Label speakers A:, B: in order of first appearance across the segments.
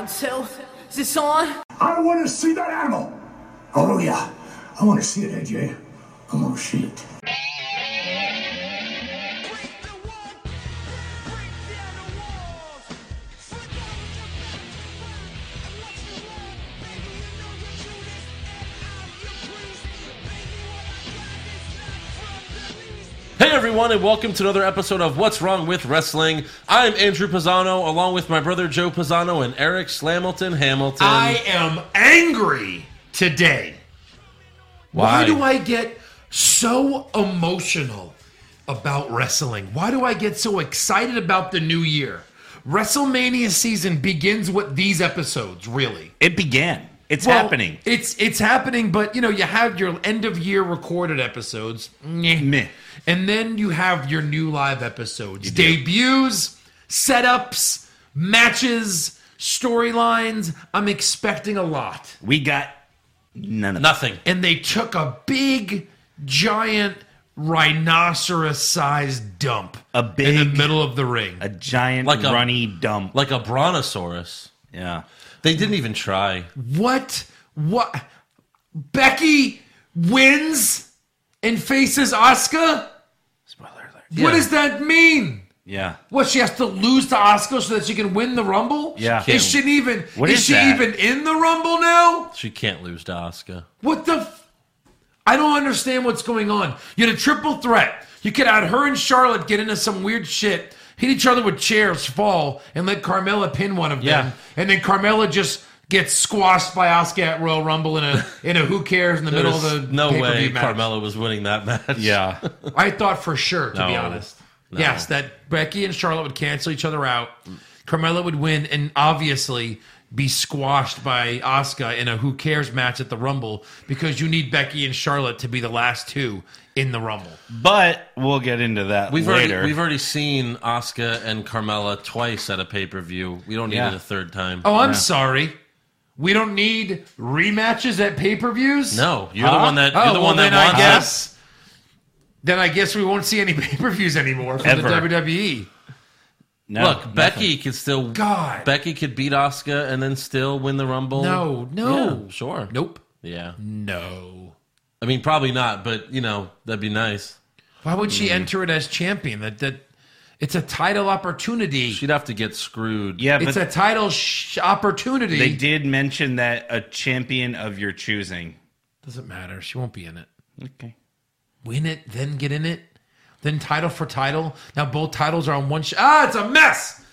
A: Oh, so is this on?
B: I want to see that animal. Oh, yeah. I want to see it, AJ. I want to see it.
C: Hey everyone, and welcome to another episode of What's Wrong with Wrestling. I'm Andrew Pisano, along with my brother Joe Pisano and Eric Slamilton Hamilton.
D: I am angry today. Why do I get so emotional about wrestling? Why do I get so excited about the new year? WrestleMania season begins with these episodes, really.
E: It began. It's
D: Well,
E: happening.
D: It's it's happening, but you know, you have your end of year recorded episodes. Meh.
E: Meh.
D: And then you have your new live episodes. Debuts, setups, matches, storylines. I'm expecting a lot.
E: We got none of
C: Nothing.
D: and they took a big, giant rhinoceros-sized dump
E: A
D: in
E: big-
D: the middle of the ring.
E: A giant
C: Like a-
E: runny dump.
C: Like a brontosaurus.
E: yeah.
C: They didn't even try.
D: what? What? Becky wins and faces Oscar.
E: Spoiler alert.
D: What does that mean?
E: Yeah.
D: What she has to lose to Oscar so that she can win the Rumble?
E: Yeah.
D: Is she even?
E: What
D: is
E: is
D: she
E: that?
D: even in the Rumble now?
C: She can't lose to Asuka.
D: What the? F- I don't understand what's going on. You had a triple threat. You could had her and Charlotte get into some weird shit, hit each other with chairs, fall, and let Carmella pin one of
C: Yeah.
D: them, and then Carmella just gets squashed by Oscar at Royal Rumble in a in a who cares in the middle of
C: There's
D: the
C: no
D: pay-per-view
C: way
D: match.
C: Carmella was winning that match.
E: Yeah.
D: I thought for sure, to be
C: No.
D: honest.
C: No.
D: Yes, that Becky and Charlotte would cancel each other out. Carmella would win and obviously be squashed by Asuka in a who cares match at the Rumble because you need Becky and Charlotte to be the last two in the Rumble.
E: but we'll get into that
C: We've
E: later.
C: already we've already seen Asuka and Carmella twice at a pay per view. We don't need
E: Yeah.
C: it a third time.
D: Oh, I'm sorry. We don't need rematches at pay per views?
C: No, you're the
E: Huh?
C: one that you're
D: Oh,
C: the
D: well,
C: one that
D: then I
C: wants it.
D: guess. Then I guess we won't see any pay per views anymore from
E: Ever.
D: the E. WWE.
E: No,
C: Look,
E: nothing.
C: Becky could still
D: God.
C: Becky could beat Asuka and then still win the Rumble.
D: No, no.
C: Yeah, sure.
D: Nope.
C: Yeah.
D: No.
C: I mean, probably not, but you know, that'd be nice.
D: Why would
C: Mm.
D: she enter it as champion? That that it's a title opportunity.
C: She'd have to get screwed.
E: Yeah,
D: it's
E: but
D: a title sh- opportunity.
E: they did mention that a champion of your choosing.
D: Doesn't matter. She won't be in it.
E: Okay.
D: Win it, then get in it, then title for title. Now both titles are on one. Sh- ah, it's a mess.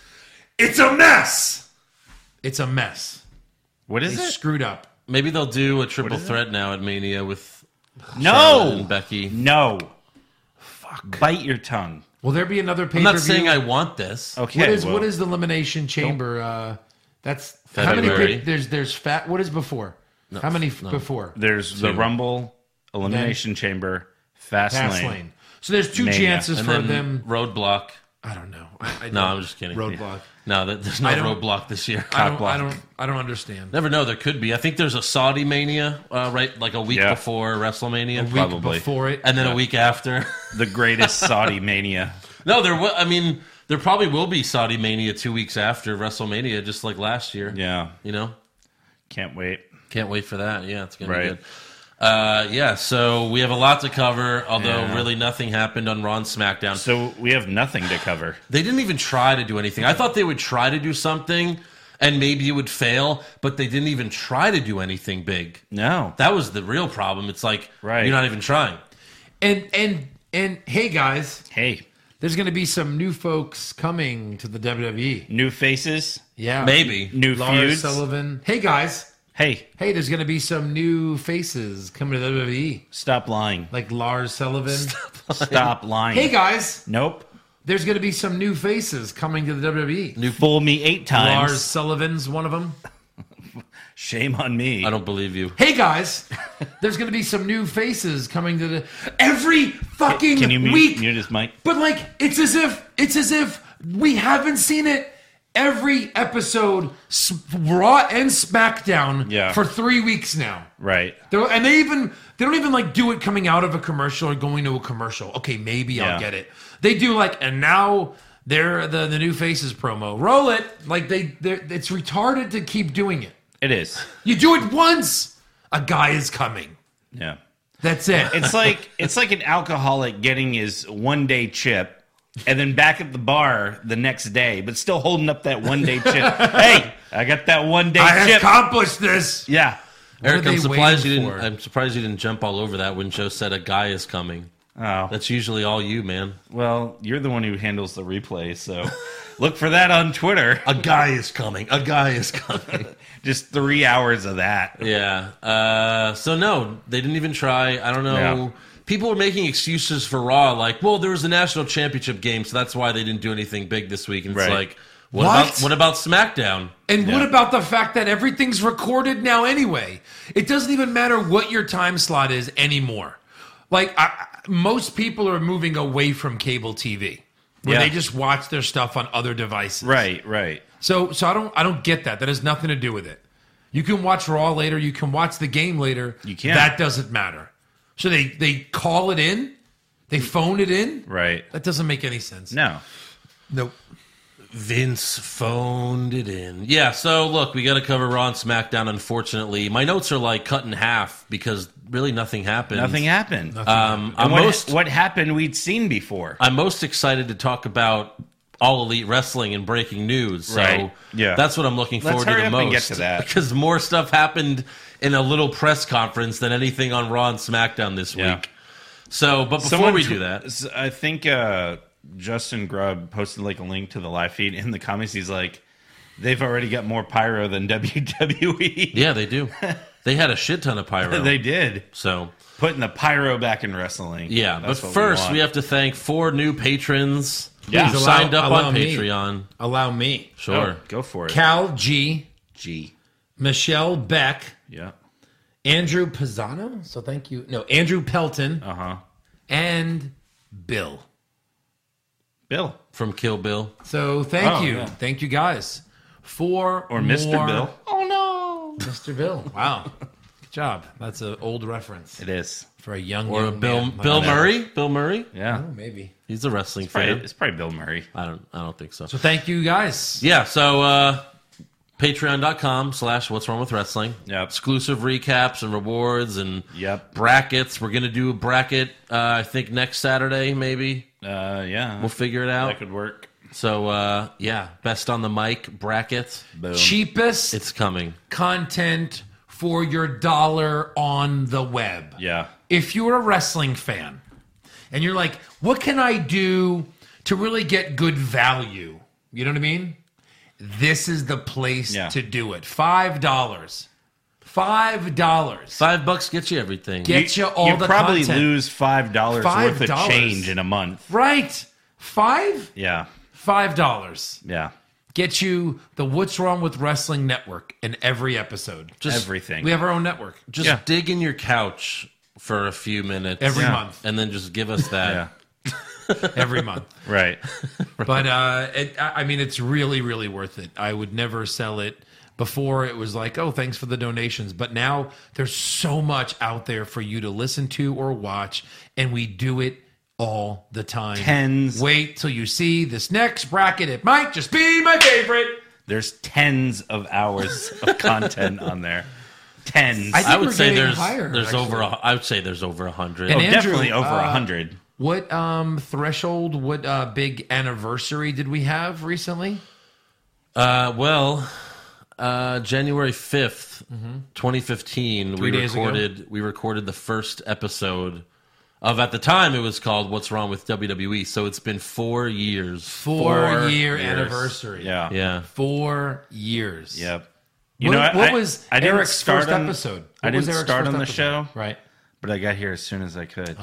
D: It's a mess. It's a mess.
E: What
D: They
E: is it?
D: screwed up.
C: Maybe they'll do a triple threat now at Mania with
D: Oh!
C: Charlotte
E: No.
C: and Becky.
E: No. Fuck. Bite your tongue.
D: Will there be another pay
C: I'm
D: per view?
C: not saying I want this.
E: Okay.
D: What is
E: well,
D: what is the elimination chamber? Uh, that's how many.
C: February.
D: Pay- there's there's fat. What is before? how many f- before?
E: There's the Rumble, Elimination Chamber, Fast,
D: Fast
E: lane.
D: lane. So there's two
E: Mania.
D: chances
C: And
D: for
C: then
D: them.
C: Roadblock.
D: I don't know. I, I
C: No,
D: don't-
C: I'm just kidding.
D: Roadblock.
C: No, that, there's no
D: I don't-
C: Roadblock this year.
D: I don't, I don't. I don't understand.
C: Never know. There could be. I think there's a Saudi Mania, uh, right? Like a week
E: Yeah.
C: before WrestleMania,
D: Week
E: Probably.
D: before it,
C: and then a week after.
E: The greatest Saudi mania.
C: no, there. Will, I mean, there probably will be Saudi Mania two weeks after WrestleMania, just like last year.
E: Yeah.
C: You know,
E: Can't wait.
C: can't wait for that. Yeah, it's gonna be
E: Right.
C: good. Uh, yeah, so we have a lot to cover. Although
E: Yeah.
C: really nothing happened on Raw and SmackDown.
E: So we have nothing to cover.
C: They didn't even try to do anything. I thought they would try to do something and maybe it would fail, but they didn't even try to do anything big.
E: No.
C: That was the real problem. It's like
E: Right.
C: you're not even trying.
D: and and and hey guys,
E: hey,
D: there's going to be some new folks coming to the WWE.
E: new faces,
D: Yeah,
C: Maybe.
E: new
D: Lars
E: feuds.
D: Sullivan. Hey guys,
E: Hey,
D: hey, there's going to be some new faces coming to the WWE,
E: stop lying.
D: like Lars Sullivan.
E: Stop lying.
D: hey guys,
E: Nope.
D: there's going to be some new faces coming to the WWE.
E: You fooled me eight times.
D: Lars Sullivan's one of them.
E: Shame on me.
C: I don't believe you.
D: Hey guys, there's going to be some new faces coming to the every fucking
E: Can you mute,
D: week.
E: mute his mic?
D: But like, it's as if it's as if we haven't seen it every episode, S- Raw and SmackDown,
E: Yeah.
D: for three weeks now.
E: Right.
D: They're, and they even they don't even like do it coming out of a commercial or going to a commercial. Okay, maybe
E: Yeah.
D: I'll get it. They do like and now They're the the new faces promo. Roll it like they. they're- It's retarded to keep doing it.
E: It is.
D: You do it once, a guy is coming.
E: Yeah.
D: That's it.
E: It's like it's like an alcoholic getting his one day chip and then back at the bar the next day, but still holding up that one day chip. hey, I got that one day
D: I
E: chip.
D: accomplished this.
E: yeah.
C: Eric,
D: are
C: I'm
D: they
C: surprised you
D: waiting
C: didn't.
D: for?
C: I'm surprised you didn't jump all over that when Joe said a guy is coming.
E: Oh.
C: That's usually all you, man.
E: Well, you're the one who handles the replay, so look for that on Twitter.
C: A guy is coming. A guy is coming.
E: Just three hours of that.
C: yeah. Uh, so no, they didn't even try. I don't know.
E: Yeah.
C: People were making excuses for Raw, like, well, there was a national championship game, so that's why they didn't do anything big this week. And it's
E: Right.
C: like, what,
D: What?
C: about what about SmackDown?
D: And what
E: Yeah.
D: about the fact that everything's recorded now anyway? It doesn't even matter what your time slot is anymore. Like I, I- most people are moving away from cable TV where
E: Yeah.
D: they just watch their stuff on other devices.
E: Right, right.
D: So so I don't I don't get that. That has nothing to do with it. You can watch Raw later, you can watch the game later.
E: You can.
D: That doesn't matter. So they they call it in, they phone it in.
E: Right.
D: That doesn't make any sense.
E: No.
D: Nope.
C: Vince phoned it in. Yeah, so look, we got to cover Raw and SmackDown, unfortunately. My notes are like cut in half because really nothing happened.
E: Nothing happened.
C: Um, I'm,
E: And what,
C: most, Uh,
E: what happened we'd seen before.
C: I'm most excited to talk about All Elite Wrestling and breaking news. So
E: Right. Yeah.
C: that's what I'm looking
E: Let's
C: forward
E: hurry
C: to the most.
E: up and get to that.
C: Because more stuff happened in a little press conference than anything on Raw and SmackDown this
E: Yeah.
C: week. So, but before we
E: tw-
C: do that,
E: s- I think uh, Justin Grubb posted like a link to the live feed in the comments. He's like, they've already got more pyro than WWE.
C: yeah, they do. they had a shit ton of pyro.
E: they did
C: so
E: putting the pyro back in wrestling.
C: Yeah,
E: That's
C: but
E: what
C: first
E: want.
C: we, have to thank four new patrons
E: Yeah.
C: who
E: Please
C: signed
D: allow-
C: up
D: allow
C: on
D: me.
C: Patreon.
D: Allow me.
E: Oh,
C: Sure.
E: go for it.
D: Cal G,
E: G.
D: Michelle Beck,
E: Yeah.
D: Andrew Pisano. So thank you. No, Andrew Pelton
E: Uh
C: Uh-huh.
E: huh.
D: and Bill.
E: Bill
C: From Kill Bill.
D: So thank
E: Oh,
D: you,
E: yeah.
D: thank you guys for
E: or Mr.
D: more-
E: Bill. Oh no.
D: Mr. Bill. Wow, good job. That's an old reference
E: It is.
D: for a young
C: Or
D: young
C: Bill
D: man.
C: Bill
D: Like-
C: Murray. Bill Murray.
E: Yeah.
D: Oh, maybe.
C: He's a wrestling
E: Probably-
C: fan.
E: it's probably Bill Murray.
C: I don't I don't think so.
D: So thank you guys.
C: Yeah, so uh patreon.com slash what's wrong with wrestling.
E: Yep.
C: Exclusive recaps and rewards and
E: Yep.
C: brackets. We're gonna do a bracket uh, I think next Saturday, maybe.
E: Uh, yeah.
C: We'll figure it out.
E: that could work.
C: So uh yeah, best on the mic bracket.
E: Boom.
D: Cheapest
C: It's coming.
D: content for your dollar on the web.
E: Yeah.
D: if you're a wrestling fan and you're like, what can I do to really get good value? You know what I mean? This is the place
E: Yeah.
D: to do it. Five dollars. Five dollars.
C: Five bucks gets you everything.
D: Get you, all
E: you
D: the
E: probably
D: content.
E: lose five dollars worth of
D: $5.
E: change in a month.
D: Right. Five?
E: Yeah.
D: Five dollars.
E: Yeah.
D: Get you the What's Wrong with Wrestling Network in every episode.
C: Just-
E: Everything.
D: We have our own network.
C: just
E: Yeah.
C: dig in your couch for a few minutes
D: Every
E: Yeah.
D: month.
C: and then just give us
E: yeah.
C: that.
D: Every month.
E: Right.
D: But uh, it, I I mean, it's really, really worth it. I would never sell it. Before it was like, oh, thanks for the donations. But now there's so much out there for you to listen to or watch, and we do it all the time.
E: Tens.
D: Wait till you see this next bracket. It might just be my favorite.
E: There's tens of hours of content on there. Tens.
D: I think
C: I would
D: we're
C: say
D: getting
C: there's
D: higher,
C: there's
D: actually.
C: over a, I would say there's over a hundred.
D: And
E: oh,
D: Andrew,
E: definitely over a
D: uh,
E: hundred.
D: What um threshold? What uh big anniversary did we have recently?
C: Uh, well, uh, January 5th 2015, we
D: days ago.
C: recorded we recorded the first episode of at the time it was called "What's Wrong with WWE." So it's been four years.
D: Four,
E: Four
D: year
E: years.
D: anniversary.
E: Yeah.
C: Yeah,
D: Four years.
E: Yep. You
D: what,
E: know I-
D: what
E: I-
D: was
E: I didn't
D: Eric's
E: start
D: first
E: on-
D: episode?
E: I
D: What was
E: didn't
D: Eric's
E: start
D: first
E: on the
D: episode? Oh.
E: show,
D: Right.
E: but I got here as soon as I could.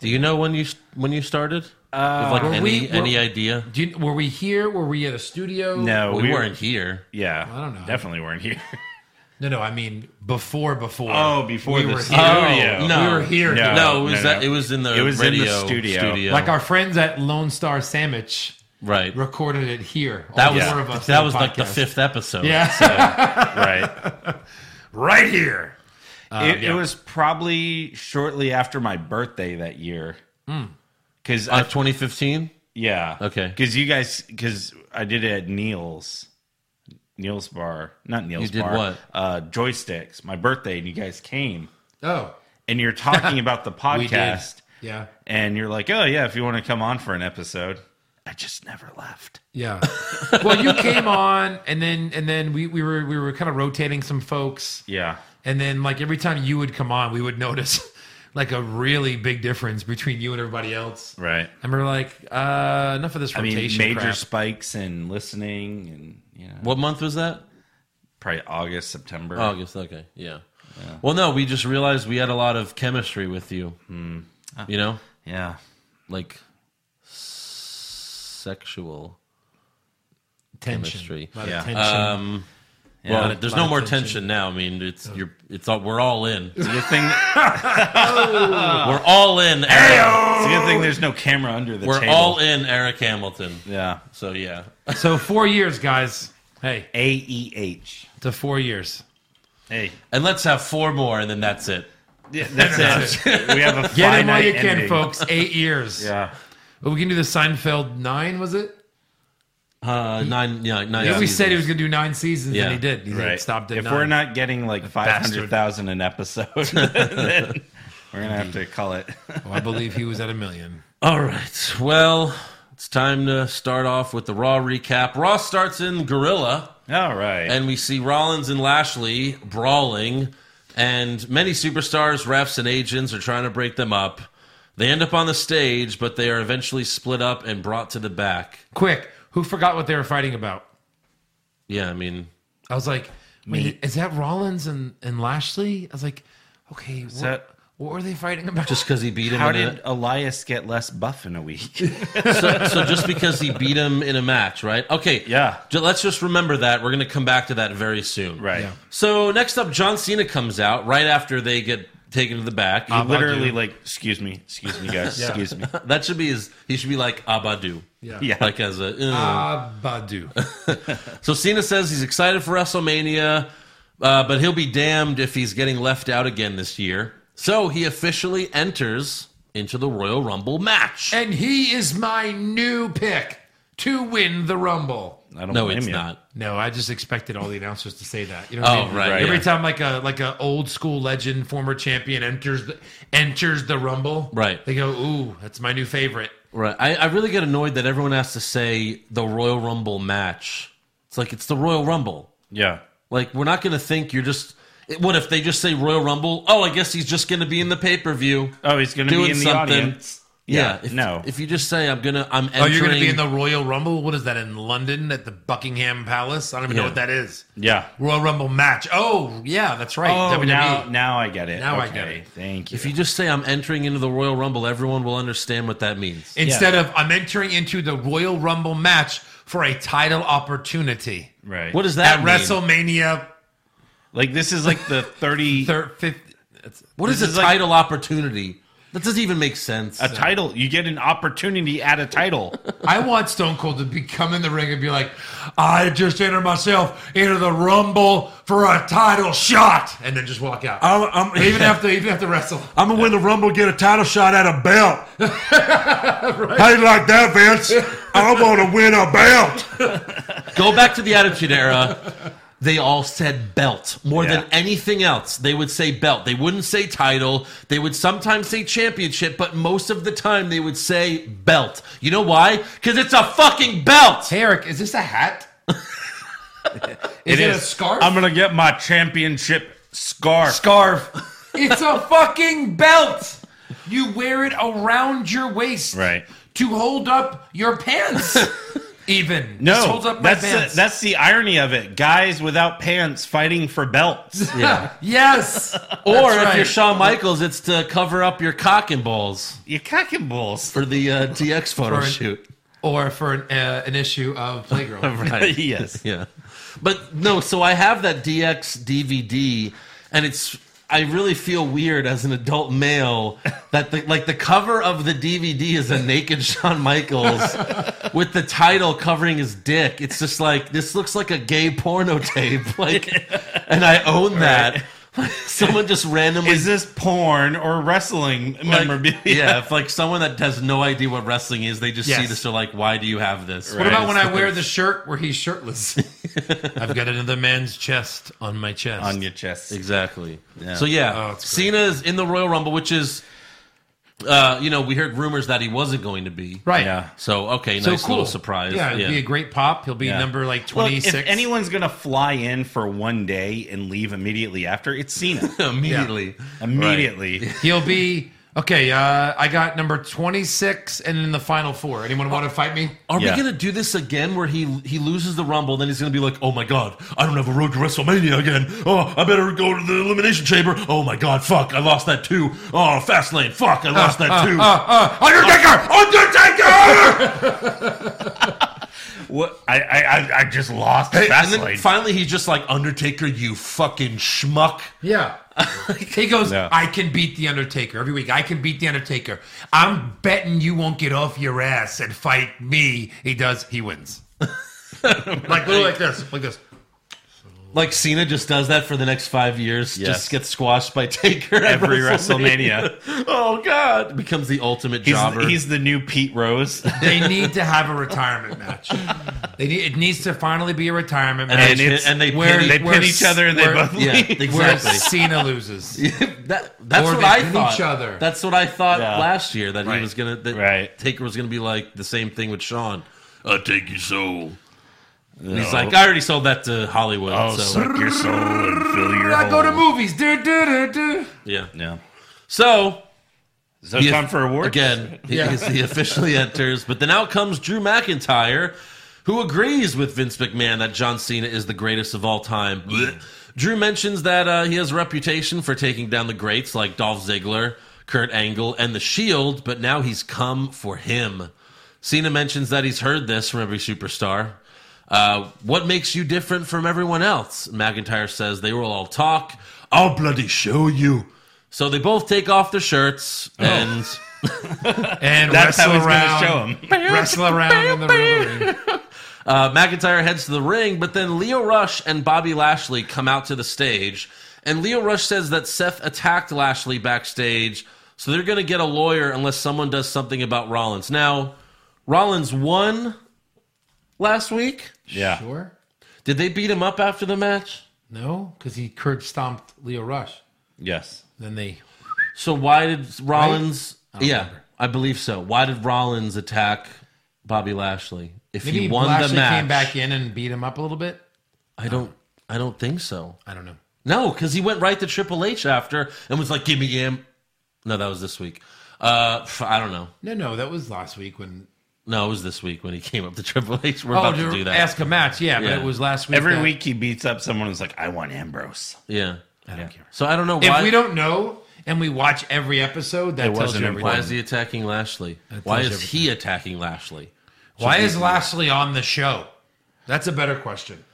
C: do you know when you when you started? Uh, like
D: Were
C: any
D: we- were-
C: any idea?
D: Do you, were we here? Were we at a studio?
E: no,
C: We, weren't here.
E: Yeah, I
D: don't know.
E: Definitely weren't here.
D: No, no. I mean before, before.
E: Oh, before
D: we
E: the
D: were
E: studio.
D: Here.
E: Oh,
C: no,
D: We were here.
E: No.
C: No, it was
E: no,
C: that
E: no.
C: it was in the
E: It was in the
C: radio
E: studio.
D: Like our friends at Lone Star Sandwich
C: right.
D: recorded it here. all
C: That was
D: four of us
C: that
D: in
C: was like the
D: podcast.
C: fifth episode.
D: Yeah.
E: Right.
D: right here.
E: it,
D: yeah.
E: it was probably shortly after my birthday that year. Because
C: Uh, 2015.
E: Yeah.
C: Okay.
E: Because you guys, because I did it at Neil's, Neil's bar, not Neil's.
C: You did
E: bar,
C: what?
E: Uh, joysticks. My birthday, and you guys came,
D: Oh,
E: and you're talking about the
D: we
E: podcast,
D: did. Yeah.
E: and you're like, "Oh yeah, if you want to come on for an episode." I just never left.
D: Yeah. well, you came on, and then and then we, we were we were kind of rotating some folks,
E: Yeah.
D: and then like every time you would come on, we would notice like a really big difference between you and everybody else.
E: Right.
D: And we're like, uh, enough of this
E: I mean,
D: rotation
E: major
D: crap.
E: spikes in listening, and you know,
C: What month was that?
E: probably August, September.
C: August. Okay. Yeah. Well, no, we just realized we had a lot of chemistry with you.
D: Ah.
C: You know,
E: Yeah.
C: like sexual.
D: tension.
C: chemistry.
D: A lot of
E: Yeah.
D: tension.
C: Um,
E: Yeah.
C: well, there's no
D: of
C: more
D: tension.
C: tension. now. I mean, it's you're it's all we're all in.
E: It's a good thing.
D: Ah.
C: We're all in. Eric.
E: It's a good thing there's no camera under the
C: We're
E: table.
C: all in Eric Hamilton.
E: yeah.
C: So yeah,
D: so four years, guys. Hey,
E: A E H.
D: to four years.
E: Hey.
C: and let's have four more, and then that's it.
E: Yeah, that's it. we have a
D: Get
E: finite
D: in while you can,
E: ending.
D: folks. Eight years.
E: Yeah.
D: But we can do the Seinfeld nine. Was it?
C: Uh, nine, yeah, nine.
D: We
C: seasons.
D: said he was going to do nine seasons,
C: Yeah.
D: and he did. He
E: Right.
D: stopped at
E: if
D: nine.
E: we're not getting like five hundred thousand an episode, then we're gonna have to call it.
D: Well, Oh, I believe he was at a million.
C: All right. Well, it's time to start off with the Raw recap. Raw starts in Gorilla,
E: All right.
C: and we see Rollins and Lashley brawling, and many superstars, refs, and agents are trying to break them up. They end up on the stage, but they are eventually split up and brought to the back.
D: Quick, who forgot what they were fighting about?
C: Yeah, I mean,
D: I was like, wait, is that Rollins and, and Lashley? I was like, okay, what,
E: that-
D: what were they fighting about?
C: just because he beat him.
E: How
C: in a-
E: did Elias get less buff in a week?
C: so, so just because he beat him in a match, right? Okay.
E: Yeah.
C: Ju- Let's just remember that. We're going to come back to that very soon.
E: right.
D: Yeah.
C: So next up, John Cena comes out right after they get taken to the back.
E: He literally like, excuse me, excuse me, guys, excuse me.
C: that should be his. He should be like Abadu.
D: yeah.
E: Yeah.
C: Like as a. uh, "Ugh."
D: Ah, Badu.
C: So Cena says he's excited for WrestleMania, uh, but he'll be damned if he's getting left out again this year. So he officially enters into the Royal Rumble match.
D: and he is my new pick to win the Rumble.
E: I don't
C: No,
E: blame
C: it's
E: you.
C: not.
D: No, I just expected all the announcers to say that. You know what I
C: Oh,
D: mean?
C: right,
D: Every
C: yeah.
D: time like a like a old school legend, former champion enters the enters the Rumble,
C: Right.
D: They go, ooh, that's my new favorite.
C: Right. I, I really get annoyed that everyone has to say the Royal Rumble match. It's like it's the Royal Rumble.
E: Yeah.
C: Like we're not going to think you're just. it- What if they just say Royal Rumble? Oh, I guess he's just going to be in the pay per view.
E: Oh, he's gonna
C: Doing
E: be in the
C: something.
E: audience.
C: Yeah. if,
E: no.
C: If you just say I'm gonna, I'm entering.
D: Oh, you're going to be in the Royal Rumble? What is that in London at the Buckingham Palace? I don't even know
C: Yeah.
D: what that is.
E: yeah.
D: Royal Rumble match. Oh, yeah, that's right. E.
E: Oh,
D: WWE.
E: now, now I get it.
D: Now I
E: Okay,
D: get it.
E: Thank you.
C: If you just say I'm entering into the Royal Rumble, everyone will understand what that means.
D: Instead of I'm entering into the Royal Rumble match for a title opportunity
E: right.
C: what does that
D: at
C: mean?
D: WrestleMania
E: Like this is like the thirty
D: thir- fifth- that's-
C: What is
E: this
C: a
E: is like-
C: title opportunity? That doesn't even make sense.
E: a title. You get an opportunity at a title.
D: I want Stone Cold to be come in the ring and be like, I just entered myself into the Rumble for a title shot, and then just walk out.
B: I'm, I'm,
D: even have to even have to wrestle.
B: I'm gonna win the Rumble, get a title shot at a belt. How you like that, Vince? I want to win a belt.
C: Go back to the Attitude Era. They all said belt more
E: Yeah.
C: than anything else. They would say belt. They wouldn't say title. They would sometimes say championship, but most of the time they would say belt. You know why? Because it's a fucking belt.
D: Hey, Eric, is this a hat? is it, a
E: is.
D: scarf?
E: I'm gonna get my championship scarf.
D: scarf. it's a fucking belt. You wear it around your waist,
E: Right.
D: To hold up your pants, even Just
E: no,
D: holds up
E: that's
D: my pants.
E: the, that's the irony of it. Guys without pants fighting for belts.
C: Yeah.
D: yes.
C: Or
D: That's
C: if you're
D: right.
C: Shawn Michaels, it's to cover up your cock and balls
E: you cocking bulls.
C: for the uh, DX photo
D: For an-
C: shoot.
D: or for an, uh, an issue of Playgirl.
C: Right.
E: yes.
C: Yeah. But no, so I have that DX DVD and it's I really feel weird as an adult male that the like the cover of the DVD is a naked Shawn Michaels with the title covering his dick. It's just like this looks like a gay porno tape like and I own that. someone just randomly
E: Is this porn or wrestling
C: like,
E: memorabilia?
C: Yeah, if like someone that has no idea what wrestling is, they just see
D: Yes.
C: this. They're like, "Why do you have this?"
E: Right.
D: What about when I wear the shirt where he's shirtless? I've got another man's chest on my chest.
E: on your chest.
C: Exactly. So yeah,
D: Oh, it's great.
C: Cena is in the Royal Rumble, which is, uh, you know, we heard rumors that he wasn't going to be.
D: right.
E: Yeah.
C: So okay,
D: So
C: nice
D: cool.
C: little surprise.
D: Yeah, it'd be a great pop. He'll be
E: Yeah.
D: number like
E: Look,
D: 26.
E: if anyone's gonna fly in for one day and leave immediately after, it's Cena.
C: immediately.
E: immediately.
D: He'll be okay. Uh, I got number 26 and in the final four. Anyone want to fight me?
C: Are
E: Yeah.
C: we gonna do this again, where he he loses the Rumble, then he's gonna be like, "Oh my God, I don't have a road to WrestleMania again. Oh, I better go to the Elimination Chamber. Oh my God, fuck, I lost that too. Oh, Fastlane, fuck, I lost
D: Ah,
E: Oh,
C: that too.
D: Uh, Undertaker!
B: Undertaker!
E: What I, I I- I just lost
C: Hey, and then
E: Fastlane.
C: finally, he's just like, "Undertaker, you fucking schmuck."
D: Yeah. he goes,
E: No.
D: I can beat The Undertaker every week. I can beat The Undertaker. I'm betting you won't get off your ass and fight me. He does. He wins. like, literally like this. Like this.
C: Like Cena just does that for the next five years.
E: Yes.
C: Just gets squashed by Taker at
E: Every
C: oh God, becomes the ultimate
E: He's,
C: jobber.
E: he's the new Pete Rose, and,
D: They need to have a retirement match. They need, it needs to finally be a retirement
C: and,
D: match.
C: they,
E: it's-
C: and they
D: where
C: pin
E: they
C: each-
E: pin
D: We're-
E: each other and they
D: we're-
E: both
C: yeah,
E: leave.
D: where
C: exactly.
D: Cena loses.
C: that, that's
D: Or
C: what
D: they
C: I
D: pin
C: thought.
D: each other.
C: That's what I thought
E: Yeah.
C: last year that
E: Right.
C: he was gonna that
E: Right.
C: Taker was gonna be like the same thing with Sean.
B: I take your soul.
C: And he's like, I already sold that to Hollywood.
E: oh,
C: so
E: suck your soul and fill your
D: I go
E: hole.
D: to movies. Do, do, do, do.
C: yeah.
E: yeah.
C: So
E: So
C: the-
E: time for awards
C: again. he- He, officially enters, but then out comes Drew McIntyre, who agrees with Vince McMahon that John Cena is the greatest of all time. Blech. Drew mentions that uh, he has a reputation for taking down the greats like Dolph Ziggler, Kurt Angle, and The Shield, but now he's come for him. Cena mentions that he's heard this from every superstar. Uh, what makes you different from everyone else? McIntyre says they will all talk.
B: I'll bloody show you.
C: So they both take off their shirts and.
D: And
E: That's
D: wrestle
E: how he's
D: around.
E: going to show him.
D: Wrestle around in the ring.
C: Uh, McIntyre heads to the ring, but then Leo Rush and Bobby Lashley come out to the stage. And Leo Rush says that Seth attacked Lashley backstage, so they're going to get a lawyer unless someone does something about Rollins. Now, Rollins won last week.
E: Yeah.
D: Sure.
C: Did they beat him up after the match?
D: No, because he curb stomped Leo Rush.
E: Yes.
D: Then they.
C: So why did Rollins? yeah, I believe so. Why did Rollins attack Bobby Lashley if
D: Maybe
C: he won
D: Lashley
C: the match?
D: came back in and beat him up a little bit.
C: I don't. I don't think so.
D: I don't know.
C: No, because he went right to Triple H after and was like, "Give me him." No, that was this week. Uh, f- I don't know.
D: No, no, that was last week when.
C: No, it was this week when he came up to Triple H. We're
D: Oh,
C: about to do that.
D: ask a match. Yeah,
C: Yeah.
D: but it was last week.
E: Every
D: that-
E: week he beats up someone who's like, I want Ambrose.
C: yeah.
D: I don't care.
C: So I don't know
D: If
C: why.
D: we don't know and we watch every episode, that tells
E: wasn't
D: you
C: why
D: everything.
C: is he attacking Lashley? Why
D: tells
C: is he attacking Lashley?
D: Why is Lashley on the show? That's a better question.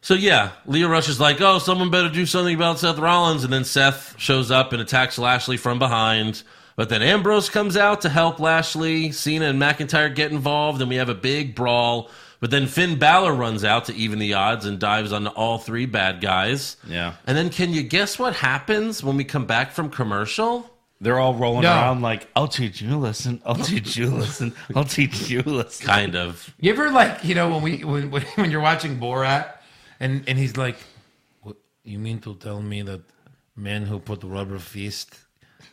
C: So yeah, Leo Rush is like, "Oh, someone better do something about Seth Rollins," and then Seth shows up and attacks Lashley from behind. But then Ambrose comes out to help Lashley. Cena and McIntyre get involved, and we have a big brawl. But then Finn Balor runs out to even the odds and dives onto all three bad guys.
E: Yeah.
C: And then can you guess what happens when we come back from commercial?
E: They're all rolling
D: No.
E: around like, I'll teach you a lesson. I'll teach you a lesson. I'll teach you a lesson.
C: Kind of.
D: You ever like you know when we when when when you're watching Borat and and he's like, what, "You mean to tell me that man who put rubber fist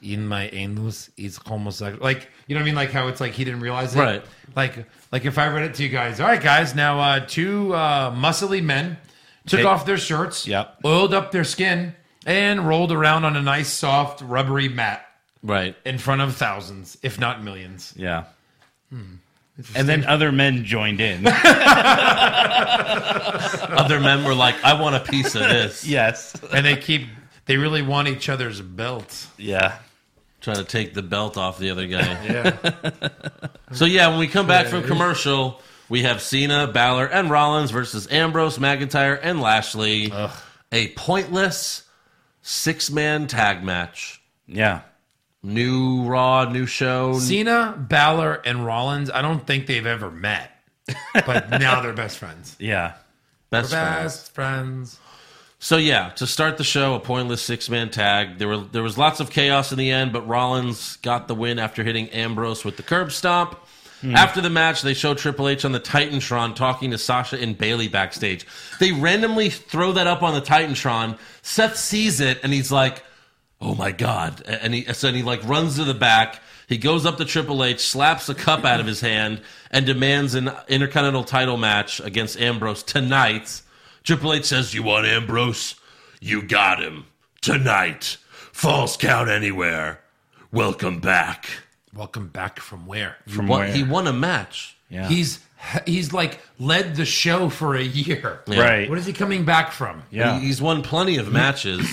D: in my anus is homosexual?" Like you know what I mean? Like how it's like he didn't realize it.
C: Right.
D: Like like if I read it to you guys, all right, guys. Now uh, two uh, muscly men took
E: Take-
D: off their shirts,
E: Yep.
D: oiled up their skin, and rolled around on a nice soft rubbery mat
C: Right.
D: in front of thousands, if not millions.
E: Yeah.
D: Hmm.
E: And then other men joined in.
C: Other men were like, "I want a piece of this."
E: yes.
D: and they keep they really want each other's belts.
E: Yeah.
C: Trying to take the belt off the other guy.
D: Yeah.
C: So yeah, when we come back from commercial, we have Cena, Balor, and Rollins versus Ambrose, McIntyre, and Lashley. A pointless six-man tag match.
E: Yeah.
C: New Raw, new show.
D: Cena, Balor, and Rollins, I don't think they've ever met. But now they're best friends.
E: Yeah.
C: best friends.
D: Best friends.
C: So yeah, to start the show, a pointless six-man tag. There were there was lots of chaos in the end, but Rollins got the win after hitting Ambrose with the curb stomp. After the match, they show Triple H on the Titantron talking to Sasha and Bailey backstage. They randomly throw that up on the Titantron. Seth sees it and he's like, "Oh my god!" A- And he so he like runs to the back. He goes up to Triple H, slaps a cup out of his hand, and demands an Intercontinental title match against Ambrose tonight. Triple H says, You want Ambrose? You got him. Tonight. False count anywhere. Welcome back.
D: Welcome back from where?
E: From
C: Won-
E: where?
C: He won a match.
E: yeah.
D: He's he's like led the show for a year.
E: right.
D: What is he coming back from?
E: yeah.
C: He- he's won plenty of matches.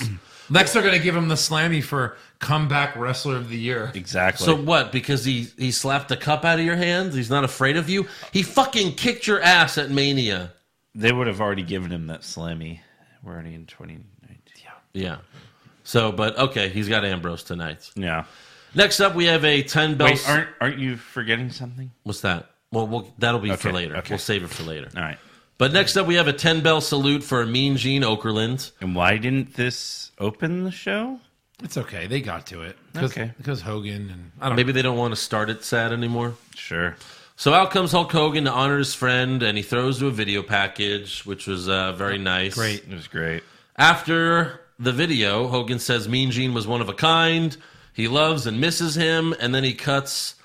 D: Next, they're going to give him the slammy for comeback wrestler of the year.
E: exactly.
C: so what? Because he, he slapped a cup out of your hands? He's not afraid of you? He fucking kicked your ass at Mania.
E: they would have already given him that slammy. We're already in 2019.
C: Yeah. So, but okay, he's got Ambrose tonight.
E: Yeah.
C: Next up, we have a 10 bell.
E: Wait, aren't aren't you forgetting something?
C: What's that? Well, we'll that'll be for
E: Okay,
C: later.
E: okay.
C: We'll save it for later.
E: All right.
C: But next up, we have a 10 bell salute for Mean Gene Okerlund.
E: And why didn't this open the show?
D: It's okay. They got to it. 'Cause-
E: Okay.
D: Because Hogan and I don't know.
C: Maybe they don't want to start it sad anymore.
E: Sure.
C: So out comes Hulk Hogan to honor his friend, and he throws to a video package, which was uh, very nice.
D: Great.
E: It was Oh, great.
C: After the video, Hogan says Mean Gene was one of a kind. He loves and misses him, and then he cuts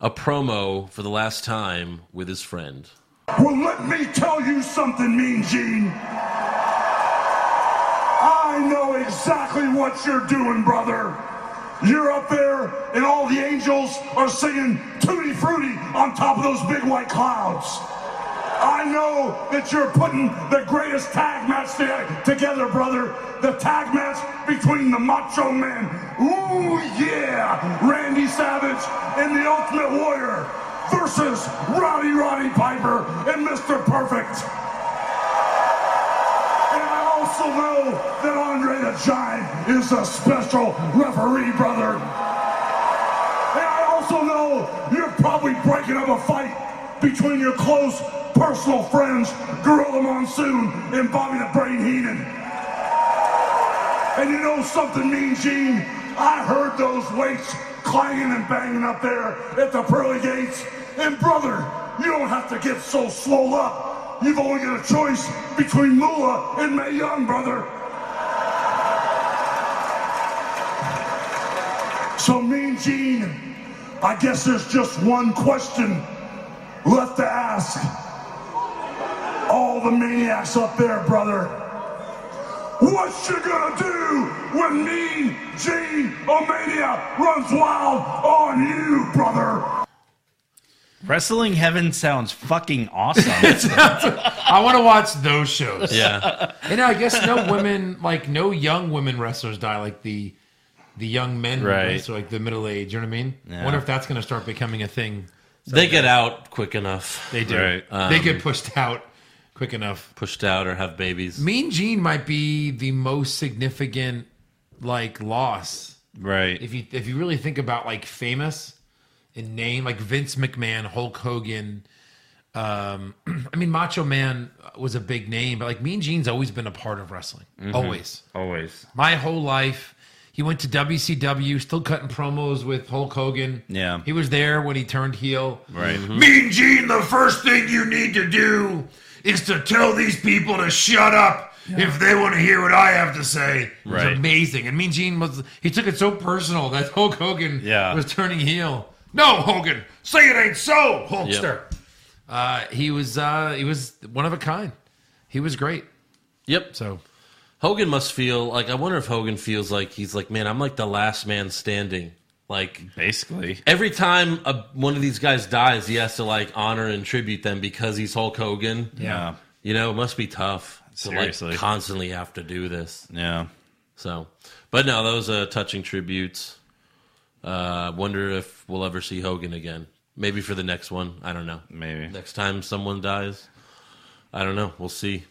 C: a promo for the last time with his friend.
A: Well, let me tell you something, Mean Gene. I know exactly what you're doing, brother. You're up there, and all the angels are singing Tutti Frutti on top of those big white clouds. I know that you're putting the greatest tag match to- together, brother. The tag match between the Macho Man, ooh yeah, Randy Savage, and the Ultimate Warrior versus Rowdy Roddy Piper and Mr. Perfect. And I also know that Andre the Giant is a special referee, brother. And I also know you're probably breaking up a fight between your close personal friends, Gorilla Monsoon and Bobby the Brain Heenan. And you know something, Mean Gene? I heard those weights clanging and banging up there at the pearly gates. And brother, you don't have to get so swole up. You've only got a choice between Moolah and Mae Young, brother. So, Mean Gene, I guess there's just one question left to ask all the maniacs up there, brother. What you gonna do when Mean Gene Omania runs wild on you, brother?
E: Wrestling Heaven sounds fucking awesome.
D: I want to watch those shows.
C: Yeah.
D: And I guess no women, like no young women wrestlers die like the the young men
E: Right.
D: wrestle, like the middle age. You know what I mean? I wonder if that's going to start becoming a thing.
C: they get out quick enough,
D: They do.
E: Right.
D: they get pushed out quick enough.
C: pushed out, or have babies.
D: Mean Gene might be the most significant like loss
E: right.
D: if you if you really think about like famous in name like Vince McMahon, Hulk Hogan. Um, I mean, Macho Man was a big name, but like Mean Gene's always been a part of wrestling.
E: Mm-hmm.
D: Always,
E: Always.
D: my whole life. He went to WCW, still cutting promos with Hulk Hogan.
E: Yeah.
D: he was there when he turned heel.
E: Right.
A: Mean Gene, the first thing you need to do is to tell these people to shut up if they want to hear what I have to say.
D: It's
E: Right.
D: amazing. And Mean Gene was he took it so personal that Hulk Hogan
E: Yeah.
D: was turning heel. No, Hogan, say it ain't so, Hulkster. Uh, he was uh, he was one of a kind. He was great.
C: Yep.
D: So
C: Hogan must feel like I wonder if Hogan feels like he's like, man, I'm like the last man standing. Like
E: Basically.
C: every time a, one of these guys dies, he has to like honor and tribute them because he's Hulk Hogan.
E: Yeah.
C: You know, it must be tough to
E: Seriously.
C: like constantly have to do this.
E: Yeah.
C: So, but no, those uh, touching tributes. Uh, wonder if we'll ever see Hogan again. Maybe for the next one. I don't know.
E: Maybe.
C: Next time someone dies. I don't know. We'll see.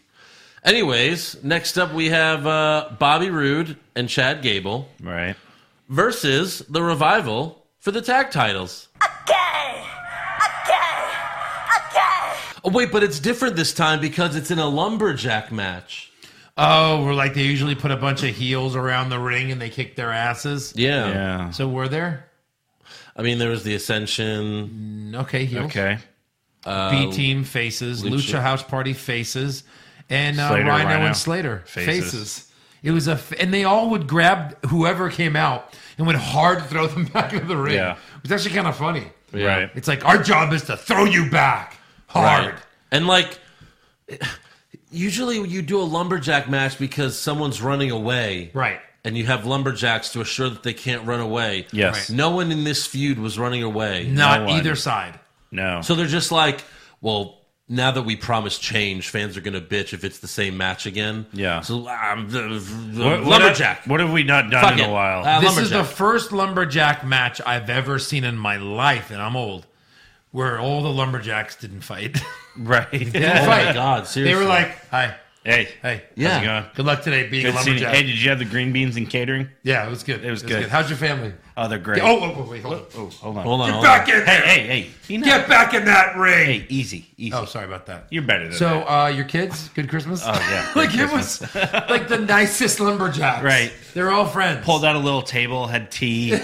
C: Anyways, next up we have uh, Bobby Roode and Chad Gable
E: Right.
C: versus the revival for the tag titles.
F: Okay. Okay. Okay.
C: Oh, wait, but it's different this time because it's in a lumberjack match.
D: Oh, we're like they usually put a bunch of heels around the ring and they kick their asses.
C: Yeah.
E: Yeah.
D: So were there?
C: I mean, there was the Ascension.
D: Okay, heels.
E: Okay.
D: B team faces, Lucha.
C: Lucha.
D: House Party faces, and uh,
E: Slater,
D: Rhino,
E: Rhino.
D: and Slater faces.
E: Faces.
D: It was a, f- and they all would grab whoever came out and would hard throw them back into the ring.
E: Yeah.
D: It was actually kind of funny.
E: Right.
D: It's like our job is to throw you back hard.
C: And like, usually you do a lumberjack match because someone's running away.
D: Right.
C: And you have lumberjacks to assure that they can't run away.
E: Yes.
C: No one in this feud was running away.
D: Not
E: one.
D: either side.
E: No.
C: So they're just like, well, now that we promised change, fans are going to bitch if it's the same match again.
E: Yeah.
C: So um, the, the
E: What- what
C: lumberjack.
E: have- What have we not done
C: Fuck
E: in
C: it.
E: a while?
C: Uh,
D: this is the
C: lumberjack.
D: first lumberjack match I've ever seen in my life, and I'm old, where all the lumberjacks didn't fight.
E: right.
D: Didn't
C: oh
D: fight.
C: my god! Seriously.
D: They were like, "Hi,
E: Hey.
D: hey,
C: Yeah.
E: How's it going?
D: good luck today being
E: Good
D: a
E: seeing you.
D: lumberjack."
E: Hey, did you have the green beans and catering?
D: Yeah, it was good. It
E: was good.
D: How's your family?
E: Oh, they're great.
D: Oh, whoa, whoa, wait, hold on.
E: oh, hold on.
C: hold on, hold on.
B: Back in there.
E: Hey, hey, hey. You know-
B: Get back in that ring.
E: Hey, easy, easy.
D: Oh, sorry about that.
E: You're better than
D: So,
E: that.
D: uh, your kids, good Christmas. Oh
E: yeah, good
D: like it was like the nicest lumberjacks.
E: Right.
D: they're all friends.
E: Pulled out a little table, had tea.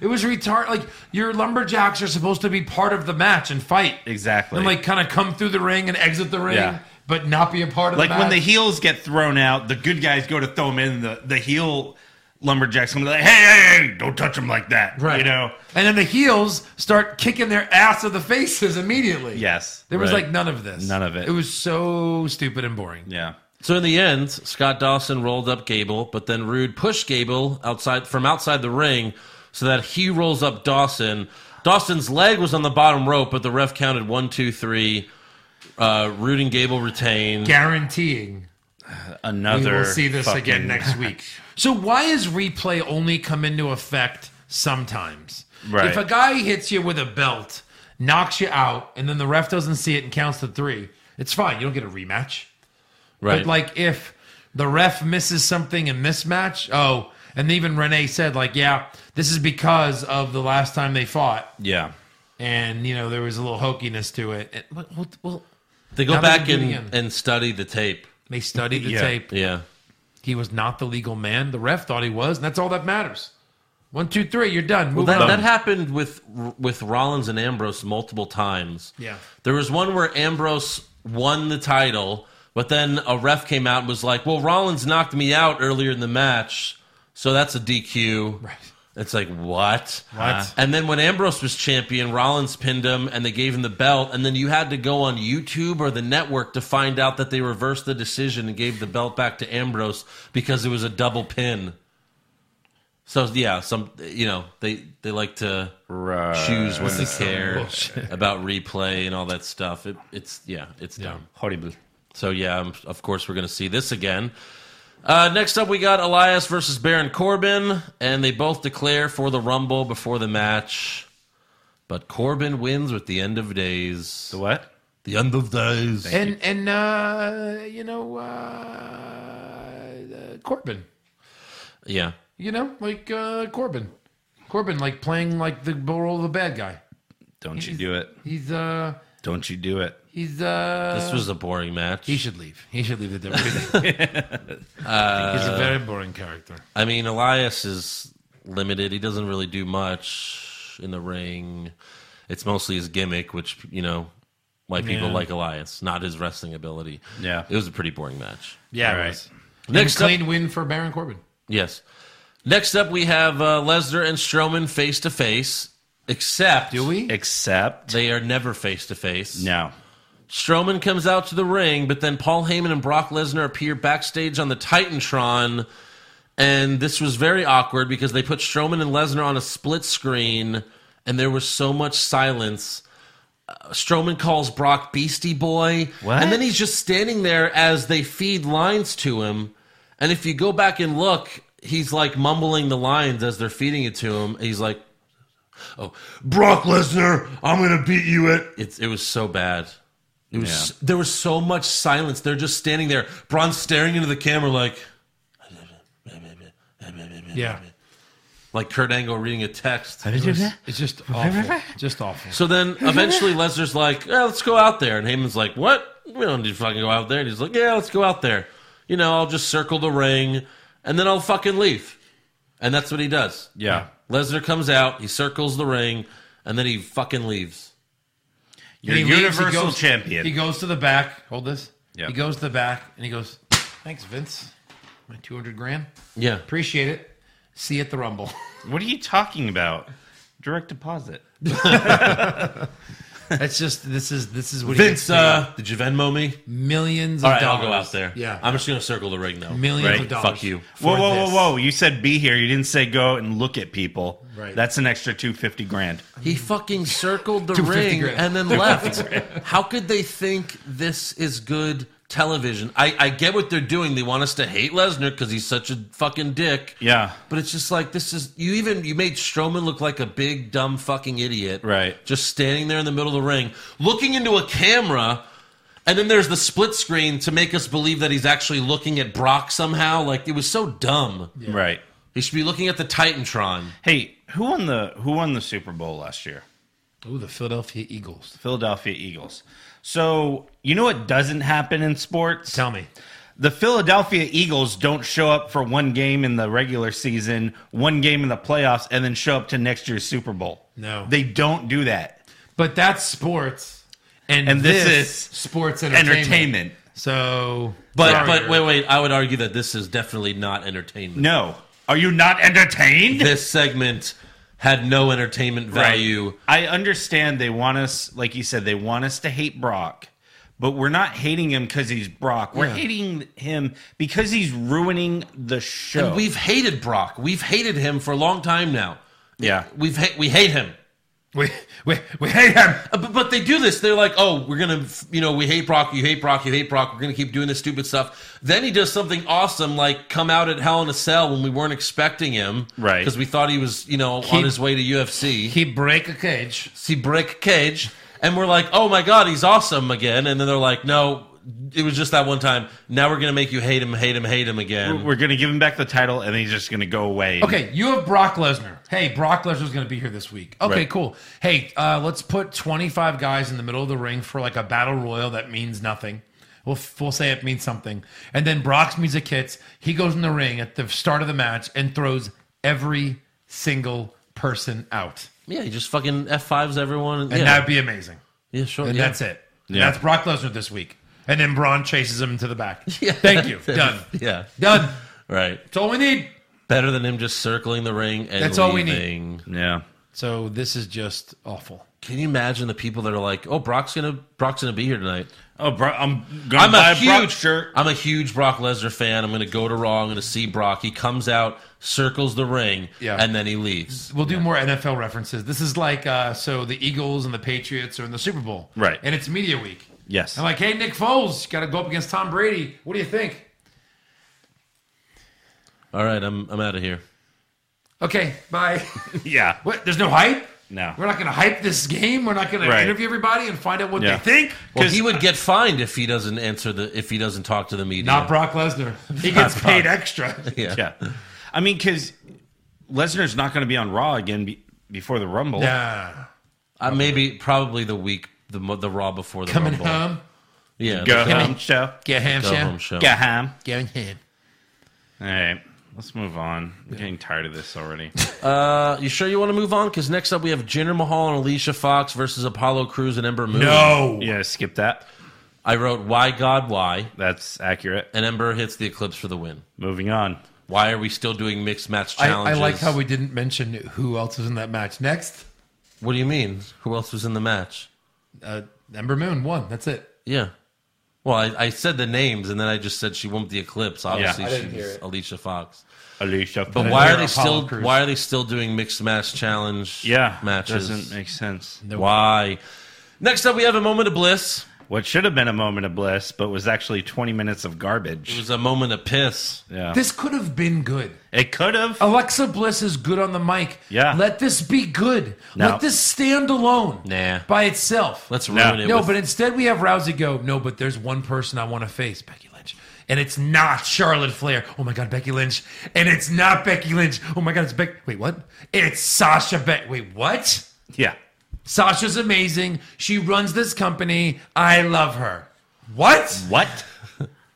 D: It was retarded. Like your lumberjacks are supposed to be part of the match and fight
E: Exactly.
D: and like kind of come through the ring and exit the ring,
E: Yeah.
D: but not be a part of
E: Like
D: the
E: when the
D: match.
E: heels get thrown out, the good guys go to throw them in. The the heel lumberjacks come like, hey, hey, hey, don't touch them like that.
D: right.
E: You know.
D: and then the heels start kicking their ass of the faces immediately.
E: Yes.
D: there was
C: Right.
D: like none of this.
E: None of it.
D: It was so stupid and boring.
E: Yeah.
C: So in the end, Scott Dawson rolled up Gable, but then Rude pushed Gable outside from outside the ring, so that he rolls up Dawson. Dawson's leg was on the bottom rope, but the ref counted one, two, three. Uh, Rude and Gable retained.
D: Guaranteeing
E: Another.
D: We will see this
E: fucking-
D: again next week. So why is replay only come into effect sometimes?
E: Right.
D: If a guy hits you with a belt, knocks you out, and then the ref doesn't see it and counts to three, it's fine. You don't get a rematch.
C: right.
D: But like if the ref misses something in this match, oh, and even Renee said like, yeah, this is because of the last time they fought,
E: Yeah.
D: and you know there was a little hokiness to it. And, well, well, well,
C: they go
D: now they
C: back
D: do it
C: and,
D: again.
C: and study the tape.
D: they studied the
E: Yeah.
D: tape.
C: Yeah.
D: He was not the legal man. The ref thought he was, and that's all that matters. One, two, three, you're done. Move
C: That,
D: on.
C: that happened with with Rollins and Ambrose multiple times.
D: Yeah.
C: there was one where Ambrose won the title, but then a ref came out and was like, "Well, Rollins knocked me out earlier in the match, so that's a DQ."
D: Right.
C: It's like what?
D: What?
C: Uh-huh. And then when Ambrose was champion, Rollins pinned him, and they gave him the belt. And then you had to go on YouTube or the network to find out that they reversed the decision and gave the belt back to Ambrose because it was a double pin. So yeah, some you know they they like to choose when to care about replay and all that stuff. It, it's yeah, it's dumb.
E: Horrible.
C: So yeah, um, of course we're going to see this again. Uh, next up, we got Elias versus Baron Corbin, and they both declare for the Rumble before the match. But Corbin wins with the end of days.
E: The what?
C: The end of days.
D: and and uh, you know uh, uh, Corbin,
C: Yeah.
D: you know like uh, Corbin, Corbin like playing like the role of the bad guy.
E: Don't you do it.
D: He's uh
E: Don't you do it.
D: he's uh
C: This was a boring match.
D: he should leave. He should leave the WWE. he's
C: Uh,
D: a very boring character.
C: I mean, Elias is limited. He doesn't really do much in the ring. It's mostly his gimmick, which, you know, why people like Elias, not his wrestling ability.
E: Yeah.
C: It was a pretty boring match.
D: Yeah,
E: All right.
D: Next
C: Next up-
D: clean win for Baron Corbin.
C: Yes. Next up, we have uh, Lesnar and Strowman face to face, except
D: Do we?
E: Except.
C: they are never face to face.
E: No.
C: Strowman comes out to the ring, but then Paul Heyman and Brock Lesnar appear backstage on the Titantron. And this was very awkward because they put Strowman and Lesnar on a split screen, and there was so much silence. Uh, Strowman calls Brock Beastie Boy.
E: What?
C: And then he's just standing there as they feed lines to him. And if you go back and look, he's like mumbling the lines as they're feeding it to him. He's like,
B: Brock Lesnar, I'm going to beat you at.
C: It's it was so bad. It was there was so much silence. They're just standing there. Braun staring into the camera like
D: Yeah,
C: like Kurt Angle reading a text.
D: it's just awful. just awful.
C: So then eventually Lesnar's like, yeah, let's go out there. And Heyman's like, what? We don't need to fucking go out there. And he's like, yeah, let's go out there. you know, I'll just circle the ring and then I'll fucking leave. And that's what he does.
E: Yeah.
C: Lesnar comes out, he circles the ring, and then he fucking leaves.
E: You're
D: leaves,
E: universal
D: goes-
E: champion.
D: He goes to the back. Hold this.
E: Yeah.
D: He goes to the back and he goes, "Thanks, Vince. My two hundred grand.
C: Yeah.
D: Appreciate it. See you at the Rumble."
E: what are you talking about? Direct deposit.
D: That's just this is this is what
C: Vince,
D: he gets
C: uh, did you Venmo me?
D: paid. millions.
C: All
D: of
C: right, I'll
D: dollars.
C: go out there.
D: Yeah,
C: I'm just going to circle the ring now.
D: millions
E: Right,
D: of dollars.
C: fuck you.
D: for
E: Whoa, whoa,
D: this.
E: whoa, whoa! You said be here. You didn't say go out and look at people.
D: Right.
E: That's an extra two fifty grand.
C: He fucking circled the
D: 250
C: ring
D: grand.
C: and then left. How could they think this is good television? I, I get what they're doing. They want us to hate Lesnar because he's such a fucking dick.
E: Yeah.
C: But it's just like this is you even you made Strowman look like a big dumb fucking idiot.
E: Right.
C: Just standing there in the middle of the ring, looking into a camera, and then there's the split screen to make us believe that he's actually looking at Brock somehow. Like it was so dumb.
E: Right.
C: He should be looking at the Titantron.
E: Hey, who won the who won the Super Bowl last year?
D: Ooh, the Philadelphia Eagles.
E: Philadelphia Eagles. So you know what doesn't happen in sports?
D: Tell me,
E: the Philadelphia Eagles don't show up for one game in the regular season, one game in the playoffs, and then show up to next year's Super Bowl.
D: No.
E: They don't do that.
D: but that's sports, and,
E: And this is
D: sports entertainment.
E: Entertainment.
D: So,
C: But
D: Sorry.
C: but wait wait, I would argue that this is definitely not entertainment.
E: No. Are you not entertained?
C: This segment had no entertainment value.
E: Right. I understand they want us, like you said, they want us to hate Brock, but we're not hating him because he's Brock. We're hating him because he's ruining the show.
C: And we've hated Brock. We've hated him for a long time now.
E: yeah.
C: We've ha- we hate him.
D: we, we we hate him.
C: Uh, But, but they do this. They're like, oh, we're gonna, f- you know, we hate Brock. You hate Brock. You hate Brock. We're gonna keep doing this stupid stuff. Then he does something awesome, like come out at Hell in a Cell when we weren't expecting him,
E: Right.
C: Because we thought he was, you know, on
D: He-
C: his way to UFC.
D: He break a cage.
C: see Brick Cage, and we're like, oh my god, he's awesome again. And then they're like, no, it was just that one time. Now we're gonna make you hate him, hate him, hate him again.
E: We're going to give him back the title and then he's just going to go away.
D: Okay, you have Brock Lesnar. Hey, Brock Lesnar's going to be here this week. Okay,
E: Right.
D: cool. Hey, uh, let's put 25 guys in the middle of the ring for like a battle royal that means nothing. We'll, we'll say it means something. And then Brock's music hits. He goes in the ring at the start of the match and throws every single person out.
C: yeah, he just fucking f fives everyone.
D: And
C: yeah,
D: that'd be amazing.
C: yeah, sure.
D: And
C: yeah.
D: that's it. And
E: Yeah.
D: That's Brock Lesnar this week. And then Braun chases him to the back. Thank you. Done.
C: Yeah,
D: Done.
C: right.
D: That's all we need.
C: Better than him just circling the ring and
D: That's all we need.
C: leaving.
E: Yeah.
D: So this is just awful.
C: Can you imagine the people that are like, "Oh, Brock's gonna Brock's gonna be here tonight."
E: Oh, bro, I'm going to
C: I'm
E: buy
C: a
E: a Brock
C: huge
E: shirt.
C: I'm a huge Brock Lesnar fan. I'm gonna go to Raw. I'm gonna see Brock. He comes out, circles the ring,
D: Yeah.
C: and then he leaves.
D: We'll do more NFL references. This is like uh, so the Eagles and the Patriots are in the Super Bowl,
E: Right.
D: And it's media week.
E: Yes.
D: I'm like, hey, Nick Foles, got to go up against Tom Brady. What do you think?
C: All right, I'm I'm out of here.
D: Okay, bye.
E: yeah.
D: what? There's no hype.
E: No.
D: We're not going to hype this game. We're not going to
E: Right.
D: interview everybody and find out what
E: Yeah.
D: they think.
C: Well, he would get fined if he doesn't answer the if he doesn't talk to the media.
D: Not Brock Lesnar. He gets paid extra.
C: yeah.
E: Yeah. I mean, because Lesnar's not going to be on Raw again be- before the Rumble.
D: nah.
C: Uh, maybe probably the week the mo- the Raw before the
D: Coming
C: Rumble.
D: home,
C: Yeah,
E: Go
C: the go-
E: home show.
D: get ham
C: go home
D: sham.
C: show.
E: Go home.
D: Get ham.
E: All right. Let's move on. I'm getting tired of this already.
C: Uh, you sure you want to move on? Because next up we have Jinder Mahal and Alicia Fox versus Apollo Cruz and Ember Moon.
D: No.
E: yeah, skip that.
C: I wrote why God why,
E: That's accurate.
C: and Ember hits the Eclipse for the win.
E: Moving on.
C: Why are we still doing mixed match
D: I,
C: challenges?
D: I like how we didn't mention who else was in that match. Next,
C: What do you mean? Who else was in the match?
D: uh, Ember Moon won. That's it.
C: Yeah. Well, I, I said the names, and then I just said she won the Eclipse. Obviously,
E: I
C: she was Alicia Fox.
E: Alicia.
C: But why
D: they're
C: are they
D: Apollo
C: still
D: Crews.
C: why are they still doing mixed match challenge
E: Yeah.
C: matches?
E: Doesn't make sense.
C: Why? Next up we have a moment of bliss.
E: What should have been a moment of bliss, but was actually 20 minutes of
C: It
E: garbage.
C: was a moment of piss.
E: yeah.
D: This could have been good.
E: it could have.
D: Alexa Bliss is good on the mic.
E: Yeah.
D: Let this be good.
E: No.
D: Let this stand alone.
C: Nah.
D: By itself.
C: Let's
E: No.
C: ruin it.
D: no,
C: with-
D: but instead we have Rousey go, no, but there's one person I want to face, Becky Lynch. And it's not Charlotte Flair. Oh my God, Becky Lynch. And it's not Becky Lynch. Oh my God, it's Becky. Wait, what? It's Sasha Beck. Wait, what?
E: yeah.
D: Sasha's amazing. She runs this company. I love her. What?
E: What?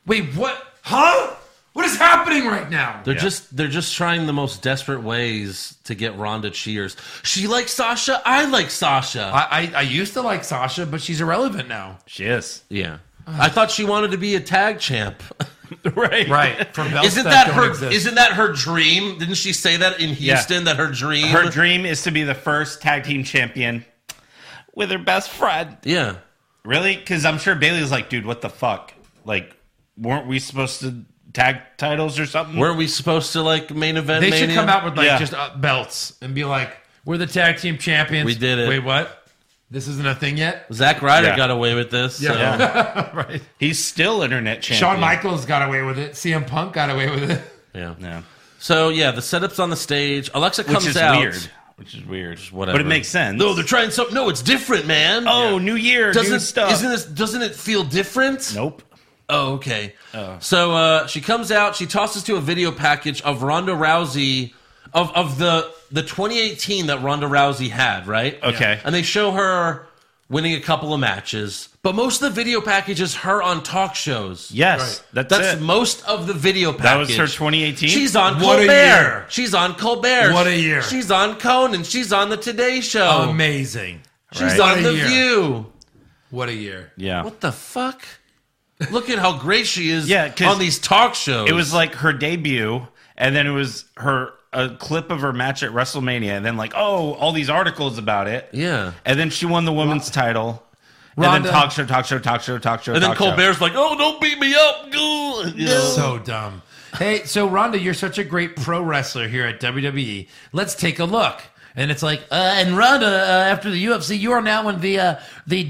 D: Wait, what? Huh? What is happening right now?
C: They're just they're just trying the most desperate ways to get Ronda cheers. She likes Sasha. I like Sasha.
D: I, I, I used to like Sasha, but she's irrelevant now.
E: She is.
C: yeah. I thought she wanted to be a tag champ.
E: Right.
D: Right. For belts
C: Isn't
D: that
C: that
D: don't
C: her?
D: exist.
C: Isn't that her dream? Didn't she say that in Houston? That her dream.
E: Her dream is to be the first tag team champion with her best friend.
C: yeah.
E: Really? Because I'm sure Bailey's like, dude, what the fuck? Like, weren't we supposed to tag titles or something?
C: Weren't we supposed to like main event?
D: They should
C: Mania?
D: come out with like
E: Yeah.
D: just uh, belts and be like, "We're the tag team champions."
C: We did it.
D: Wait, what? This isn't a thing yet,
C: Zack Ryder
E: Yeah.
C: got away with this. so-
E: Yeah.
D: right?
E: He's still internet champion.
D: Shawn Michaels got away with it. CM Punk got away with it.
C: yeah.
E: Yeah.
C: So yeah, the setup's on the stage. Alexa
E: Which
C: comes
E: is
C: out.
E: weird. Which is weird.
C: whatever.
E: But it makes sense.
C: No, they're trying something. No, it's different, man.
E: Oh, new year,
C: doesn't
E: new stuff.
C: isn't this doesn't it feel different?
E: Nope.
C: Oh, okay. So uh, she comes out. She tosses to a video package of Ronda Rousey of of the the 2018 that Ronda Rousey had, right?
E: Okay.
C: And they show her winning a couple of matches, but most of the video package is her on talk shows.
E: Yes. That's,
C: That's
E: it.
C: most of the video package.
E: that was her 2018.
C: She's on
D: What a
C: Colbert.
D: year.
C: She's on Colbert.
D: What a year.
C: She's on Conan. She's on the Today Show.
D: Amazing.
C: She's
E: Oh, Right.
D: What
C: on
D: a
C: The
D: year.
C: View.
D: What a year.
E: yeah.
C: What the fuck? Look at how great she is
E: Yeah, 'cause
C: on these talk shows.
E: It was like her debut, and then it was her a clip of her match at WrestleMania, and then like, oh, all these articles about it.
C: Yeah.
E: And then she won the women's title. And
D: Ronda-
E: then talk show, talk show, talk show, talk show.
C: And then
E: talk show.
C: Colbert's like, oh, don't beat me up. goo," you know?
D: So dumb. Hey, so Rhonda, you're such a great pro wrestler here at WWE. Let's take a look. And it's like, uh, and Rhonda, uh, after the UFC, you are now in the uh, the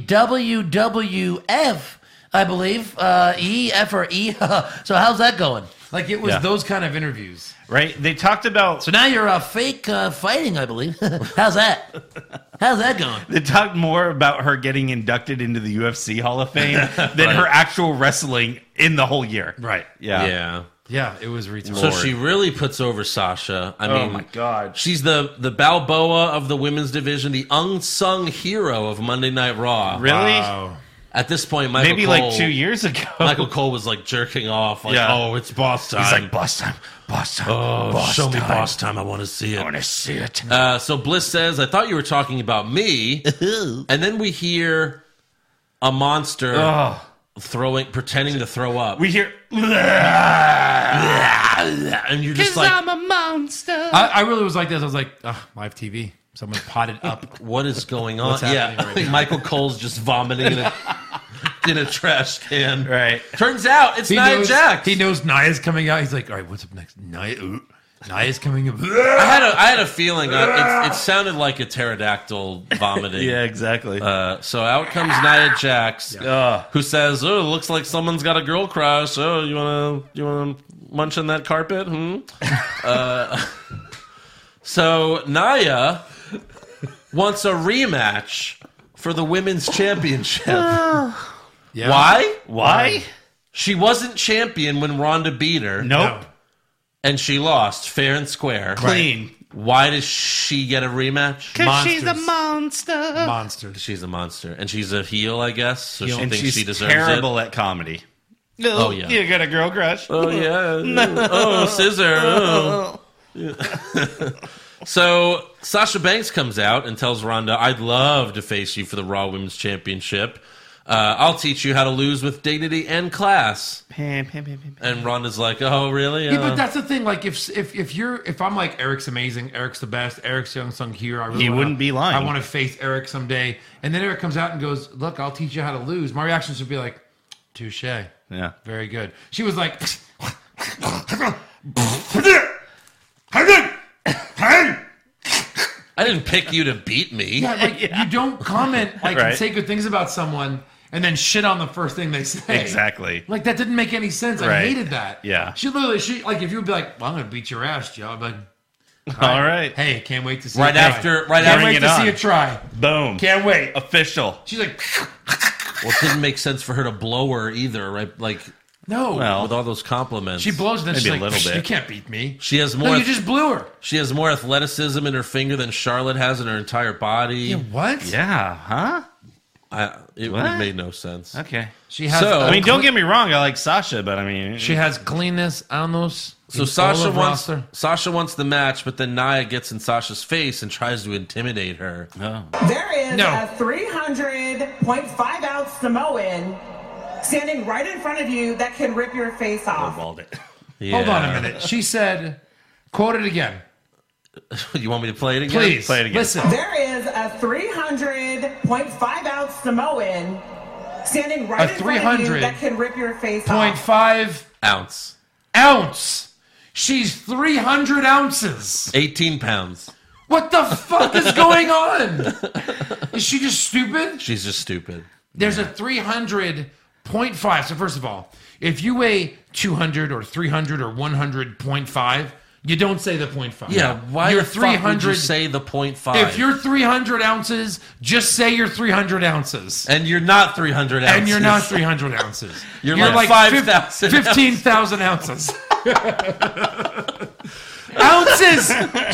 D: WWF, I believe, uh, E F or E. so how's that going? Like it was
E: Yeah.
D: those kind of interviews.
E: Right? They talked about
D: So now you're uh, fake uh, fighting, I believe. how's that? How's that going?
E: they talked more about her getting inducted into the UFC Hall of Fame than her actual wrestling in the whole year.
D: Right.
E: Yeah.
C: yeah.
D: Yeah, it was retarded.
C: So she really puts over Sasha. I
E: Oh
C: mean,
E: my god.
C: she's the the Balboa of the women's division, the unsung hero of Monday Night Raw.
E: Really?
D: Wow.
C: At this point, Michael
E: Maybe
C: Cole-
E: like two years ago.
C: Michael Cole was like jerking off, like,
E: Yeah.
C: "Oh, it's boss time."
E: He's like boss time, boss time,
C: "Oh,
E: boss
C: show me
E: time.
C: boss time. I want to see
E: I want
C: it."
E: to see it.
C: Uh, so Bliss says, "I thought you were talking about me," and then we hear a monster
E: Ugh.
C: throwing, pretending to throw up,
E: We hear
C: and you're just like,
E: a monster.
D: I, I really was like this. I was like, Ugh, live TV. Someone potted up.
C: "What is going on?"
D: What's
C: Yeah,
D: happening
C: I
D: right
C: think Michael Cole's just vomiting in a, in a trash can.
E: Right.
C: Turns out it's Nia
D: knows,
C: Jax.
D: He knows Nia's coming out. He's like, all right, what's up next? Nia, ooh, Nia's coming up.
C: I had a I had a feeling uh, it, it sounded like a pterodactyl vomiting.
E: Yeah, exactly.
C: Uh, so out comes Nia Jax,
E: Ugh.
C: who says, "Oh, looks like someone's got a girl crush. Oh, you wanna you wanna munch on that carpet?" Hmm. uh, so Naya wants a rematch for the women's championship.
D: Yeah.
C: Why?
E: Why?
C: She wasn't champion when Ronda beat her,
E: Nope.
C: and she lost fair and square.
E: Clean.
C: Why does she get a rematch?
E: Because
D: she's a
E: monster.
D: Monsters.
C: She's a monster, and she's a heel, I guess. So she
E: And
C: thinks
E: she's
C: she deserves it. Oh,
E: terrible at comedy. No,
C: yeah.
E: You got a girl crush.
C: Oh yeah. oh scissor. Oh. so Sasha Banks comes out and tells Ronda, "I'd love to face you for the Raw Women's Championship. Uh, I'll teach you how to lose with dignity and class." And Ronda's like, "Oh really?
D: Yeah, but
C: Uh,
D: that's the thing. Like, if if if you're if I'm like Eric's amazing, Eric's the best, Eric's young sung here. I really
E: He
D: wanna-
E: wouldn't be lying.
D: I want to face Eric someday. And then Eric comes out and goes, "Look, I'll teach you how to lose." My reaction should be like, "Touche,
E: Yeah.
D: very good." She was like,
C: I didn't pick you to beat me."
D: yeah, like you don't comment like
E: Right.
D: and say good things about someone and then shit on the first thing they say.
E: Exactly.
D: Like that didn't make any sense. I
E: Right.
D: hated that.
E: Yeah.
D: She literally she like if you would be like, Well, I'm gonna beat your ass, Joe, I'd be like,
E: All right.
D: Hey, can't wait to see
C: Right
D: you try."
C: after, right
D: Can't
E: Bring
C: after,
D: wait
E: it
D: to
E: on.
D: see you try.
E: Boom.
D: Can't wait.
E: Official.
D: She's like
C: well, it didn't make sense for her to blow her either, right? Like
D: No.
E: Well,
C: with all those compliments,
D: she blows then
E: maybe
D: she's
E: a
D: like,
E: little
D: "Psh,
E: bit."
D: You can't beat me.
C: She has more.
D: No, you just blew her.
C: she has more athleticism in her finger than Charlotte has in her entire body.
D: What?
E: yeah, huh?
C: I, it,
E: What?
C: it made no sense.
E: Okay.
D: She has.
C: So-
E: I mean, don't get me wrong. I like Sasha, but I mean,
D: She has cleanness, anos.
C: So Sasha wants Sasha wants the match, but then Naya gets in Sasha's face and tries to intimidate her.
G: There is
D: No.
G: a 300.5 ounce Samoan standing right in front of you that can rip your face off.
E: balled it.
D: Hold on a
C: Yeah.
D: minute. She said, "Quote it again,
C: you want me to play it again?
D: please.
E: play it again.
D: Listen,
G: There is a 300.5 ounce Samoan standing right
D: A
G: in front of you
D: 300
G: that can rip your face
D: point
G: off.
D: five
C: Ounce,
D: ounce. She's three hundred ounces.
C: eighteen pounds.
D: What the fuck is going on? Is she just stupid?
C: She's just stupid.
D: There's a 300.5. So, first of all, if you weigh 200 or 300 or 100.5, you don't say the point .5.
C: Yeah, why
D: you're
C: the fuck would you say the point five?
D: If you're 300 ounces, just say you're 300 ounces.
C: and you're not three hundred ounces,
D: And you're not 300 ounces.
C: You're like 5,000
D: fif- 15,000 ounces. ounces!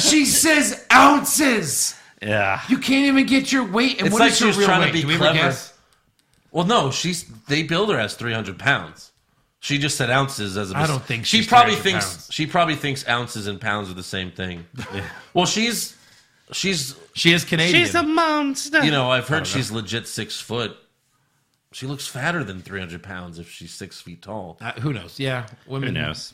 D: She says ounces!
E: Yeah.
D: You can't even get your weight. And
C: It's
D: what
C: like
D: is
C: she
D: your
C: was
D: real
C: trying
D: weight?
C: to be
D: Do we ever
C: clever.
D: guess?
C: Well, no, she's they billed her as three hundred pounds. She just said ounces as a.
D: I don't think
C: she
D: she's
C: probably
D: 300
C: thinks
D: pounds.
C: she probably thinks ounces and pounds are the same thing. well, she's she's
H: She is Canadian.
E: She's a monster.
C: you know I've heard she's legit six foot. She looks fatter than three hundred pounds if she's six feet tall.
D: Uh, who knows? Yeah, women.
E: who knows?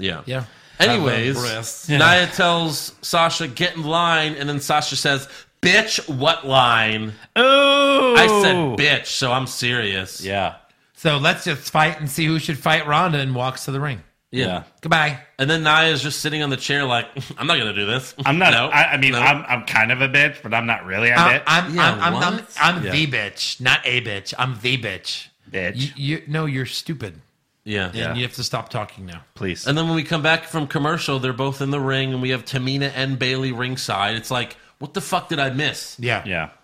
C: Yeah,
D: Yeah.
C: Anyways,
D: Have, uh, breasts.
C: Naya tells Sasha get in line, and then Sasha says, "Bitch, what line?"
E: Oh,
C: I said, "Bitch," so I'm serious.
E: Yeah.
D: So let's just fight and see who should fight Ronda and walks to the ring.
C: yeah.
D: Goodbye.
C: And then Naya's just sitting on the chair, like, I'm not gonna do this.
E: I'm not.
C: No,
E: I, I mean,
C: no.
E: I'm, I'm kind of a bitch, but I'm not really a
D: I'm,
E: bitch.
D: Uh, I'm,
C: Yeah,
D: I'm, I'm, I'm,
C: what?
D: I'm the bitch, not a bitch. I'm the bitch.
E: Bitch.
D: You, you, no, you're stupid.
C: yeah.
D: And you have to stop talking now.
E: Please.
C: And then when we come back from commercial, they're both in the ring, and we have Tamina and Bailey ringside. It's like, what the fuck did I miss?
D: Yeah.
E: yeah.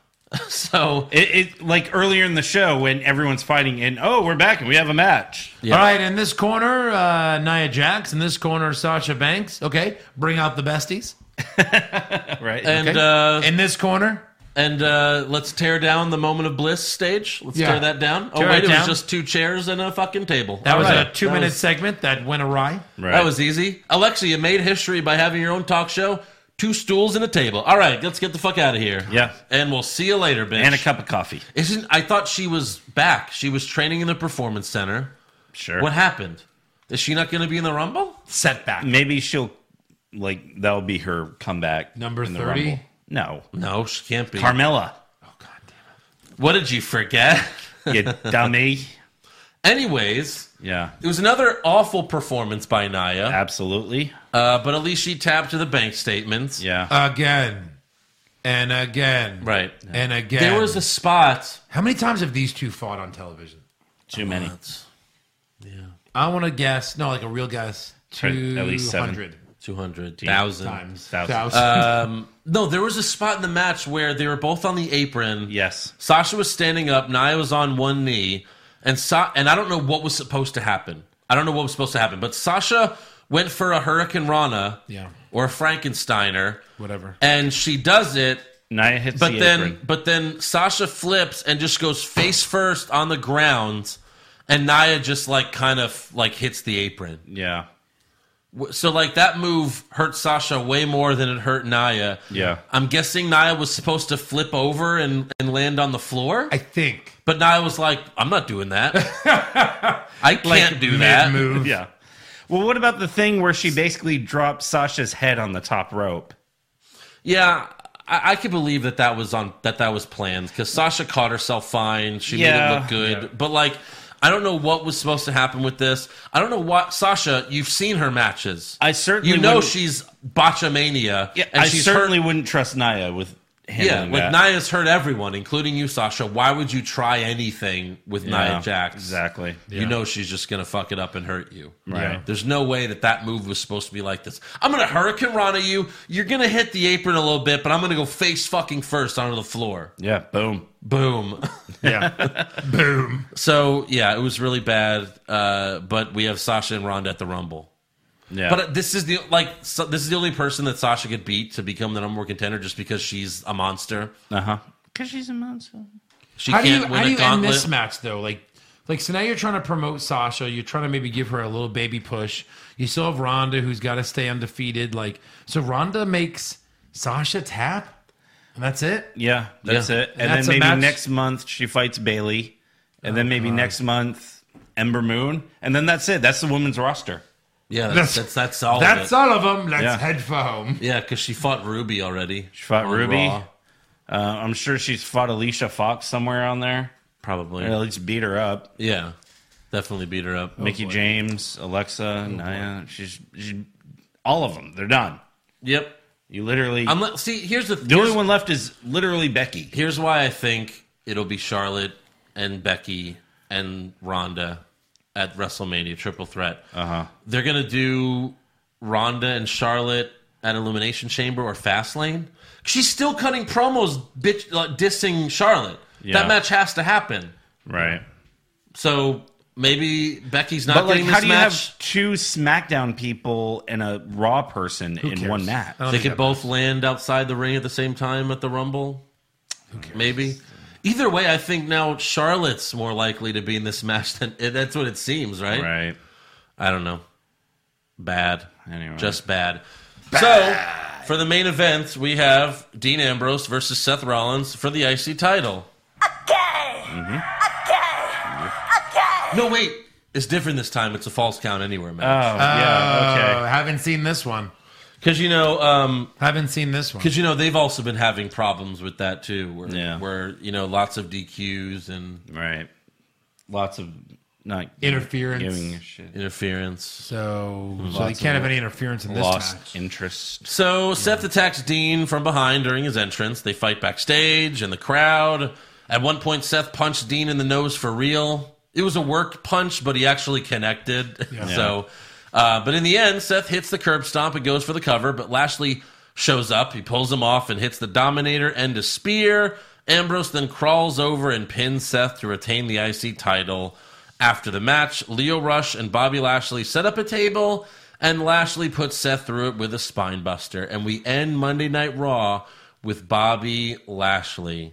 C: So
E: It, it like earlier in the show when everyone's fighting and oh we're back and we have a match.
C: Yeah.
D: All right, in this corner, uh, Nia Jax. In this corner, Sasha Banks. Okay, bring out the besties.
E: Right.
C: and
D: Okay.
C: uh,
D: in this corner,
C: and uh, let's tear down the moment of bliss stage. Let's
D: Yeah.
C: tear that down. Oh
D: Tear
C: wait,
D: it
C: it was
D: down.
C: just two chairs and a fucking table.
D: that
C: All
D: was
C: right.
D: a two minute
C: That was-
D: segment that went awry.
E: right.
C: That was easy. Alexa, you made history by having your own talk show. Two stools and a table. All right, let's get the fuck out of here.
E: Yeah.
C: and we'll see you later, bitch.
E: and a cup of coffee.
C: Isn't I thought she was back. She was training in the performance center.
E: Sure.
C: What happened? Is she not going to be in the Rumble?
D: Setback.
E: Maybe she'll like that'll be her comeback.
D: Number
E: in the
D: 30?
E: Rumble. No,
C: No, she can't be.
E: Carmella.
C: what did you forget?
E: You dummy.
C: Anyways,
E: Yeah.
C: it was another awful performance by Naya,
E: Absolutely.
C: uh, but at least she tapped to the bank statements.
E: Yeah.
D: Again and again.
C: Right.
D: And again.
C: There was a spot.
D: How many times have these two fought on television?
E: Too many.
D: I want to guess. No, like a real guess.
E: At
D: Two
E: least seven.
D: hundred
C: 200,000
D: times.
E: Thousand.
D: Thousand.
C: Uh, No, there was a spot in the match where they were both on the apron.
E: Yes.
C: Sasha was standing up, Nia was on one knee, and Sa- and I don't know what was supposed to happen. I don't know what was supposed to happen, but Sasha went for a Hurricane Rana
D: Yeah.
C: or a Frankensteiner,
D: Whatever.
C: and she does it,
E: Nia hits
C: but
E: the
C: then
E: apron.
C: but then Sasha flips and just goes face first on the ground, and Nia just like kind of like hits the apron.
E: Yeah.
C: W- So like that move hurt Sasha way more than it hurt Naya.
E: Yeah.
C: I'm guessing Naya was supposed to flip over and, and land on the floor.
D: I think.
C: But Naya was like, I'm not doing that. I can't do that.
D: Move.
E: Yeah. Well, what about the thing where she basically dropped Sasha's head on the top rope?
C: Yeah, I, I could believe that that was on that that was planned because Sasha caught herself fine. She
E: Yeah.
C: made it look good, but like. I don't know what was supposed to happen with this. I don't know what Sasha. You've seen her matches.
E: I certainly
C: you know
E: wouldn't-
C: she's botchamania.
E: Yeah, I
C: she's
E: certainly
C: hurt-
E: wouldn't trust Nia with
C: yeah.
E: handling
C: Like
E: that.
C: Naya's hurt everyone, including you, Sasha. Why would you try anything with
E: Yeah,
C: Nia Jax?
E: Exactly.
C: You know she's just gonna fuck it up and hurt you.
E: Right. Yeah.
C: There's no way that that move was supposed to be like this. I'm gonna hurricane rana you. You're gonna hit the apron a little bit, but I'm gonna go face fucking first onto the floor.
E: Yeah. Boom.
C: Boom.
D: Yeah. Boom.
C: so yeah, it was really bad. Uh, but we have Sasha and Ronda at the Rumble.
E: Yeah.
C: But this is the like so, this is the only person that Sasha
E: Uh-huh.
C: could beat to become the number one contender just because she's a monster.
E: uh huh. Because she's a monster.
C: She
D: How do you
C: can't
D: how
C: win
D: do
C: a
D: you end
C: gauntlet.
D: this match though? Like like so now you're trying to promote Sasha. You're trying to maybe give her a little baby push. You still have Ronda who's got to stay undefeated. Like so, Ronda makes Sasha tap, and that's it.
E: Yeah, that's
C: Yeah.
E: it. And,
D: And that's a
E: then maybe
D: match-
E: next month she fights Bailey, and
C: Oh,
E: then maybe next month Ember Moon, and then that's it. That's the women's roster.
C: yeah, that's that's, that's all. of
D: That's
C: it.
D: all of them. Let's
E: Yeah.
D: head for home.
C: Yeah, because she fought Ruby already.
E: She fought
C: on
E: Ruby. Uh,
C: Raw,
E: I'm sure she's fought Alicia Fox somewhere on there.
C: probably.
E: Or at least beat her up.
C: Yeah, definitely beat her up.
E: Mickey James,
C: Oh,
E: Alexa, Naya. She's, she's all of them. They're done.
C: Yep.
E: You literally.
C: Unless, see, here's the
E: the
C: here's,
E: only one left is literally Becky.
C: here's why I think it'll be Charlotte and Becky and Ronda at WrestleMania Triple Threat. Uh-huh. They're gonna do Ronda and Charlotte at Illumination Chamber or Fastlane. She's still cutting promos, bitch, like, dissing Charlotte.
E: Yeah.
C: That match has to happen.
E: Right.
C: So maybe Becky's not
E: But like,
C: getting this
E: how do you
C: match.
E: have two SmackDown people and a Raw person in
D: cares?
E: one match?
D: I don't
C: they
D: think
C: could
D: that
C: both land outside the ring at the same time at the Rumble. Maybe. Either way, I think now Charlotte's more likely to be in this match than that's what it seems, right?
E: Right.
C: I don't know. Bad.
E: Anyway.
C: Just bad. So, for the main event, we have Dean Ambrose versus Seth Rollins for the IC title.
F: Again.
E: Mm-hmm.
F: Again. Again.
C: No, wait. It's different this time. It's a false count anywhere
E: Oh,
C: match.
E: yeah.
D: Oh,
E: Okay.
D: haven't seen this one.
C: Because, you know, um,
D: Haven't seen this one.
C: Because you know they've also been having problems with that too, where
E: Yeah.
C: where you know lots of DQs and
E: Right. Lots of not
D: Interference.
E: giving a shit.
C: interference.
D: So, so they can't have any interference in this
E: Lost
D: match.
E: interest.
C: So Seth attacks Dean from behind during his entrance. They fight backstage and the crowd. At one point, Seth punched Dean in the nose for real. It was a worked punch, but he actually connected. so, uh, but in the end, Seth hits the curb stomp and goes for the cover. But Lashley shows up. He pulls him off and hits the Dominator and a spear. Ambrose then crawls over and pins Seth to retain the IC title. After the match, Leo Rush and Bobby Lashley set up a table, and Lashley puts Seth through it with a spinebuster. And we end Monday Night Raw with Bobby Lashley
D: I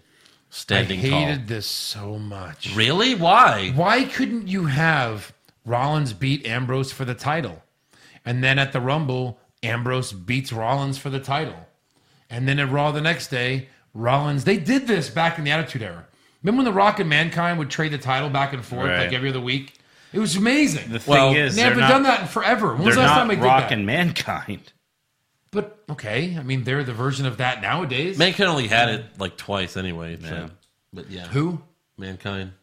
C: standing
D: hated
C: tall.
D: this so much.
C: Really? Why?
D: Why couldn't you have Rollins beat Ambrose for the title? And then at the Rumble, Ambrose beats Rollins for the title. And then at Raw the next day, Rollins, they did this back in the Attitude Era. Remember when The Rock and Mankind would trade the title back and forth
E: Right.
D: like every other week? It was amazing.
E: The
C: Well,
E: thing is,
D: they haven't
E: they're not,
D: done that in forever. When was
E: They're
D: the last
E: not
D: time I did
E: Rock
D: that?
E: and Mankind.
D: but okay, I mean, they're the version of that nowadays.
C: Mankind only had it like twice anyway. so- But yeah.
D: Who?
C: Mankind.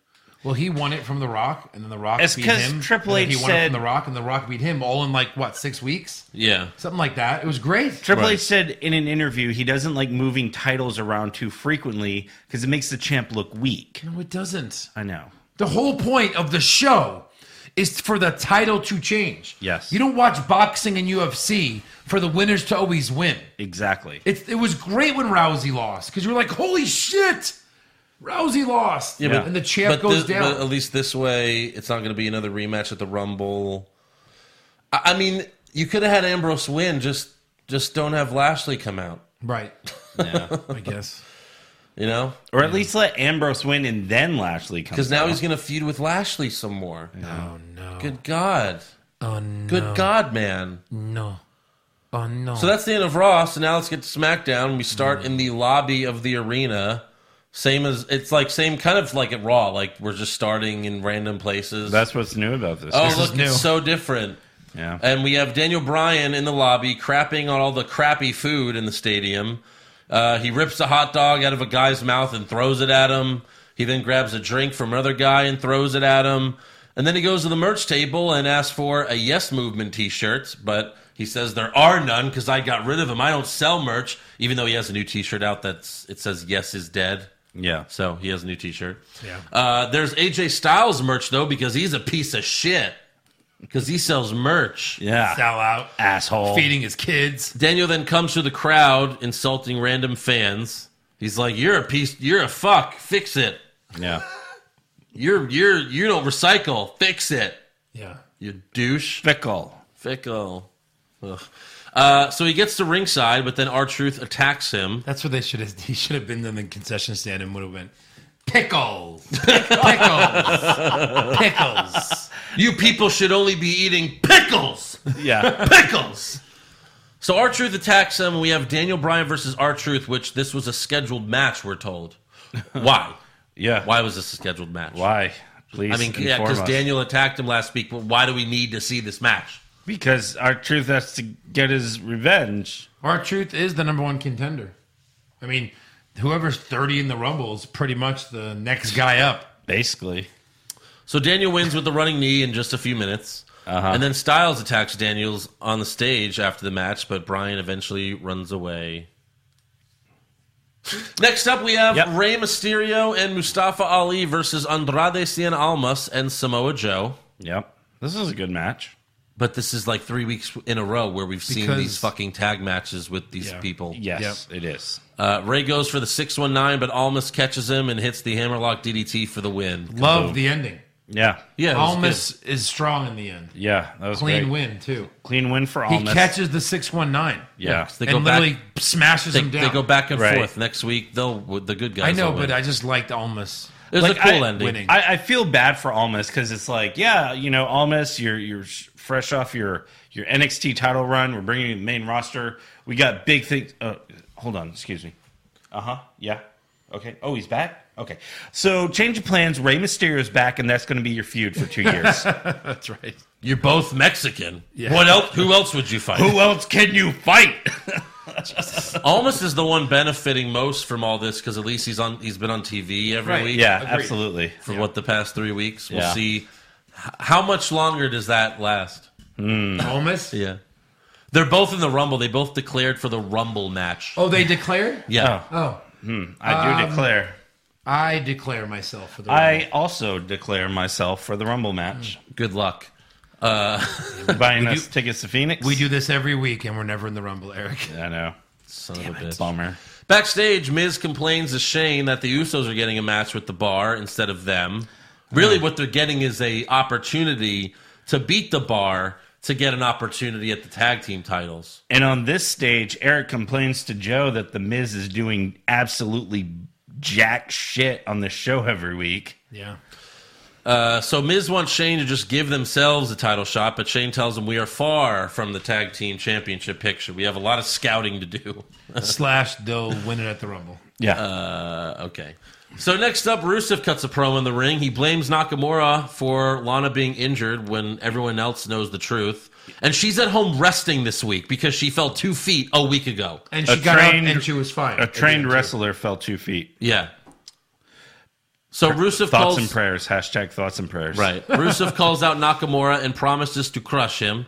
D: Well, he won it from The Rock, and then The Rock
E: It's
D: beat
E: 'cause
D: him.
E: Triple
D: and then
E: H
D: he won it
E: said-
D: from The Rock, and The Rock beat him all in like what six weeks,
C: Yeah.
D: something like that. It was great.
E: Triple H said in an interview he doesn't like moving titles around too frequently because it makes the champ look weak.
D: No, it doesn't.
E: I know.
D: The whole point of the show is for the title to change.
E: Yes.
D: you don't watch boxing and UFC for the winners to always win.
E: Exactly.
D: It it was great when Rousey lost because you were like, holy shit, Rousey lost.
E: but-
D: and the champ
C: but
D: goes
C: thi-
D: down.
C: but at least this way, it's not going to be another rematch at the Rumble. I, I mean, you could have had Ambrose win. Just, just don't have Lashley come out.
D: right.
E: Yeah.
D: I guess.
C: You know,
E: or at least let Ambrose win and then Lashley comes.
C: because now
E: out.
C: he's going to feud with Lashley some more.
D: Oh no.
C: Good God,
D: Oh no.
C: good God, man!
D: No. Oh no.
C: So that's the end of Raw. So now let's get to SmackDown. We
D: Mm-hmm.
C: start in the lobby of the arena. Same as it's like same kind of like at Raw. Like we're just starting in random places.
E: That's what's new about this.
C: oh
D: is
C: look,
D: new.
C: it's so different.
E: yeah.
C: And we have Daniel Bryan in the lobby crapping on all the crappy food in the stadium. Uh, he rips a hot dog out of a guy's mouth and throws it at him. He then grabs a drink from another guy and throws it at him. And then he goes to the merch table and asks for a Yes Movement t shirt, but he says there are none because I got rid of him. I don't sell merch, even though he has a new t shirt out that's it says Yes is dead.
E: yeah.
C: So he has a new t shirt.
D: Yeah.
C: Uh, there's AJ Styles merch, though, because he's a piece of shit. Because he sells merch.
E: Yeah.
D: sell out,
E: Asshole.
D: feeding his kids.
C: Daniel then comes through the crowd, insulting random fans. He's like, "You're a piece. You're a fuck. Fix it.
E: Yeah.
C: You're you're you don't recycle. Fix it.
D: Yeah.
C: You douche.
E: Fickle.
C: Fickle." Ugh. Uh, so he gets to ringside, but then R Truth attacks him.
D: That's what they should have. He should have been in the concession stand and would have went, pickles, pickles, pickles.
C: You people should only be eating pickles.
E: Yeah.
C: Pickles. So our truth attacks him. We have Daniel Bryan versus our truth, which this was a scheduled match. We're told. Why?
E: Yeah.
C: Why was this a scheduled match?
E: Why? Please.
C: I mean, yeah,
E: inform
C: because
E: us.
C: Daniel attacked him last week. But why do we need to see this match?
E: Because our truth has to get his revenge.
D: Our truth is the number one contender. I mean, whoever's thirty in the Rumble is pretty much the next guy up.
E: Basically.
C: So Daniel wins with the running knee in just a few minutes.
E: Uh-huh.
C: And then Styles attacks Daniels on the stage after the match, but Bryan eventually runs away. Next up, we have
E: Yep.
C: Rey Mysterio and Mustafa Ali versus Andrade Cien Almas and Samoa Joe.
E: Yep. This is a good match.
C: But this is like three weeks in a row where we've seen
D: Because-
C: these fucking tag matches with these people.
E: Yes, it is.
C: Uh, Ray goes for the 619, but Almas catches him and hits the hammerlock DDT for the win.
D: Love the ending.
E: Yeah.
C: Yeah, it was
D: Almas is strong in the end.
E: Yeah. That was
D: Clean
E: great.
D: win too.
E: Clean win for
D: He
E: Almas.
D: catches the six one nine.
E: Yeah.
C: good. They go
D: and
C: back-
D: literally smashes
C: They,
D: him down.
C: they go back and
E: Right.
C: forth. Next week, they'll the good guys.
D: I know,
C: will win.
D: but I just liked Almas.
C: it was a
E: like,
C: cool
E: I-
C: ending.
D: winning.
E: I, I feel bad for Almas because it's like, yeah, you know, Almas, you're you're sh- fresh off your your NXT title run. We're bringing you the main roster. We got big things. Uh, hold on, excuse me. Uh huh. Yeah. Okay. Oh, he's back. Okay. So change of plans. Rey Mysterio's back, and that's going to be your feud for two years.
D: That's right.
C: You're both Mexican. What else? Who else would you fight?
E: Who else can you fight?
C: Almas is the one benefiting most from all this because at least he's on. He's been on TV every
D: Right.
C: week.
E: yeah,
D: Agreed.
E: absolutely.
C: For what the past three weeks, we'll
E: Yeah.
C: see h- how much longer does that last.
D: Almas.
C: Yeah, they're both in the Rumble. They both declared for the Rumble match.
D: Oh, they declared.
C: yeah.
D: Oh,
E: I do declare.
D: I declare myself for the.
E: I also declare myself for the Rumble match.
C: Good luck.
E: Buying us tickets to Phoenix.
D: We do this every week, and we're never in the Rumble, Eric.
E: I know.
C: Son of a bitch.
E: Bummer.
C: Backstage, Miz complains to Shane that the Usos are getting a match with the Bar instead of them.
D: Hmm.
C: Really, what they're getting is a opportunity to beat the Bar to get an opportunity at the tag team titles.
E: And on this stage, Eric complains to Joe that The Miz is doing absolutely jack shit on this show every week.
D: Yeah.
C: Uh, so Miz wants Shane to just give themselves a title shot, but Shane tells him we are far from the tag team championship picture. We have a lot of scouting to do.
D: Slash, they'll win it at the Rumble.
E: Yeah.
C: Okay. So next up, Rusev cuts a promo in the ring. He blames Nakamura for Lana being injured when everyone else knows the truth. And she's at home resting this week because she fell two feet a week ago.
D: And
E: A
D: she got up
E: trained-
D: and she was fine.
E: a trained
D: Again, too.
E: wrestler fell two feet.
C: Yeah. So Rusev
E: Thoughts
C: calls
E: and prayers. Hashtag thoughts and prayers.
C: right. Rusev calls out Nakamura and promises to crush him.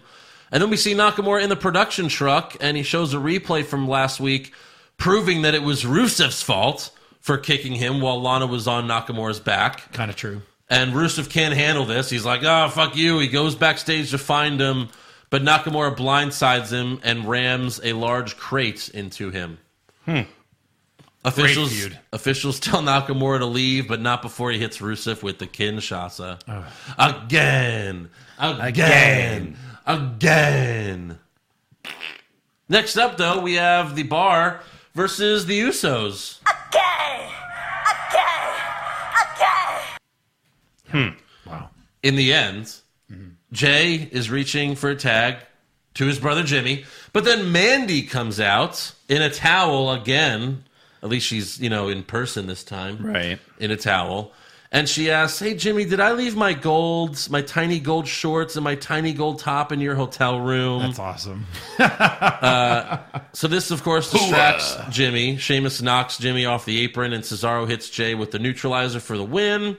C: And then we see Nakamura in the production truck, and he shows a replay from last week, proving that it was Rusev's fault for kicking him while Lana was on Nakamura's back.
D: Kind of true.
C: And Rusev can't handle this. He's like, oh, fuck you. He goes backstage to find him, but Nakamura blindsides him and rams a large crate into him. Officials,
D: feud.
C: officials tell Nakamura to leave, but not before he hits Rusev with the Kinshasa. Again. Again. Again. Next up, though, we have the bar versus the Usos.
D: Wow.
C: in the end, Jay is reaching for a tag to his brother Jimmy, but then Mandy comes out in a towel again. At least she's, you know, in person this time.
E: Right.
C: In a towel. And she asks, Hey, Jimmy, did I leave my golds, my tiny gold shorts, and my tiny gold top in your hotel room?
D: That's awesome.
C: So this, of course, distracts Jimmy. Sheamus knocks Jimmy off the apron, and Cesaro hits Jay with the neutralizer for the win.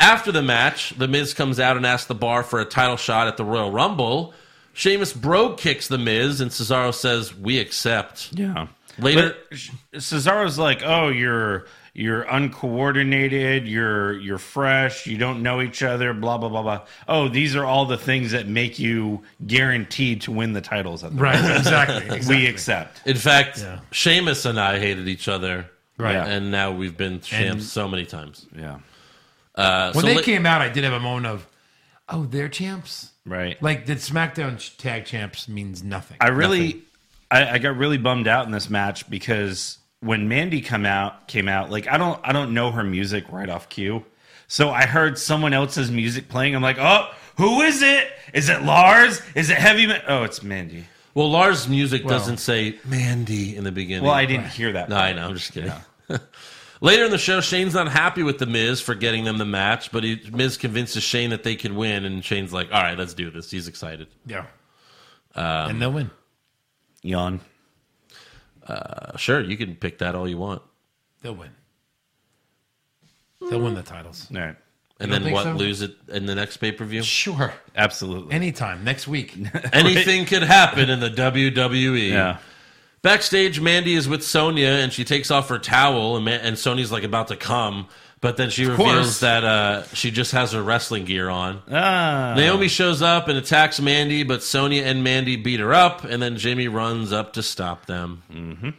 C: After the match, The Miz comes out and asks the bar for a title shot at the Royal Rumble. Sheamus brogue kicks The Miz, and Cesaro says, "We accept."
E: Yeah.
C: Later-
E: But Sh- Cesaro's like, "Oh, you're you're uncoordinated. You're you're fresh. You don't know each other. Blah blah blah blah. Oh, these are all the things that make you guaranteed to win the titles. At the
D: Right. Exactly.
E: We accept.
C: In fact,
D: Yeah.
C: Sheamus and I hated each other,
D: Right.
E: Yeah.
C: and now we've been champs so many times.
E: Yeah.
C: Uh,
D: When
C: so
D: they
C: la-
D: came out, I did have a moment of, oh, they're champs.
E: Right.
D: Like that SmackDown ch- tag champs means nothing.
E: I really, I, I got really bummed out in this match because when Mandy come out came out, like I don't I don't know her music right off cue. So I heard someone else's music playing. I'm like, oh, who is it? Is it Lars? Is it heavy? Ma- oh, it's Mandy.
C: Well, Lars' music doesn't say Mandy in the beginning.
E: Well, I didn't hear that.
C: No, I know. I'm just kidding. Later in the show, Shane's not happy with the Miz for getting them the match, but he, Miz convinces Shane that they could win, and Shane's like, "All right, let's do this." He's excited.
D: Yeah. and they'll win.
E: Yawn.
C: Uh, sure, you can pick that all you want.
D: They'll win. They'll win the titles.
E: All right.
C: And
D: You
C: then
D: don't think
C: what?
D: so?
C: Lose it in the next pay per view.
D: Sure.
E: Absolutely.
D: Anytime next week.
C: Anything could happen in the E. WWE.
E: yeah.
C: Backstage, Mandy is with Sonya, and she takes off her towel, and, Ma- and Sonya's like about to come, but then she reveals
D: course.
C: that uh, she just has her wrestling gear on.
E: Ah.
C: Naomi shows up and attacks Mandy, but Sonya and Mandy beat her up, and then Jamie runs up to stop them. Mm-hmm.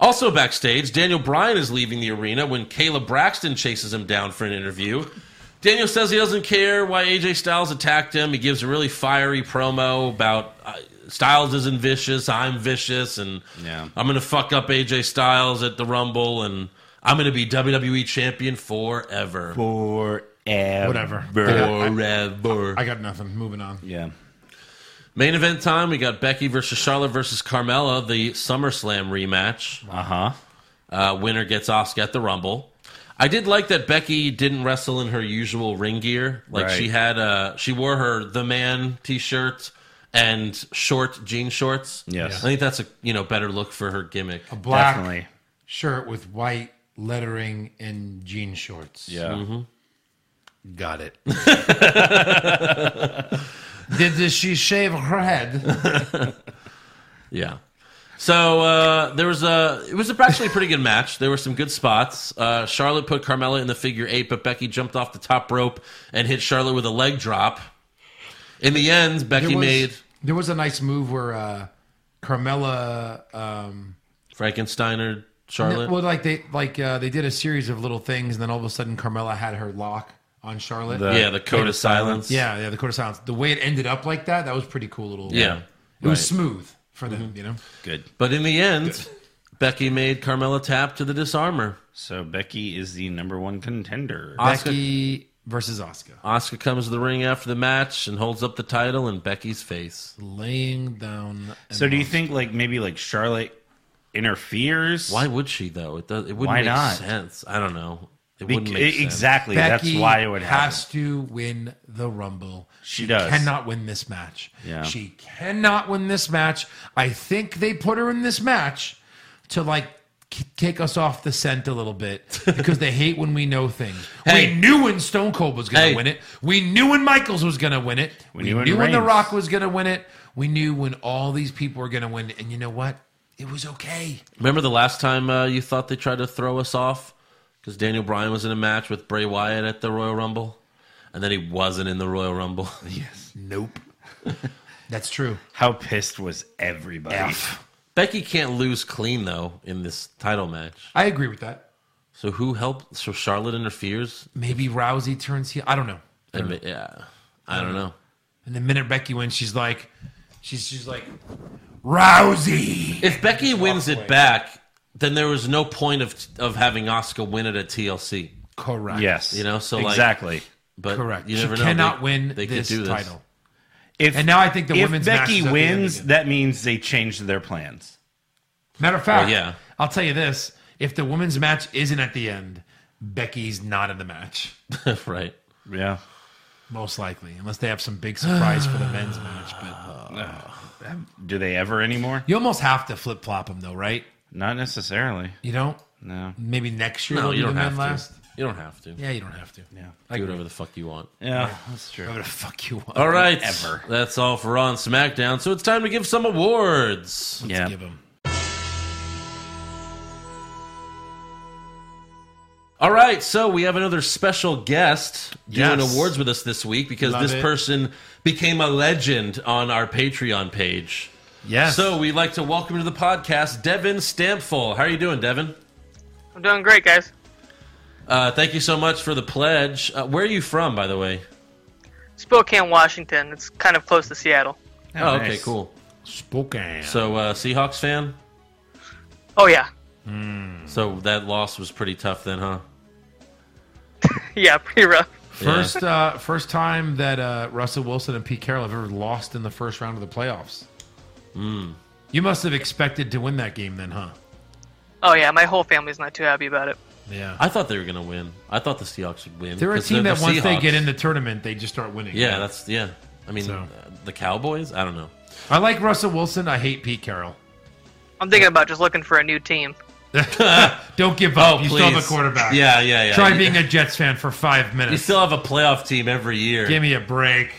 C: Also backstage, Daniel Bryan is leaving the arena when Kayla Braxton chases him down for an interview. Daniel says he doesn't care why AJ Styles attacked him. He gives a really fiery promo about uh, Styles isn't vicious, I'm vicious, and
E: Yeah.
C: I'm going to fuck up AJ Styles at the Rumble, and I'm going to be WWE champion forever.
E: Forever.
D: Whatever.
C: Forever.
D: I got nothing. Moving on.
E: Yeah.
C: Main event time, we got Becky versus Charlotte versus Carmella, the SummerSlam rematch.
E: Uh huh.
C: Uh, winner gets Oscar at the Rumble. I did like that Becky didn't wrestle in her usual ring gear. Like
E: Right.
C: she had, uh, she wore her The Man t-shirt and short jean shorts.
E: Yes.
C: I think that's a you know better look for her gimmick.
D: A black
E: Definitely.
D: shirt with white lettering and jean shorts.
E: Yeah.
D: Got it. Did she shave her head?
C: Yeah. So uh, there was a it was a actually a pretty good match. There were some good spots. Uh, Charlotte put Carmella in the figure eight, but Becky jumped off the top rope and hit Charlotte with a leg drop. In the end, Becky
D: There was,
C: made
D: there was a nice move where uh, Carmella, um,
C: Frankensteiner Charlotte.
D: well, like they like uh, they did a series of little things, and then all of a sudden Carmella had her lock on Charlotte.
E: The-
C: yeah, the code of silence.
D: yeah, yeah, the quarter silence. The way it ended up like that, that was pretty cool little.
C: yeah. Mm-hmm.
D: it was smooth for them, you know.
E: Good.
C: But in the end, Becky made Carmella tap to the disarmer.
E: So Becky is the number one contender.
C: Oscar
D: Becky versus Oscar,
C: Oscar comes to the ring after the match and holds up the title in Becky's face.
D: laying down. an
E: so do you think like maybe like Charlotte interferes?
C: Why would she though? It does. It wouldn't
E: Why
C: make
E: not?
C: sense. I don't know. It
E: Bec-
C: wouldn't make sense.
E: exactly.
D: Becky
E: That's why it would happen.
D: has to win the Rumble.
E: She does.
D: Cannot win this match.
E: Yeah.
D: She cannot win this match. I think they put her in this match to like k- kick us off the scent a little bit because they hate when we know things.
C: Hey.
D: We knew when Stone Cold was going to
C: Hey.
D: win it. We knew when Michaels was going to win it. We,
E: knew
D: knew,
E: when
D: when The
E: Reigns-
D: Rock was going to win it. We knew when all these people were going to win it. And you know what? It was okay.
C: Remember the last time uh, you thought they tried to throw us off because Daniel Bryan was in a match with Bray Wyatt at the Royal Rumble, and then he wasn't in the Royal Rumble.
D: Nope. That's true.
E: How pissed was everybody?
C: Becky can't lose clean though in this title match.
D: I agree with that.
C: So who helped? So Charlotte interferes.
D: Maybe Rousey turns heel. I don't know.
C: And, ma- yeah, I don't know.
D: And the minute Becky wins, she's like, she's she's like, Rousey.
C: If Becky wins it back, then there was no point of of having Oscar win it at TLC.
D: Correct.
E: Yes.
C: You know, so, like-
E: exactly.
C: But
D: Correct.
C: you
D: she
C: never know.
D: cannot
C: They-
D: win
C: they could
D: this,
C: do
D: title.
E: If
D: And now I think the
E: if
D: women's match
E: Becky
D: is at the end
E: wins,
D: again.
E: that means they changed their plans.
D: Matter of fact,
C: Well, yeah.
D: I'll tell you this: if the women's match isn't at the end, Becky's not in the match,
C: right.
E: Yeah.
D: most likely, unless they have some big surprise for the men's match. But
E: Do they ever anymore?
D: you almost have to flip flop them, though, right?
E: Not necessarily.
D: You don't.
E: No.
D: Maybe next year.
C: No,
D: they'll
C: you
D: do
C: don't
D: the
C: have
D: men
C: to.
D: last.
C: You don't have to.
D: Yeah, you don't have to. Yeah.
C: do whatever the fuck you want.
E: Yeah, that's true.
D: Whatever the fuck you want.
C: All right.
E: Ever.
C: That's all for Raw and SmackDown. So it's time to give some awards.
E: Yeah.
D: Give them.
C: All right. So we have another special guest doing
D: Yes.
C: awards with us this week because
D: Love
C: this
D: it.
C: person became a legend on our Patreon page.
D: Yes.
C: So we'd like to welcome to the podcast Devin Stampful. How are you doing, Devin?
H: I'm doing great, guys.
C: Uh, thank you so much for the pledge. Uh, where are you from, by the way?
H: Spokane, Washington. It's kind of close to Seattle.
C: Oh, okay,
E: nice.
C: cool.
D: Spokane.
C: So, uh, Seahawks fan?
H: Oh yeah.
C: So that loss was pretty tough then, huh?
H: Yeah, pretty rough.
D: First, uh, first time that uh, Russell Wilson and Pete Carroll have ever lost in the first round of the playoffs.
C: Hmm.
D: You must have expected to win that game, then, huh?
H: Oh yeah, my whole family's not too happy about it.
D: Yeah.
C: I thought they were gonna win. I thought the Seahawks would win.
D: They're a
C: 'cause
D: team that
C: the
D: once they
C: Seahawks.
D: get in the tournament, they just start winning.
C: yeah, that's yeah. I mean,
D: So.
C: uh, the Cowboys. I don't know.
D: I like Russell Wilson. I hate Pete Carroll.
H: I'm thinking about just looking for a new team.
D: Don't give up. Oh, you still
C: Oh,
D: have
C: Please.
D: a quarterback.
C: Yeah, yeah, yeah.
D: Try
C: You-
D: being a Jets fan for five
C: You
D: minutes.
C: still have a playoff team every year.
D: Give me a break.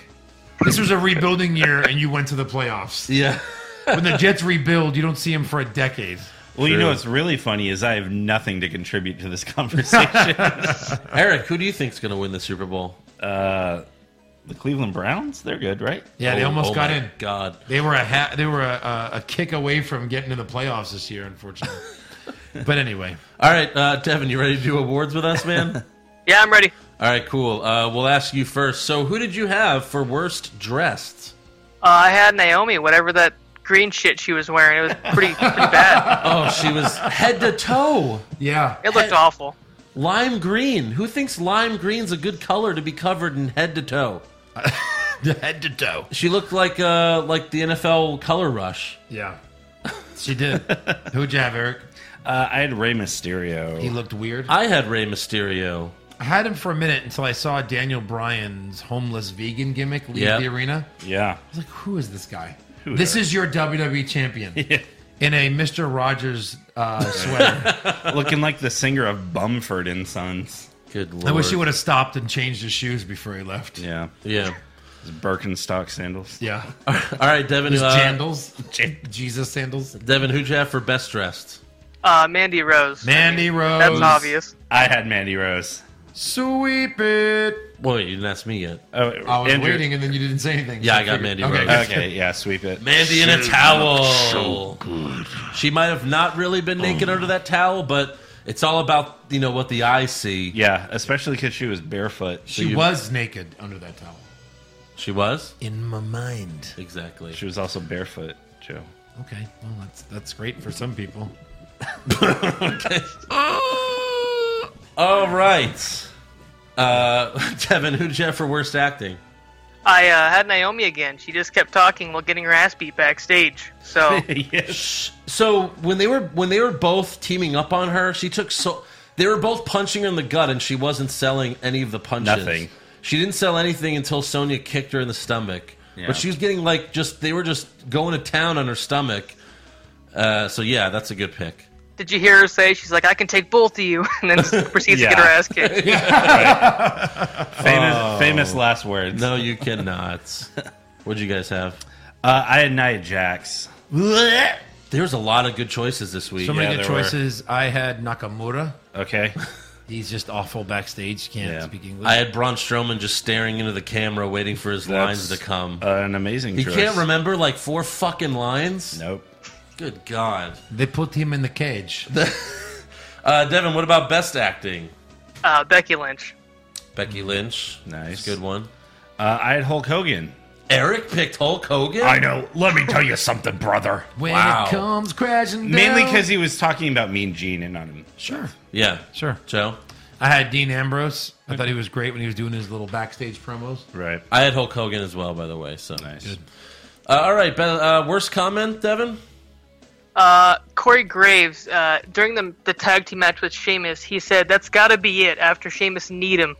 D: This was a rebuilding year, and you went to the playoffs.
C: yeah.
D: When the Jets rebuild, you don't see them for a decade.
E: Well, you know what's really funny is I have nothing to contribute to this conversation.
C: Eric, who do you think's gonna win the Super Bowl?
E: uh, the Cleveland Browns, they're good, right?
D: Yeah, they
C: Oh-
D: almost
C: oh
D: got
C: my
D: in.
C: God.
D: They were a ha- they were a, a, a kick away from getting to the playoffs this year, unfortunately. but anyway,
C: All right, uh, Devin, you ready to do awards with us, man?
H: Yeah, I'm ready.
C: All right, cool. Uh, we'll ask you first. So, who did you have for worst dressed?
H: Uh, I had Naomi, whatever that green shit she was wearing. It was pretty pretty bad.
C: Oh, she was head to toe
D: yeah,
H: It looked awful.
C: lime green. Who thinks lime green's a good color to be covered in head to toe?
D: head to toe.
C: She looked like uh, like the NFL color rush.
D: Yeah, she did. Who'd you have, Eric?
E: Uh, I had Rey Mysterio.
D: He looked weird.
C: I had Rey Mysterio.
D: I had him for a minute until I saw Daniel Bryan's homeless vegan gimmick leave
C: Yep.
D: the arena.
E: yeah.
D: I was like, who is this guy? this is your WWE champion in a Mr. Rogers uh, sweater.
E: Looking like the singer of Bumford and Sons.
C: Good lord.
D: I wish he would have stopped and changed his shoes before he left. Yeah.
E: Yeah.
C: Yeah.
E: His Birkenstock sandals.
C: All right, Devin.
D: His
C: Uh,
D: sandals. Jesus sandals.
C: Devin, who'd you have for best dressed?
H: Uh, Mandy Rose.
D: Mandy Rose.
H: That's obvious.
E: I had Mandy Rose.
D: Sweep it.
C: Well, you didn't ask me yet.
E: Oh,
D: I was
E: Andrew-
D: waiting and then you didn't say anything.
C: Yeah,
D: so
C: I got
D: figured-
C: Mandy
D: okay,
C: Rose.
D: good.
E: Okay, yeah, sweep it.
C: Mandy in a towel. She might have not really been naked
E: Oh,
C: under that towel, but it's all about you know what the eyes see.
E: Yeah, especially because she was barefoot.
D: She
C: you-
D: was naked under that towel.
C: She was
D: In my mind.
C: exactly.
E: She was also barefoot, Joe.
D: Okay, well that's that's great for some people.
C: All right, uh, Devin, who'd you have for worst acting?
H: I uh, had Naomi again. She just kept talking while getting her ass beat backstage. So
E: yes.
C: So when they were when they were both teaming up on her, she took so they were both punching her in the gut, and she wasn't selling any of the punches.
E: Nothing.
C: She didn't sell anything until Sonya kicked her in the stomach.
E: Yeah.
C: But she was getting like just they were just going to town on her stomach. Uh, so yeah, that's a good pick.
H: did you hear her say she's like, "I can take both of you," and then proceeds to get her
E: Yeah.
H: ass kicked?
E: Famous, famous last words.
C: Oh. No, you cannot. What'd you guys have?
E: Uh, I had Nia Jax.
C: There's a lot of good choices this week.
D: So many
E: Yeah,
D: good
E: there were.
D: choices. I had Nakamura.
E: Okay. uh,
D: He's just awful backstage. Can't
E: Yeah.
D: speak English.
C: I had Braun Strowman just staring into the camera, waiting for his lines to
E: That's,
C: come.
E: Uh, an amazing
C: he
E: choice.
C: can't remember like four fucking lines.
E: Nope.
C: Good God,
D: they put him in the cage.
C: uh, Devin. What about best acting?
H: Uh, Becky Lynch.
C: Becky Lynch.
E: Nice.
C: That's a good one.
E: Uh, I had Hulk Hogan.
C: Eric picked Hulk Hogan.
E: know. Let me tell you something, brother.
D: When
C: Wow.
D: it comes crashing down.
E: Mainly because he was talking about Mean Gene and not him.
D: Sure.
C: Yeah,
D: Sure.
C: Joe.
D: I had Dean Ambrose. I thought he was great when he was doing his little backstage promos.
E: Right.
C: I had Hulk Hogan as well, by the way. So
E: Nice.
C: Uh, all right, be- uh, worst comment, Devin.
H: Uh, Corey Graves. Uh, during the the tag team match with Sheamus, he said, "That's got to be it." After Sheamus need him.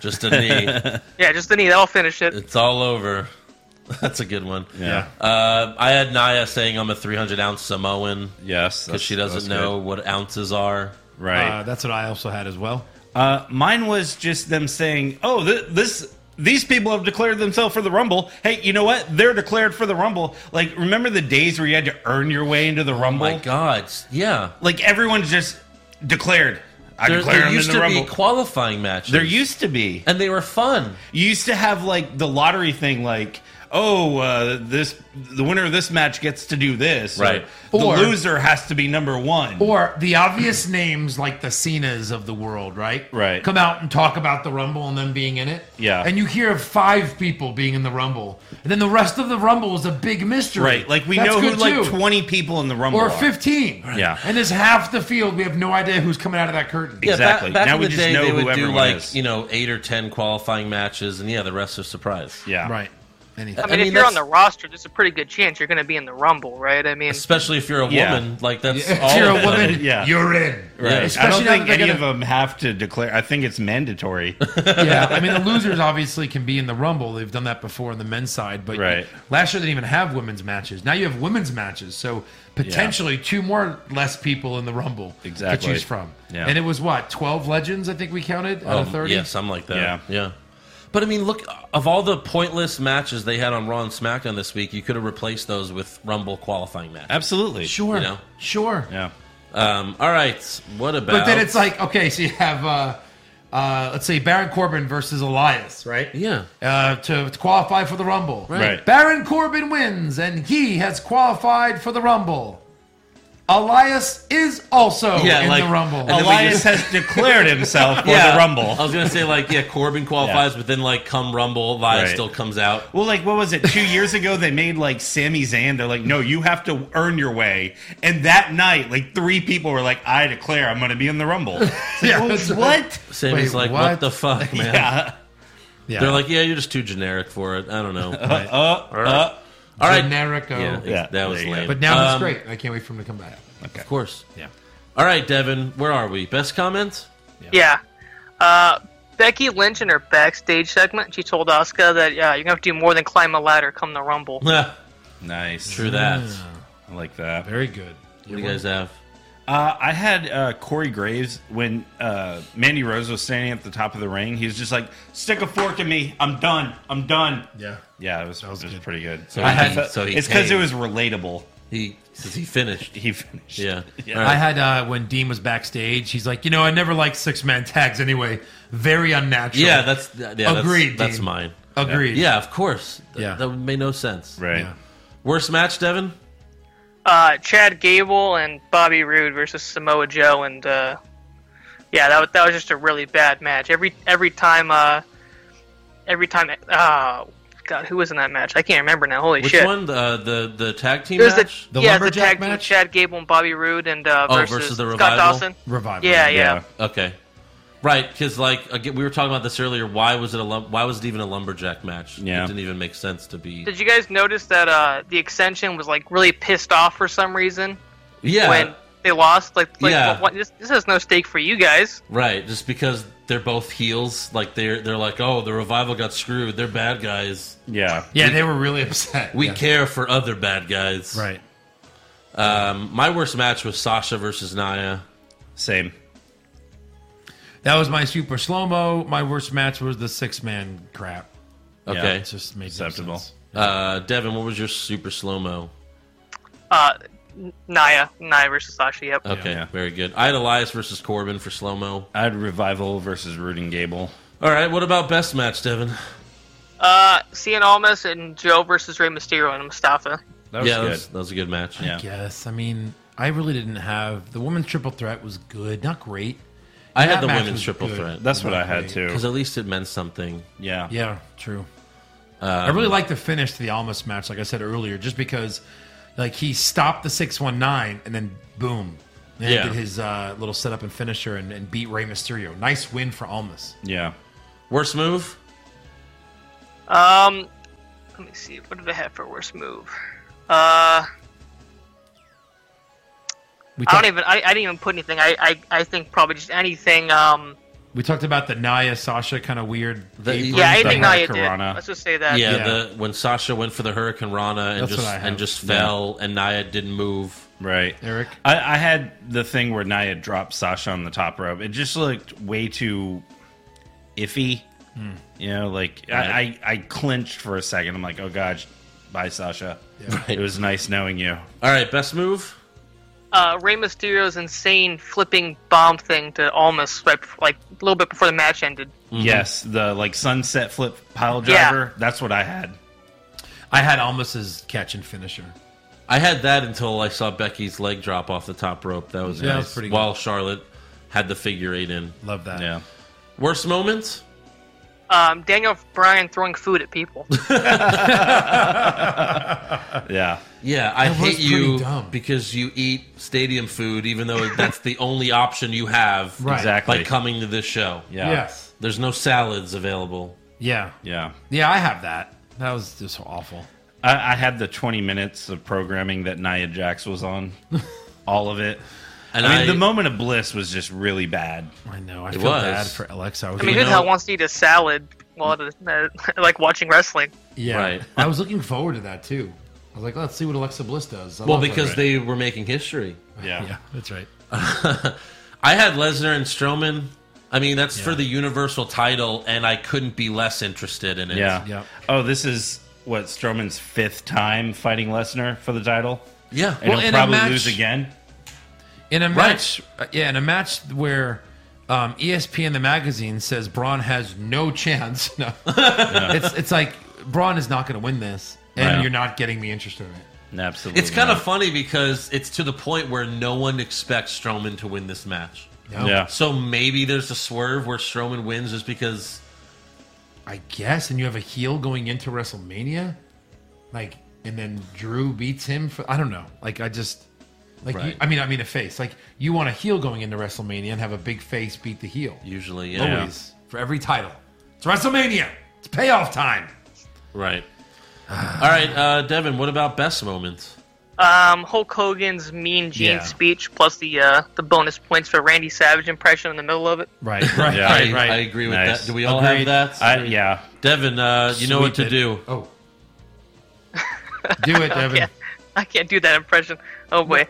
C: Just a knee.
H: Yeah, just the knee. That'll finish it.
C: it's all over. That's a good one.
E: Yeah.
C: Uh, I had Naya saying I'm a 300 ounce Samoan
E: Yes.
C: because
E: that's-
C: she
E: that's
C: doesn't
E: good.
C: know what ounces are.
E: Right.
D: Uh, that's what I also had as well.
E: Uh, mine was just them saying, "Oh, th- this." These people have declared themselves for the Rumble. Hey, you know what? They're declared for the Rumble. Like, remember the days where you had to earn your way into the Rumble?
C: Oh My God, yeah.
E: Like, everyone's just declared. I
C: There,
E: declare
C: there
E: them in
C: used
E: the
C: to
E: Rumble.
C: be qualifying matches.
E: there used to be.
C: and they were fun.
E: You used to have like the lottery thing, like oh, uh, this the winner of this match gets to do this. or
C: Right.
E: the
D: Or-
E: loser has to be number one.
D: Or the obvious names like the Cenas of the world, right?
E: Right.
D: Come out and talk about the Rumble and them being in it.
E: Yeah.
D: And you hear of five people being in the Rumble, and then the rest of the Rumble is a big mystery.
E: right. Like we
D: That's
E: know who
D: good,
E: like
D: too.
E: 20 people in the Rumble
D: or
E: are.
D: 15.
E: Yeah.
D: And there's half the field. We have no idea who's coming out of that curtain.
E: Yeah. Exactly.
C: Back, back
E: Now
C: in
E: we
C: the
E: just
C: day,
E: know
C: they
E: who
C: would do
E: everyone
C: like
E: is.
C: you know eight or ten qualifying matches, and yeah, the rest are surprise.
E: Yeah.
D: Right. Anything.
H: I
C: I
H: mean,
C: mean,
H: if you're on the
C: that's-
H: roster, there's a pretty good chance you're going to be in the Rumble, right? I mean,
C: Especially if you're a
E: Yeah.
C: woman, like that's all
D: If you're
C: of
D: a
C: it.
D: woman,
E: Yeah.
D: you're in.
C: Yeah.
E: Right. I
D: Especially
E: don't
D: now that
E: think
D: they're
E: any of
D: gonna-
E: them have to declare. I think it's mandatory.
D: yeah, I mean the losers obviously can be in the rumble. They've done that before on the men's side, but
E: Right.
D: last year they didn't even have women's matches. Now you have women's matches, so potentially two more less people in the rumble
E: Exactly.
D: to choose from.
E: Yeah. Um,
D: And it was what twelve legends I think we counted out of thirty.
C: Yeah, something like that.
E: Yeah.
C: Yeah. yeah. But I mean, look, of all the pointless matches they had on Raw and SmackDown this week, you could have replaced those with Rumble qualifying matches.
E: Absolutely.
D: Sure,
C: You know?
D: sure.
E: Yeah.
C: Um, all right, what about?
D: But then it's like okay, so you have uh, uh, let's say Baron Corbin versus Elias, right?
C: yeah,
D: Uh, to, to qualify for the rumble,
E: Right.
D: Baron Corbin wins, and he has qualified for the rumble. Elias is also
C: Yeah,
D: in
C: like-
D: the rumble.
C: and then we
E: Elias
C: just-
E: has declared himself for
C: yeah.
E: the Rumble.
C: I was gonna say like yeah, Corbin qualifies,
E: Yeah.
C: but then like come Rumble, Elias
E: Right.
C: still comes out.
E: Well, like, what was it? Two years ago, they made like Sami Zayn. They're like, no, you have to earn your way. And that night, like, three people were like, I declare I'm going to be in the Rumble. It's like,
D: Yeah,
E: well,
D: that's-
E: what?
C: Sammy's
D: Wait,
C: like, what?
D: what?
C: the fuck, man?
E: Yeah.
D: Yeah.
C: They're like, yeah, you're just too generic for it. I don't know.
E: Uh, uh,
C: all right,
D: Generico.
C: yeah,
E: Yeah,
C: that was
E: there you go.
C: lame.
D: But now
C: Um,
D: it's great. I can't wait for him to come back.
C: Of course.
D: Yeah.
C: All right, Devin, where are we? Best comments?
H: yeah. Uh, Becky Lynch in her backstage segment, she told Asuka that yeah, you're going to have to do more than climb a ladder come the Rumble.
E: nice.
C: True that.
E: I like that.
D: Very good.
C: What do you guys have?
E: Uh, I had uh, Corey Graves when uh, Mandy Rose was standing at the top of the ring. He was just like, stick a fork in me. I'm done. I'm done.
D: Yeah.
E: Yeah, it was,
D: was
E: it was
D: good.
E: pretty good.
C: So he-
E: had-
C: so he
E: it's because it
C: came.
E: was relatable.
C: He says he finished.
E: He finished.
C: Yeah.
E: Yeah.
C: All
D: I
C: right.
D: had uh, when Dean was backstage. He's like, you know, I never liked six man tags anyway. Very unnatural.
C: Yeah, that's yeah,
D: Agreed,
C: That's, that's
D: Dean.
C: mine.
D: agreed.
C: Yeah, of course. Th-
D: Yeah.
C: that made no sense.
E: Right.
D: Yeah.
C: Worst match, Devin.
H: Uh, Chad Gable and Bobby Roode versus Samoa Joe, and uh, yeah, that, wa- that was just a really bad match. Every every time, uh, every time, uh, God, who was in that match? I can't remember now. Holy
C: Which
H: shit!
C: one? Uh, the the tag team
H: It was the,
C: match.
D: The
H: yeah, the
D: lumberjack
H: tag team,
D: match?
H: Chad Gable and Bobby Roode, and uh,
C: Oh,
H: versus,
C: versus the
H: Scott
C: Revival?
H: Dawson.
D: Revival.
H: Uh, Yeah, yeah,
E: Yeah.
C: okay, right? Because like again, we were talking about this earlier. Why was it a lum- why was it even a lumberjack match?
E: Yeah.
C: it didn't even make sense to be.
H: Did you guys notice that uh, the Extension was like really pissed off for some reason
C: yeah,
H: when they lost? Like, like
C: Yeah.
H: what, what- this, this has no stake for you guys.
C: right. Just because they're both heels, like they're they're like, oh, the revival got screwed. They're bad guys.
E: Yeah.
D: Yeah, they were really upset.
C: We
D: yeah.
C: care for other bad guys.
D: Right.
C: Um, my worst match was Sasha versus Naya.
E: Same.
D: That was my super slow mo. My worst match was the six man crap.
C: Okay.
D: It just made
E: Acceptable.
D: No sense.
C: Uh, Devin, what was your super slow mo?
H: Uh, Naya, Naya versus Sasha. Yep.
C: Okay,
E: Yeah.
C: very good. I had Elias versus Corbin for slow mo.
E: I had Revival versus Rude and Gable.
C: All right, what about best match, Devin?
H: Uh, Cien Almas and Joe versus Rey Mysterio and Mustafa.
E: That was
C: yeah,
E: good.
C: That, was, that was a good match.
E: Yeah.
D: Yes, I mean, I really didn't have the women's triple threat was good, not great.
C: I had
D: That
C: the
D: match
C: women's
D: was
C: triple
D: good.
C: threat
E: That's what I had too.
C: because at least it meant something.
E: Yeah.
D: Yeah, true. I really like the finish to the Almas match, like I said earlier, just because like he stopped the six one nine and then boom. Then
C: Yeah.
D: he did his uh, little setup and finisher and, and beat Rey Mysterio. Nice win for Almas.
E: Yeah.
C: Worst move?
H: Um, let me see. What did I have for worst move? Uh,
D: We
H: I
D: talked,
H: don't even. I, I didn't even put anything. I, I, I think probably just anything. Um,
D: we talked about the Naya Sasha kind of weird.
C: The-
D: apron
H: yeah,
D: thing.
H: anything Naya did.
E: Hurricanrana.
H: Let's just say that.
C: Yeah,
D: Yeah.
C: The, when Sasha went for the Hurricane Rana and
D: That's
C: just
D: what I have.
C: and just
E: Yeah.
C: fell, and Naya didn't move.
E: Right.
D: Eric.
E: I, I had the thing where Naya dropped Sasha on the top rope. It just looked way too iffy.
D: Hmm.
E: You know, like I, I, I clinched for a second. I'm like, oh god, bye Sasha. It was nice knowing you.
C: All right, best move?
H: Uh, Rey Mysterio's insane flipping bomb thing to Almas right, bef- like a little bit before the match ended.
E: Yes, the like sunset flip pile
H: Yeah.
E: driver. That's what I had.
C: I had Almas's
D: Catch and finisher.
C: I had that until I saw Becky's leg drop off the top rope. That was
D: Yeah, that
C: nice.
D: was pretty good.
C: While Charlotte had the figure eight in.
D: Love that.
E: Yeah.
C: Worst moments?
H: Um, Daniel Bryan throwing food at people.
E: Yeah.
C: Yeah, I
D: That was
C: hate you
D: pretty dumb.
C: because you eat stadium food, even though that's the only option you have
D: Right.
E: Exactly.
C: by coming to this show.
E: yeah.
D: Yes.
C: There's no salads available.
D: Yeah.
E: Yeah.
D: Yeah, I have that. That was just awful.
E: I, I had the 20 minutes of programming that Nia Jax was on. All of it.
C: And
E: I mean,
C: I,
E: the moment of bliss was just really bad.
D: I know. I
C: It
D: feel
C: was.
D: bad for Alexa. was
H: I mean, who
D: gonna-
H: the hell wants to eat a salad while the, uh, like watching wrestling?
D: yeah.
C: Right.
D: I was looking forward to that too. I was like, let's see what Alexa Bliss does. I
C: well,
D: love her.
C: because they were making history.
E: Yeah.
D: yeah, that's right.
C: I had Lesnar and Strowman. I mean, that's for the Universal title, and I couldn't be less interested in it.
E: Yeah.
D: Yeah.
E: Oh, this is what Strowman's fifth time fighting Lesnar for the title,
C: Yeah.
E: and
D: Well,
E: he'll
D: in a
E: probably
D: match-
E: lose again.
D: In a match, uh, yeah, in a match where um, ESPN the magazine says Braun has no chance. No, it's it's like Braun is not going to win this, and
E: Right.
D: you're not getting me interested in it.
E: Absolutely.
C: It's kind
E: not.
C: of funny because it's to the point where no one expects Strowman to win this match.
D: No,
E: Yeah.
C: So maybe there's a swerve where Strowman wins just because
D: I guess, and you have a heel going into WrestleMania, like, and then Drew beats him for I don't know. Like, I just like you,
C: Right.
D: I mean, I mean a face. Like, you want a heel going into WrestleMania and have a big face beat the heel.
C: usually, yeah.
D: Always for every title. It's WrestleMania. It's payoff time.
C: Right. All right, uh, Devin, what about best moments?
H: Um, Hulk Hogan's Mean Gene
D: Yeah.
H: speech plus the uh, the bonus points for Randy Savage impression in the middle of it.
D: Right, right,
E: Yeah.
C: I, I agree with
E: Nice.
C: that. Do we all
D: Agreed.
C: have that?
E: I, yeah.
C: Devin, uh, you know what to
D: Sweep it.
C: do.
D: Oh, do it, Devin.
H: Yeah, I can't do that impression. Oh boy.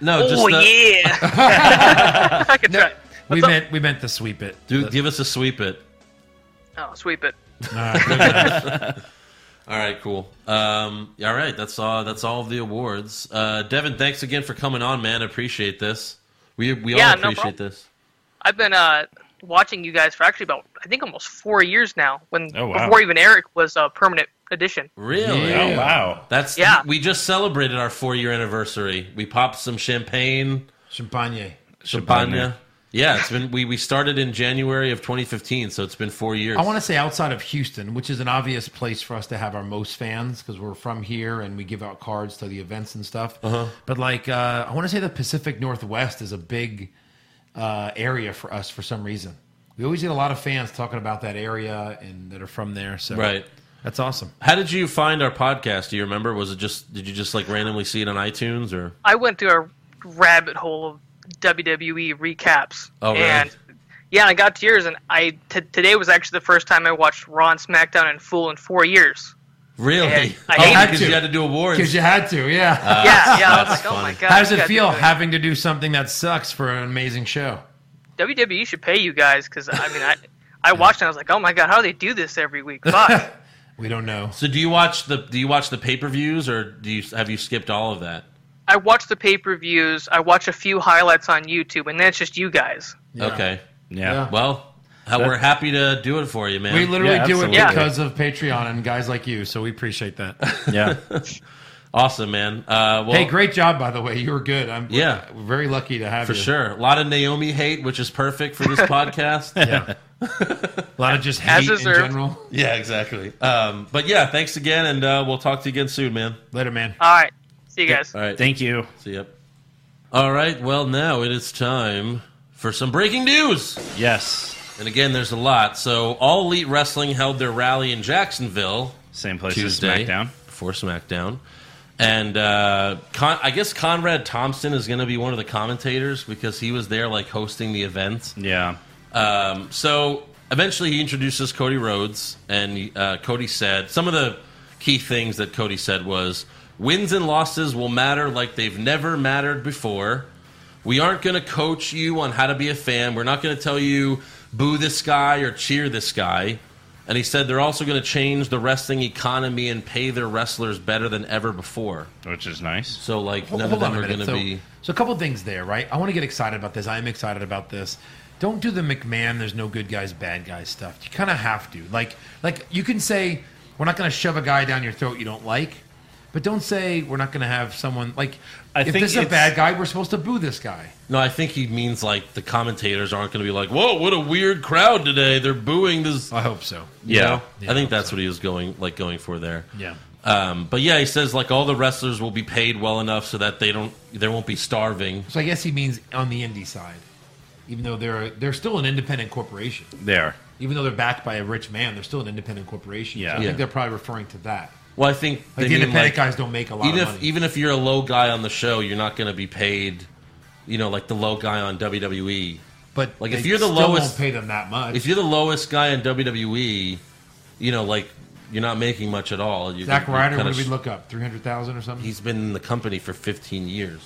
C: No, just
H: oh
C: the-
H: yeah. I could try.
D: We
H: What's up?
D: meant we meant to sweep it.
C: do, give us a sweep it.
H: Oh, sweep it.
D: Uh, good enough.
C: All right, cool. Um, all right, that's all. That's all of the awards. Uh, Devin, thanks again for coming on, man. Appreciate this. We we
H: Yeah,
C: all
H: no problem.
C: appreciate this.
H: I've been uh, watching you guys for actually about I think almost four years now. When
E: Oh, wow.
H: before even Eric was a permanent addition.
C: Really?
D: Yeah.
E: Oh wow.
C: That's
H: Yeah.
C: We just celebrated our four year anniversary. We popped some champagne,
D: Champagne.
C: champagne. Yeah, it's been we we started in January of 2015, so it's been four years.
D: I want to say outside of Houston, which is an obvious place for us to have our most fans because we're from here and we give out cards to the events and stuff.
C: Uh-huh.
D: But like, uh, I want to say the Pacific Northwest is a big uh, area for us for some reason. We always get a lot of fans talking about that area and that are from there. So
C: Right.
D: that's awesome.
C: How did you find our podcast? Do you remember? Was it just did you just like randomly see it on iTunes or?
H: I went through a rabbit hole of WWE recaps.
C: Oh, really?
H: And yeah, I got to yours, and I t- today was actually the first time I watched Raw and SmackDown in full in four years.
C: Really?
H: Yeah, I
C: oh,
H: hate
C: because
D: to.
C: you had to do awards.
D: Because you had to, yeah.
C: Uh,
H: yeah, yeah. I was like,
C: that's
H: oh my
C: funny.
H: god.
D: How does
H: you
D: it
H: guys
D: feel
H: are
D: having to do something that sucks for an amazing show?
H: doing- WWE E should pay you guys because I mean I. I watched and I was like, "Oh my god, how do they do this every week?" Fuck.
D: We don't know.
C: so do you watch the do you watch the pay per views or do you have you skipped all of that?
H: I watch the pay per views. I watch a few highlights on YouTube, and then it's just you guys.
C: Okay.
E: Yeah.
C: Well, uh, we're happy to do it for you, man.
D: We literally
E: Yeah,
D: do it
E: absolutely.
H: Yeah.
D: because of Patreon and guys like you, so we appreciate that.
E: Yeah.
C: awesome, man. Uh, well,
D: hey, great job, by the way. You were good. I'm
C: Yeah.
D: we're very lucky to have
C: for
D: you.
C: sure. A lot of Naomi hate, which is perfect for this podcast.
D: Yeah. A lot of just
H: As
D: hate in
H: deserved.
D: general.
C: Yeah, exactly. Um, but yeah, thanks again, and uh, we'll talk to you again soon, man.
D: Later, man.
H: All right, see you guys.
C: All right.
E: Thank you.
C: See ya. All right. Well, now it is time for some breaking news.
E: Yes.
C: And again, there's a lot. So, All Elite Wrestling held their rally in Jacksonville
E: Same place
C: Tuesday
E: as SmackDown.
C: before SmackDown. And uh, Con- I guess Conrad Thompson is going to be one of the commentators because he was there, like hosting the event.
E: Yeah.
C: Um, so eventually he introduces Cody Rhodes, and uh, Cody said some of the key things that Cody said was wins and losses will matter like they've never mattered before. We aren't going to coach you on how to be a fan. We're not going to tell you boo this guy or cheer this guy. And he said they're also going to change the wrestling economy and pay their wrestlers better than ever before.
E: Which is nice.
C: So like
D: Hold,
C: none
D: hold
C: of
D: on
C: them
D: a
C: are going
D: minute.
C: to
D: So,
C: be
D: so a couple things there, right? I want to get excited about this. I am excited about this. Don't do the McMahon. There's no good guys, bad guys stuff. You kind of have to. Like, like you can say We're not going to shove a guy down your throat you don't like, but don't say we're not going to have someone like.
E: I
D: if
E: think
D: this is a
E: it's-
D: bad guy, we're supposed to boo this guy.
C: No, I think he means like the commentators aren't going to be like, "Whoa, what a weird crowd today! They're booing this."
D: I hope so.
C: You know?
D: Yeah,
C: I think that's what he was going like going for there.
D: Yeah.
C: Um, but yeah, he says like all the wrestlers will be paid well enough so that they don't they won't be starving.
D: So I guess he means on the indie side, even though they're they're still an independent corporation.
E: There.
D: Even though they're backed by a rich man, they're still an independent corporation. So
E: Yeah.
D: I
C: Yeah.
D: think they're probably referring to that.
C: Well, I think
D: Like
C: they
D: the
C: mean, like,
D: independent guys don't make a lot
C: even
D: of
C: if
D: money.
C: even if you're a low guy on the show, you're not going to be paid. You know, like the low guy on WWE.
D: but
C: like,
D: they
C: if you're the
D: still
C: lowest-
D: won't pay them that much.
C: If you're the lowest guy in WWE, you know, like you're not making much at all. You,
D: Zack
C: you're
D: Ryder,
C: kinda
D: what did we
C: sh-
D: look up? Three hundred thousand or something.
C: He's been in the company for 15 years.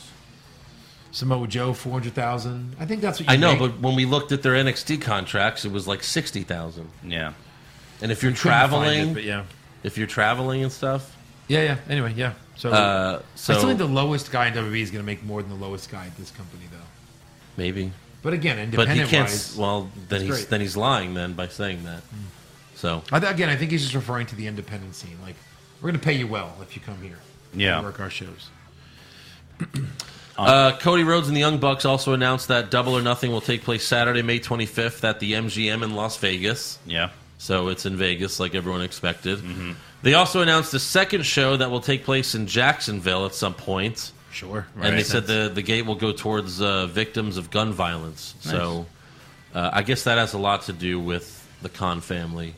D: Samoa Joe, four hundred thousand. I think that's what you
C: I know,
D: make.
C: but when we looked at their NXT contracts, it was like sixty thousand.
E: Yeah.
C: And if you're
D: Couldn't find
C: traveling,
D: it, but yeah,
C: if you're traveling and stuff,
D: yeah, yeah. Anyway, yeah. So
C: uh,
D: I still
C: so
D: think the lowest guy in WWE is going to make more than the lowest guy at this company, though.
C: maybe,
D: But again,
C: but he
D: independent
C: can't. s-
D: wise,
C: Well, then he's
D: great. Hmm.
C: then he's lying then by saying that. So
D: I th- again, I think he's just referring to the independent scene. Like, we're going to pay you well if you come here.
E: Yeah.
D: and work our shows.
C: Uh, Cody Rhodes and the Young Bucks also announced that Double or Nothing will take place Saturday, May 25th at the MGM in Las Vegas.
E: Yeah.
C: So it's in Vegas, like everyone expected.
D: Mm-hmm.
C: They also announced a second show that will take place in Jacksonville at some point.
D: Sure.
C: and they said the, the gate will go towards uh, victims of gun violence. So uh, I guess that has a lot to do with the Khan family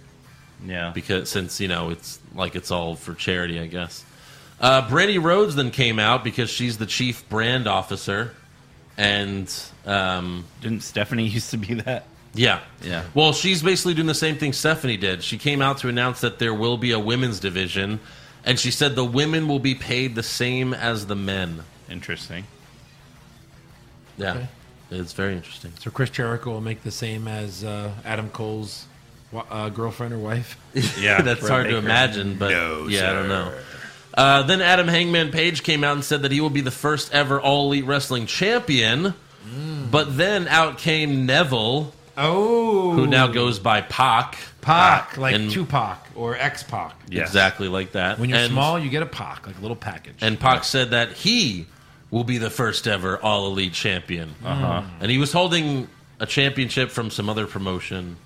E: Yeah.
C: because since you know it's like it's all for charity, I guess. Uh, Brandy Rhodes then came out because she's the chief brand officer, and um,
E: Didn't Stephanie used to be that?
C: yeah,
E: Yeah.
C: Well, she's basically doing the same thing Stephanie did. She came out to announce that there will be a women's division, and she said the women will be paid the same as the men.
E: Interesting.
C: Yeah,
D: Okay.
C: it's very interesting.
D: So Chris Jericho will make the same as uh, Adam Cole's wa- uh, girlfriend or wife.
E: Yeah.
C: That's hard to imagine, but
E: No,
C: yeah, I don't
E: sir.
C: know. Uh, then Adam Hangman Page came out and said that he will be the first ever All Elite Wrestling champion.
D: Mm.
C: But then out came Neville,
D: Oh,
C: who now goes by Pac.
D: Pac, like
C: and-
D: Tupac or X Pac.
E: Yes.
C: Exactly like that.
D: When you're
C: and,
D: small, you get a Pac, like a little package.
C: And Pac said that he will be the first ever All Elite champion.
D: Mm-hmm.
C: Uh-huh. And he was holding a championship from some other promotion.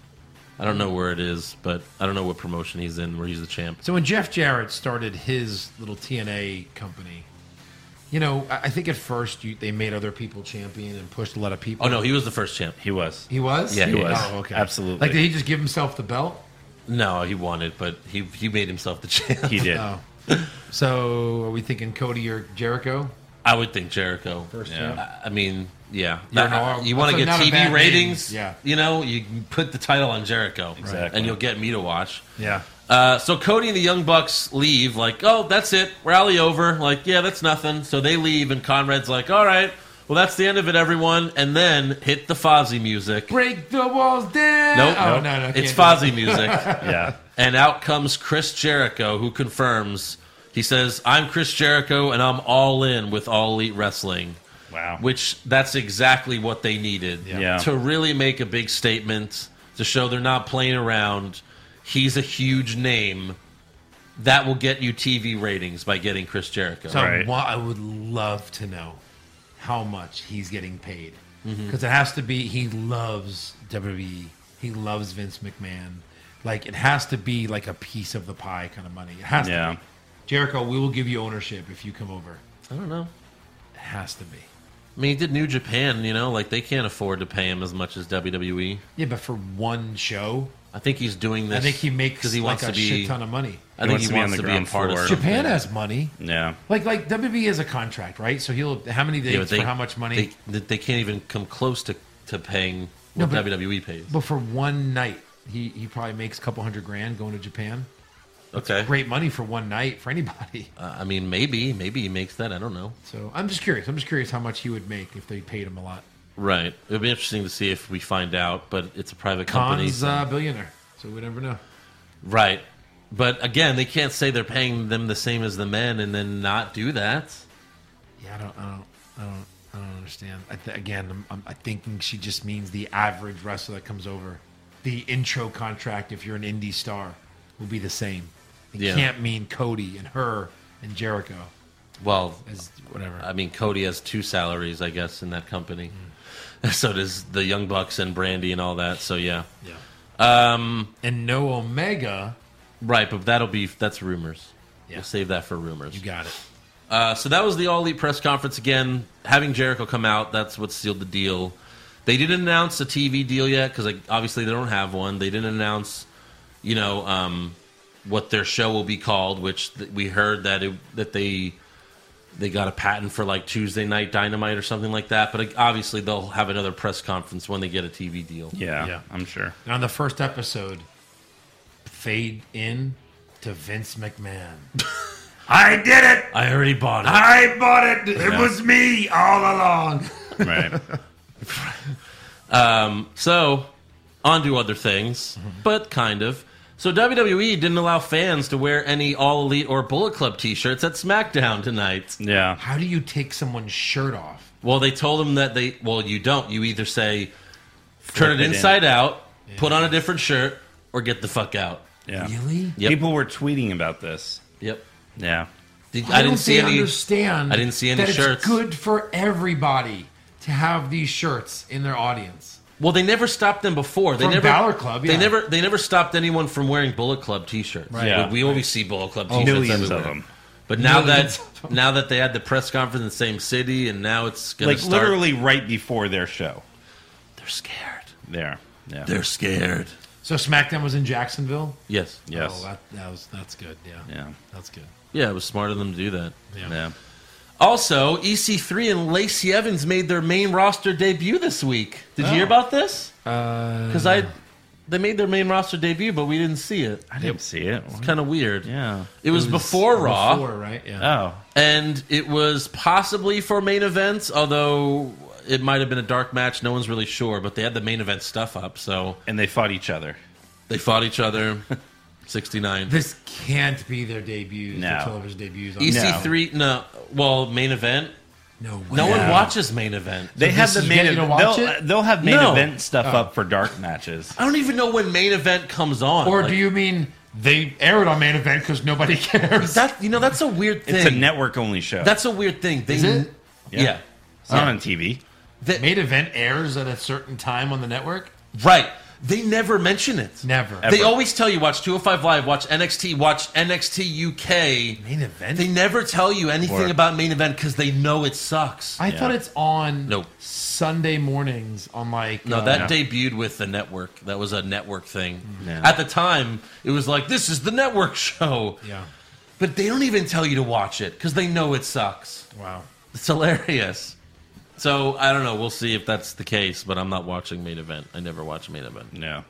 C: I don't know where it is, but I don't know what promotion he's in where he's the champ.
D: So when Jeff Jarrett started his little TNA company, you know, I I think at first you, they made other people champion and pushed a lot of people.
C: Oh, no, he was the first champ.
E: He was.
D: he was.
C: Yeah, he was.
D: Oh, okay,
E: Absolutely.
D: Like, did he just give himself the belt?
C: No, he won it, but he he made himself the champ.
E: He did.
D: Oh, so are we thinking Cody or Jericho?
C: I would think Jericho.
D: First
E: Yeah.
D: champ?
C: I mean, yeah.
D: You're an
C: I- I-
D: all-
C: you want to
D: that's
C: get
D: not a
C: TV
D: bad
C: ratings?
D: name. Yeah.
C: You know, you can put the title on Jericho,
E: Exactly.
C: and you'll get me to watch.
D: Yeah.
C: Uh, so Cody and the Young Bucks leave, like, oh, that's it, rally over. Like, yeah, that's nothing. So they leave, and Conrad's like, all right, well, that's the end of it, everyone. And then hit the Fozzy music.
D: Break the walls down.
C: Nope,
D: Oh,
C: nope.
D: no, no.
C: it's
D: can't do
C: Fozzy music.
E: Yeah.
C: And out comes Chris Jericho, who confirms. He says, I'm Chris Jericho, and I'm all in with All Elite Wrestling,
E: Wow.
C: which that's exactly what they needed
E: Yeah.
C: to really make a big statement to show they're not playing around. He's a huge name. That will get you TV ratings by getting Chris Jericho.
D: So
E: Right.
D: wha- I would love to know how much he's getting paid because
C: Mm-hmm.
D: it has to be. He loves WWE. He loves Vince McMahon. Like it has to be like a piece of the pie kind of money. It has
E: Yeah.
D: to be. Jericho, we will give you ownership if you come over.
C: I don't know.
D: It has to be.
C: I mean, he did New Japan, you know, like they can't afford to pay him as much as WWE.
D: Yeah, but for one show,
C: I think he's doing this.
D: I think he makes
C: 'cause
D: like a shit ton of money.
C: I think
E: He
C: he
E: wants
C: wants
E: to
C: to
E: be
C: be,
E: on
C: a
E: the
C: part
E: ground
C: of
E: floor.
C: something.
D: Japan has money.
E: Yeah.
D: Like like WWE has a contract, right? So he'll how many days
C: Yeah, but
D: for how much money?
C: They, they, they can't even come close to, to paying
D: No,
C: what
D: but-
C: WWE pays.
D: but for one night, he he probably makes a couple hundred grand going to Japan.
C: okay.
D: great money for one night for anybody.
C: Uh, I mean, maybe maybe he makes that. I don't know.
D: So I'm just curious. I'm just curious how much he would make if they paid him a lot.
C: Right. It would be interesting to see if we find out, but it's a private company.
D: Khan's uh, billionaire, so we never know.
C: right. But again, they can't say they're paying them the same as the men and then not do that.
D: Yeah, I don't, I don't, I don't, I don't understand. I th- again, I'm, I'm, I'm thinking she just means the average wrestler that comes over. The intro contract, if you're an indie star, will be the same. It
C: Yeah.
D: can't mean Cody and her and Jericho
C: Well,
D: as whatever.
C: I mean, Cody has two salaries, I guess, in that company.
D: Hmm.
C: So does the Young Bucks and Brandy and all that. So yeah,
D: yeah.
C: um,
D: And no Omega.
C: right. But that'll be that's rumors.
D: Yeah.
C: We'll save that for rumors.
D: You got it.
C: Uh, so that was the All Elite press conference again. Having Jericho come out, that's what sealed the deal. They didn't announce a TV deal yet because like, obviously they don't have one. They didn't announce, you know, um, what their show will be called. Which th- we heard that it, that they they got a patent for like Tuesday Night Dynamite or something like that. But like, obviously they'll have another press conference when they get a TV deal.
E: Yeah,
D: Yeah.
E: I'm sure.
D: And on the first episode, fade in to Vince McMahon.
B: I did it.
C: I already bought it.
B: I bought it. It was me all along.
E: Right.
C: So, on to other things,
D: Mm-hmm.
C: but kind of. So, WWE didn't allow fans to wear any All Elite or Bullet Club t shirts at SmackDown tonight.
E: yeah.
D: How do you take someone's shirt off?
C: Well, they told them that they, well, you don't. You either say, turn it
E: it in.
C: inside out, put on a different shirt, or get the fuck out.
E: Yeah.
D: Really?
C: Yep.
E: People were tweeting about this.
C: Yep.
E: Yeah.
C: Did, I
D: Why
C: didn't
D: don't
C: see
D: they
C: any.
D: Understand
C: I didn't see any
D: that
C: shirts.
D: It's good for everybody to have these shirts in their audience.
C: Well, they never stopped them before. They
D: From
C: never
D: Balor Club, yeah.
C: They never they never stopped anyone from wearing Bullet Club T-shirts.
D: Right.
E: Yeah.
C: We, we always see Bullet Club T-shirts
E: Oh, Millions
C: Oh, everywhere.
E: of them.
C: But now
D: Millions
C: that now that they had the press conference in the same city, and now it's gonna
E: Like
C: start,
E: literally right before their show.
C: they're scared.
E: There. Yeah.
C: They're scared.
D: So SmackDown was in Jacksonville.
C: Yes.
E: yes.
D: Oh, that, that was that's good. Yeah.
E: yeah.
D: That's good.
C: Yeah, it was smart of them to do that.
D: Yeah.
E: Yeah.
C: Also, EC3 and Lacey Evans made their main roster debut this week. Did you hear about this? Because I, they made their main roster debut, but we didn't see it.
E: I didn't see it. What?
C: Kind of weird.
E: Yeah.
C: It was, before Raw,
D: Before, right? Yeah.
E: Oh.
C: and it was possibly for main events, although it might have been a dark match. No one's really sure, but they had the main event stuff up, so
E: And they fought each other.
C: They fought each other. 69.
D: this can't be their debuts. Their
E: No.
D: television debuts. On
C: EC3, E no. Well, main event.
D: No way.
C: No one
E: Yeah.
C: watches main event.
E: They have
D: this
E: the
D: is
E: main.
D: getting you to
E: Event,
D: watch
E: they'll,
D: it? Oh.
E: they'll have main
C: No.
E: event stuff up for dark matches.
C: I don't even know when main event comes on.
D: Or
C: Like,
D: do you mean they aired on main event because nobody cares?
C: That you know that's a weird thing.
E: It's a network only show.
C: That's a weird thing. They,
D: Is it?
C: Yeah.
E: Yeah. it's not on TV.
C: They-
D: main event airs at a certain time on the network.
C: right. They never mention it.
D: Never.
C: They
E: Ever.
C: always tell you watch 205 Live, watch NXT, watch NXT UK.
D: Main event?
C: They never tell you anything
E: Or-
C: about main event because they know it sucks.
D: I thought it's on
C: Nope.
D: Sunday mornings on like
C: No,
D: uh,
C: that debuted with the network. That was a network thing.
E: Yeah.
C: At the time, it was like this is the network show,
D: yeah.
C: but they don't even tell you to watch it because they know it sucks.
D: Wow.
C: It's hilarious. So I don't know. We'll see if that's the case, but I'm not watching main event. I never watch main event.
E: No.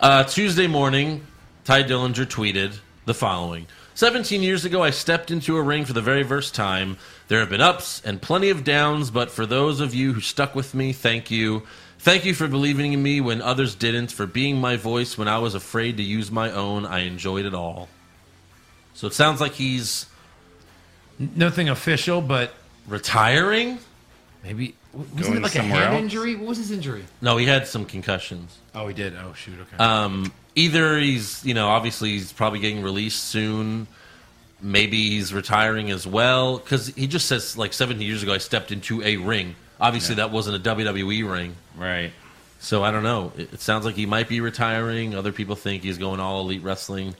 C: Uh, Tuesday morning, Ty Dillinger tweeted the following. 17 years ago, I stepped into a ring for the very first time. There have been ups and plenty of downs, but for those of you who stuck with me, thank you. Thank you for believing in me when others didn't, for being my voice when I was afraid to use my own. I enjoyed it all. So it sounds like he's
D: Nothing official, but
C: retiring?
D: maybe w- wasn't
E: Going
D: it like a
E: somewhere
D: hand
E: else?
D: injury? What was his injury?
C: No, he had some concussions.
D: Oh, he did. Oh, shoot. Okay.
C: Um, either he's, you know, obviously he's probably getting released soon. Maybe he's retiring as well because he just says like 17 years ago I stepped into a ring. Obviously that wasn't a WWE ring,
E: Right.
C: so I don't know. It, it sounds like he might be retiring. Other people think he's going all elite wrestling.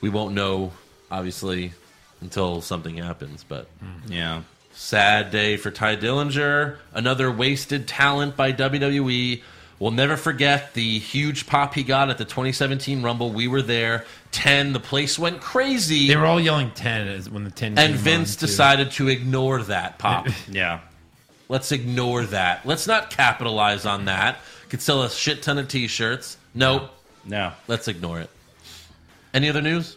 C: We won't know obviously until something happens, but.
E: Yeah.
C: Sad day for Ty Dillinger. Another wasted talent by WWE. We'll never forget the huge pop he got at the 2017 Rumble. We were there. 10, the place went crazy.
D: they were all yelling ten as when the ten.
C: and
D: came
C: Vince
D: on, too.
C: decided to ignore that pop.
E: Yeah.
C: Let's ignore that. Let's not capitalize on that. Could sell a shit ton of t shirts. Nope.
E: No.
C: Let's ignore it. Any other news?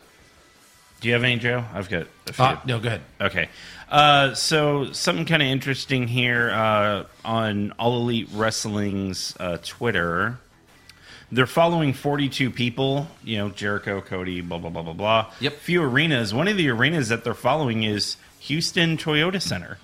E: Do you have any, Joe? I've got a few.
D: Uh, no, go ahead.
E: Okay. Uh, so something kind of interesting here uh, on All Elite Wrestling's uh, Twitter. They're following 42 people, you know, Jericho, Cody, blah, blah, blah, blah, blah.
C: Yep.
E: Few arenas. One of the arenas that they're following is Houston Toyota Center.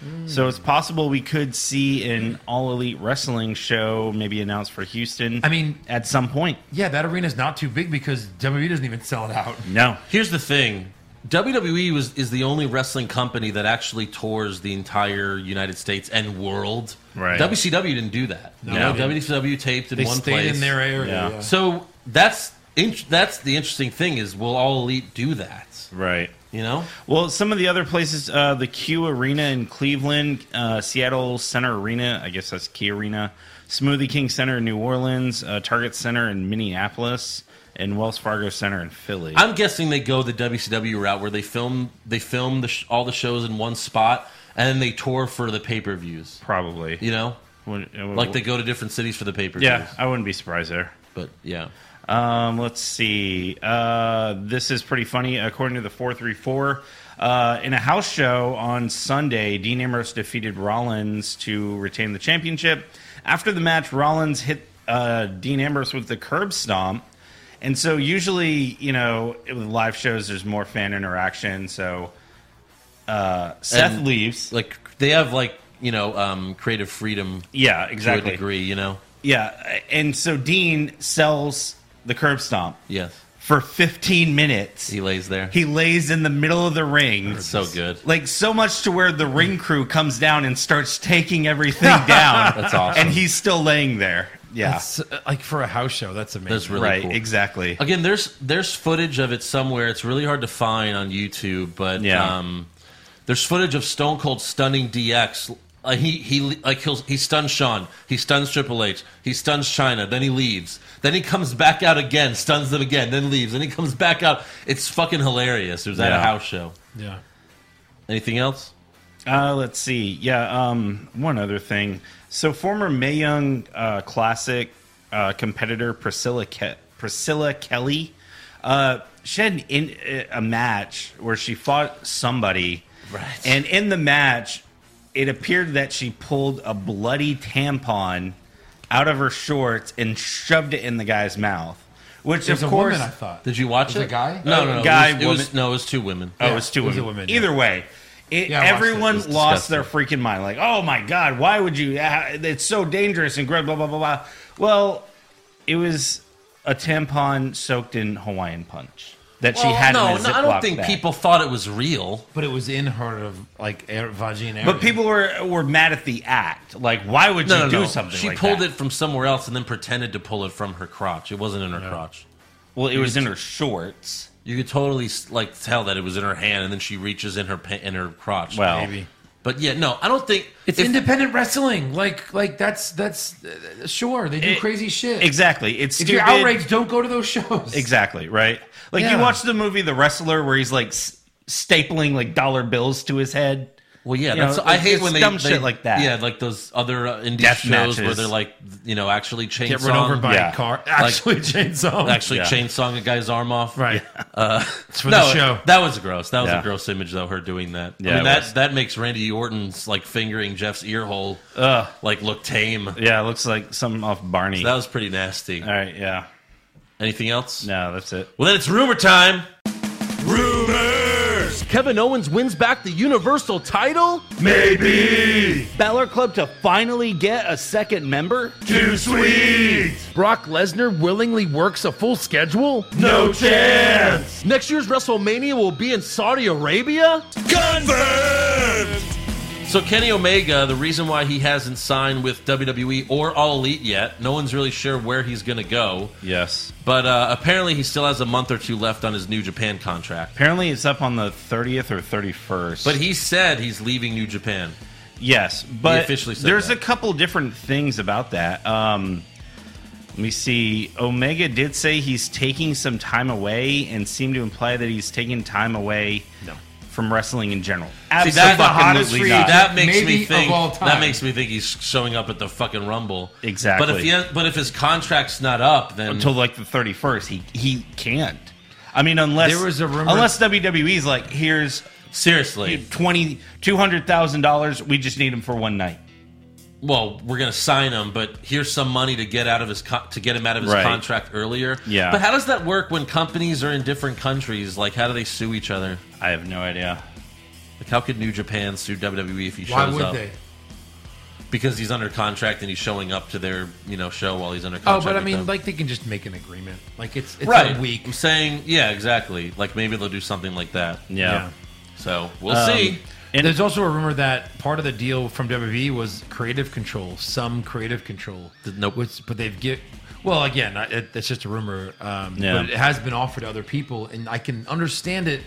D: Hmm.
E: So it's possible we could see an All Elite Wrestling show maybe announced for Houston.
D: I mean-
E: at some point.
D: Yeah, that arena's not too big because WWE doesn't even sell it out.
E: No.
C: Here's the thing. WWE was is the only wrestling company that actually tours the entire United States and world.
E: Right.
C: WCW didn't do that. No,
D: they
C: WCW taped in
D: They
C: one
D: stayed
C: place.
D: in their area.
E: Yeah.
D: yeah.
C: So that's in, that's the interesting thing is will all elite do that?
E: Right.
C: You know,
E: Well, some of the other places, uh, the Q Arena in Cleveland, uh, Seattle Center Arena, I guess that's Key Arena, Smoothie King Center in New Orleans, uh, Target Center in Minneapolis, and Wells Fargo Center in Philly.
C: I'm guessing they go the WCW route where they film they film the sh- all the shows in one spot and then they tour for the pay per views.
E: Probably.
C: You know,
E: Would- uh, would-
C: like they go to different cities for the pay per views.
E: Yeah, I wouldn't be surprised there.
C: but yeah.
E: Um, let's see. Uh, this is pretty funny. According to the 434, uh, in a house show on Sunday, Dean Ambrose defeated Rollins to retain the championship. After the match, Rollins hit uh, Dean Ambrose with the curb stomp. And so, usually, you know, with live shows, there's more fan interaction. So, uh, Seth
C: And-
E: leaves.
C: like they have like you know um, creative freedom
E: Yeah,
C: to a
E: exactly.
C: degree. You know,
E: Yeah. And so, Dean sells the curb stomp
C: yes,
E: for 15 minutes.
C: he lays there.
E: He lays in the middle of the ring.
C: so good.
E: Like so much to where the ring crew comes down and starts taking everything down.
C: That's awesome.
E: And he's still laying there. Yeah.
D: That's, uh, like for a house show, that's amazing.
C: That's really
E: right.
C: cool.
E: Exactly.
C: Again, there's there's footage of it somewhere. It's really hard to find on YouTube, but
E: Yeah.
C: um, there's footage of Stone Cold stunning DX. Uh, he he like he'll, he stuns Sean, he stuns Triple H, he stuns China, then he leaves. Then he comes back out again, stuns them again, then leaves. Then he comes back out. It's fucking hilarious. It was at a
E: Yeah.
C: house show.
D: yeah.
C: Anything else?
E: Uh, let's see. Yeah. Um, one other thing. So former May Young uh, Classic uh, competitor Priscilla Ke- Priscilla Kelly, uh, she had an in, uh, a match where she fought somebody,
C: Right.
E: and in the match, it appeared that she pulled a bloody tampon out of her shorts and shoved it in the guy's mouth, which
D: There's
E: of
D: a woman,
E: course
D: I thought.
C: Did you watch
D: Was
C: it?
D: it a guy?
C: No,
E: Uh,
C: no, no.
E: guy,
C: it was, it was-
E: woman.
C: no, it was two women.
E: Oh, it's two
D: it was
E: women.
D: a woman, yeah.
E: Either way, it,
D: Yeah, I watched it.
E: everyone
D: It was
E: lost their freaking mind. Like, oh my god, why would you? ah, It's so dangerous and gross. Blah blah blah blah. Well, it was a tampon soaked in Hawaiian punch that she
C: Well,
E: had.
C: no,
E: in a
C: no, I don't
E: Ziploc
C: think
E: bag.
C: people thought it was real.
D: But it was in her of like air, vagina.
E: But people were were mad at the act. Like, why would you
C: No, no,
E: do
C: no.
E: something?
C: She
E: like
C: pulled
E: that?
C: it from somewhere else and then pretended to pull it from her crotch. It wasn't in her crotch.
E: Well, it was in her shorts.
C: You could totally like tell that it was in her hand, and then she reaches in her pa- in her crotch.
E: Well,
D: maybe.
C: but yeah, no, I don't think
D: It's
C: if-
D: independent wrestling. Like like that's that's uh, sure they do
E: It-
D: crazy shit.
E: exactly. It's
D: If
E: stupid.
D: you're outraged, don't go to those shows.
E: Exactly, right? Like
D: Yeah.
E: you watch the movie The Wrestler where he's like s- stapling like dollar bills to his head.
C: Well, yeah,
E: You
C: that's,
E: know,
C: I
E: it's-
C: hate
E: it's
C: when they
E: dumb
C: they-
E: shit like that.
C: Yeah, like those other uh, indie
E: Death
C: shows where
E: matches.
C: they're like, you know, actually chainsawing,
D: Get run over by
E: Yeah.
D: a car. Actually, chainsaw.
C: actually
E: Yeah.
C: chainsawing a guy's arm off.
D: right.
C: Uh,
D: It's for
C: no,
D: the show.
C: That was gross. That was
E: Yeah.
C: a gross image, though. Her doing that. I
E: Yeah, it
C: mean, that
E: was.
C: that makes Randy Orton's like fingering Jeff's ear hole
E: Ugh.
C: like look tame.
E: Yeah, it looks like something off Barney.
C: That was pretty nasty.
E: All right, yeah.
C: Anything else?
E: No, that's it.
C: Well, then it's rumor time. Rumors. Kevin Owens wins back the Universal title.
A: Maybe
E: Balor Club to finally get a second member?
A: too sweet.
D: Brock Lesnar willingly works a full schedule.
A: No chance.
C: Next year's WrestleMania will be in Saudi Arabia.
A: Confirmed.
C: So Kenny Omega, the reason why he hasn't signed with WWE or All Elite yet, no one's really sure where he's going to go.
E: Yes.
C: But uh, apparently, he still has a month or two left on his New Japan contract.
E: Apparently it's up on the 30th or 31st.
C: But he said he's leaving New Japan.
E: yes, but
C: officially said
E: there's
C: that.
E: a couple different things about that. Um let me see. Omega did say he's taking some time away and seemed to imply that he's taking time away from wrestling in general.
C: See,
E: Absolutely
C: that,
E: not.
C: that makes
D: Maybe
C: me think.
D: of all time.
C: That makes me think he's showing up at the fucking Rumble.
E: Exactly.
C: But if he, but if his contract's not up, then
E: until like the 31st. He he can't. I mean, unless
D: There was a rumor-
E: unless WWE's like, here's
C: seriously,
E: twenty two hundred thousand dollars. We just need him for one night.
C: well, we're gonna sign him, but here's some money to get out of his con- to get him out of his
E: Right.
C: contract earlier.
E: Yeah.
C: But how does that work when companies are in different countries? Like, how do they sue each other?
E: I have no idea.
C: Like, how could New Japan sue WWE if he shows
D: Why would
C: up?
D: they?
C: Because he's under contract and he's showing up to their you know show while he's under
D: Oh,
C: contract.
D: but I
C: with
D: mean,
C: them.
D: like they can just make an agreement. Like it's it's
C: right?
D: a week.
C: I'm saying, yeah, exactly. Like maybe they'll do something like that.
E: Yeah.
C: So we'll
E: Um,
C: see.
E: And-
D: There's also a rumor that part of the deal from WWE was creative control, some creative control.
C: Th- nope.
D: Which- but they've get. Well, again, I, it, it's just a rumor. Um,
E: Yeah.
D: But it has been offered to other people, and I can understand it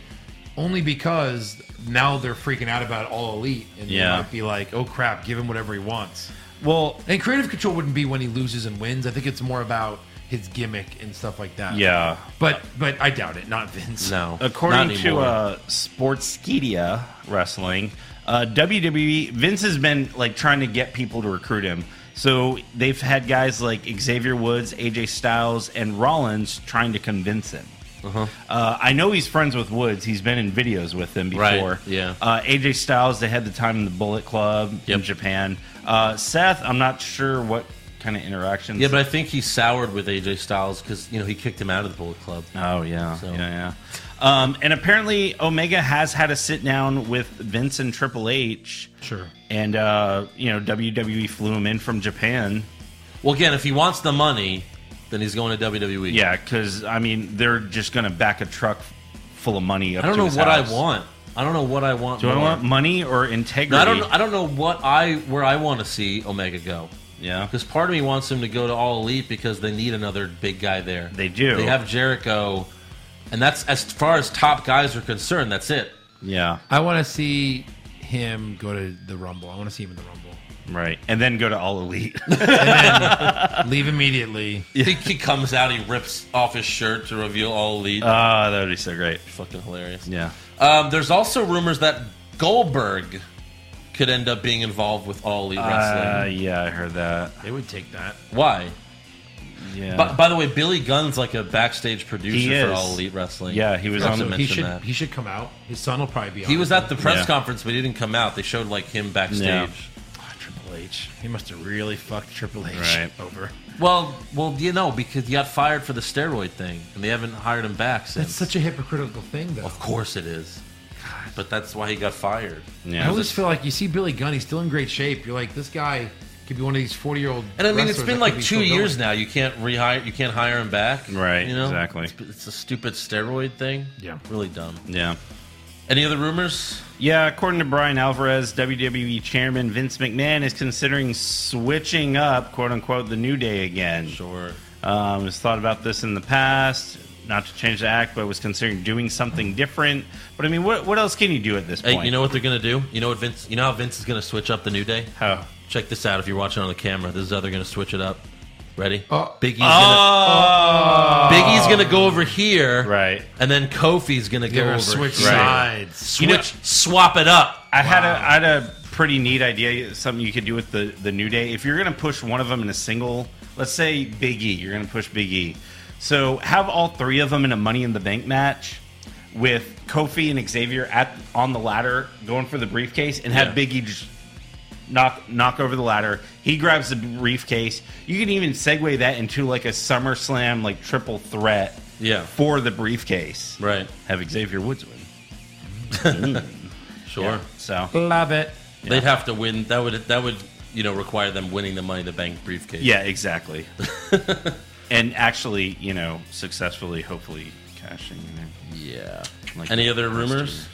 D: only because now they're freaking out about all elite, and
E: Yeah.
D: they might be like, "Oh crap, give him whatever he wants."
E: Well,
D: And creative control wouldn't be when he loses and wins. I think it's more about his gimmick and stuff like that.
E: yeah.
D: But but I doubt it. Not Vince.
C: No,
E: According
C: not
E: to
C: anymore.
E: uh, Sportskeeda Wrestling, uh, WWE Vince has been like trying to get people to recruit him. So they've had guys like Xavier Woods, AJ Styles, and Rollins trying to convince him. Uh-huh. I know he's friends with Woods. He's been in videos with them
C: Right,
E: before.
C: yeah.
E: Uh, AJ Styles, they had the time in the Bullet Club in
C: Yep.
E: Japan. Uh, Seth, I'm not sure what kind of interactions.
C: yeah, but I think he soured with AJ Styles because you know he kicked him out of the Bullet Club.
E: Oh yeah,
C: So-
E: yeah, yeah. Um, and apparently, Omega has had a sit down with Vince and Triple H.
D: Sure.
E: And uh, you know, WWE flew him in from Japan.
C: Well, again, if he wants the money, then he's going to E. WWE.
E: Yeah, because I mean, they're just gonna back a truck full of money. Up
C: I don't
E: to
C: know
E: his
C: what
E: house.
C: I want. I don't know what I want.
E: Do I
C: more.
E: want money or integrity?
C: No, I don't. I don't know what I where I want to see Omega go.
E: Yeah.
C: Because part of me wants him to go to All Elite because they need another big guy there.
E: They do.
C: They have Jericho, and that's as far as top guys are concerned. That's it.
E: Yeah.
D: I want to see him go to the Rumble. I want to see him in the Rumble.
E: Right. And then go to All Elite.
D: Leave immediately.
C: He, he comes out, he rips off his shirt to reveal All Elite.
E: Ah, that would be so great.
C: Fucking hilarious.
E: Yeah.
C: Um, there's also rumors that Goldberg could end up being involved with All Elite
E: Uh,
C: Wrestling.
E: yeah, I heard that.
D: They would take that.
C: Why?
E: Yeah.
C: But by the way, Billy Gunn's like a backstage producer
E: He
C: for
E: is.
C: All Elite Wrestling.
E: yeah, he was
C: I
E: on
C: also
E: the.
D: he
C: mention
D: should
C: that.
D: he should come out. His son will probably be. on
C: He was
D: it.
C: at the press
E: Yeah.
C: conference, but he didn't come out. They showed like him backstage.
E: Yeah.
D: Ah, Triple H. He must have really fucked Triple H
E: Right.
D: over.
C: Well, well, you know, because he got fired for the steroid thing, and they haven't hired him back since.
D: That's such a hypocritical thing, though.
C: of course it is, but that's why he got fired.
D: I
E: Yeah.
D: always feel like you see Billy Gunn. He's still in great shape. You're like, this guy could be one of these forty year old.
C: And I mean, it's been like two years now. You can't rehire, you can't hire him back,
E: Right,
C: You know,
E: exactly.
C: It's, it's a stupid steroid thing.
D: Yeah.
C: really dumb.
E: yeah.
C: Any other rumors?
E: Yeah, according to Brian Alvarez, WWE Chairman Vince McMahon is considering switching up, quote unquote, the New Day again.
C: Sure.
E: Um, has thought about this in the past, not to change the act, but was considering doing something different. But I mean, what, what else can you do at this point?
C: Hey, you know what they're gonna do? You know what Vince? You know how Vince is gonna switch up the new day?
E: How?
C: Check this out. If you're watching on the camera, this is how they're gonna switch it up. Ready?
D: Oh.
C: Biggie's gonna.
D: uh,
C: Biggie's gonna go over here,
E: Right.
C: And then Kofi's gonna go
D: They're
C: over
D: gonna switch
C: here.
D: sides.
C: Switch,
E: You know-
C: swap it up.
E: I had a I had a pretty neat idea, something you could do with the the New Day. If you're going to push one of them in a single, let's say Big E, you're going to push Big E. So have all three of them in a Money in the Bank match with Kofi and Xavier at on the ladder going for the briefcase, and have
C: Yeah.
E: Big E just knock knock over the ladder. He grabs the briefcase. You can even segue that into like a SummerSlam like triple threat
C: Yeah.
E: for the briefcase.
C: Right.
E: Have Xavier Woods win.
C: Sure.
E: Yeah. So
D: Love it.
C: They'd have to win. That would that would you know require them winning the Money in the Bank briefcase.
E: Yeah, exactly. and actually, you know, successfully, hopefully, cashing in.
C: Yeah.
E: Like
C: Any
E: the
C: other
E: first
C: rumors?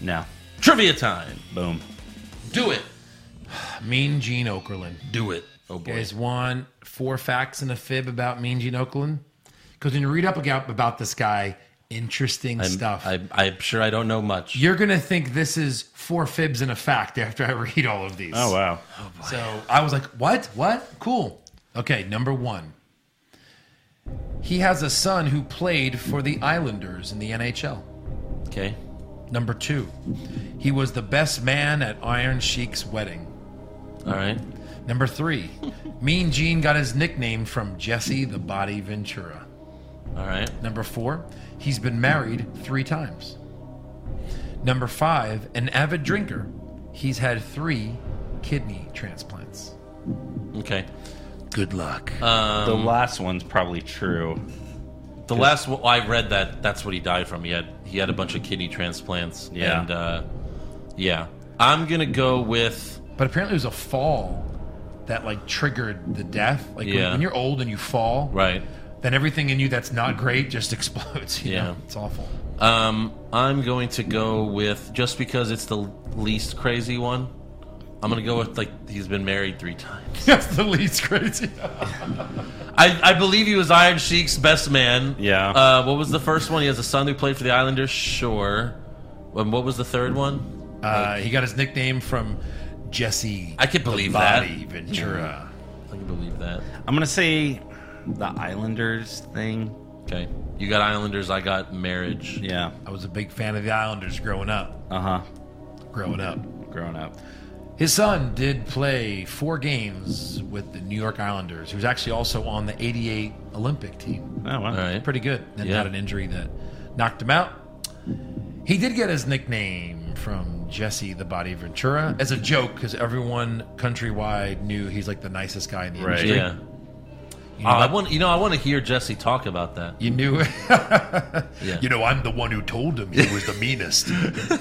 E: No.
C: Trivia time.
E: Boom.
C: Do it.
D: Mean Gene Okerlund.
C: Do it. Oh boy.
D: You guys want four facts and a fib about Mean Gene Okerlund? Because when you read up aga- about this guy, interesting
C: I'm,
D: stuff.
C: I, I'm sure I don't know much.
D: You're gonna think this is four fibs and a fact after I read all of these.
E: Oh wow.
D: So I was like, "What? What? Cool." Okay, number one. He has a son who played for the Islanders in the NHL.
C: Okay.
D: Number two, he was the best man at Iron Sheik's wedding.
C: All right.
D: Number three, Mean Gene got his nickname from Jesse the Body Ventura.
C: All right.
D: Number four, he's been married three times. Number five, an avid drinker. He's had three kidney transplants.
C: Okay.
D: Good luck.
C: Uh,
E: the
C: Um,
E: last one's probably true.
C: The last one I read that that's what he died from. He had he had a bunch of kidney transplants.
E: Yeah.
C: And uh, Yeah. I'm going to go with.
D: But apparently, it was a fall that like triggered the death. Like when-
C: Yeah.
D: when, you're old and you fall,
C: Right.
D: then everything in you that's not great just explodes. you
C: Yeah.
D: know? it's awful.
C: Um, I'm going to go with just because it's the least crazy one. I'm gonna go with like he's been married three times.
D: That's the least crazy.
C: I, I believe he was Iron Sheik's best man.
E: Yeah.
C: Uh, what was the first one? He has a son who played for the Islanders. Sure. And what was the third one?
D: Uh, he got his nickname from Jesse.
C: I could believe
D: the
C: that. Mm-hmm.
D: Body Ventura.
C: I can believe that.
E: I'm gonna say the Islanders thing.
C: Okay. You got Islanders. I got marriage.
E: Yeah.
D: I was a big fan of the Islanders growing up.
E: Uh huh.
D: Growing up,
E: Growing up.
D: his son did play four games with the New York Islanders. He was actually also on the '88 Olympic team.
E: Oh wow.
C: All right.
D: pretty good. And
C: Yeah.
D: had an injury that knocked him out. He did get his nickname from Jesse the Body Ventura as a joke because everyone countrywide knew he's like the nicest guy in the
E: Right.
D: industry.
C: Yeah.
D: You
C: Oh,
D: know,
C: I want you know I want to hear Jesse talk about that.
D: you knew. You know, I'm the one who told him he was the meanest.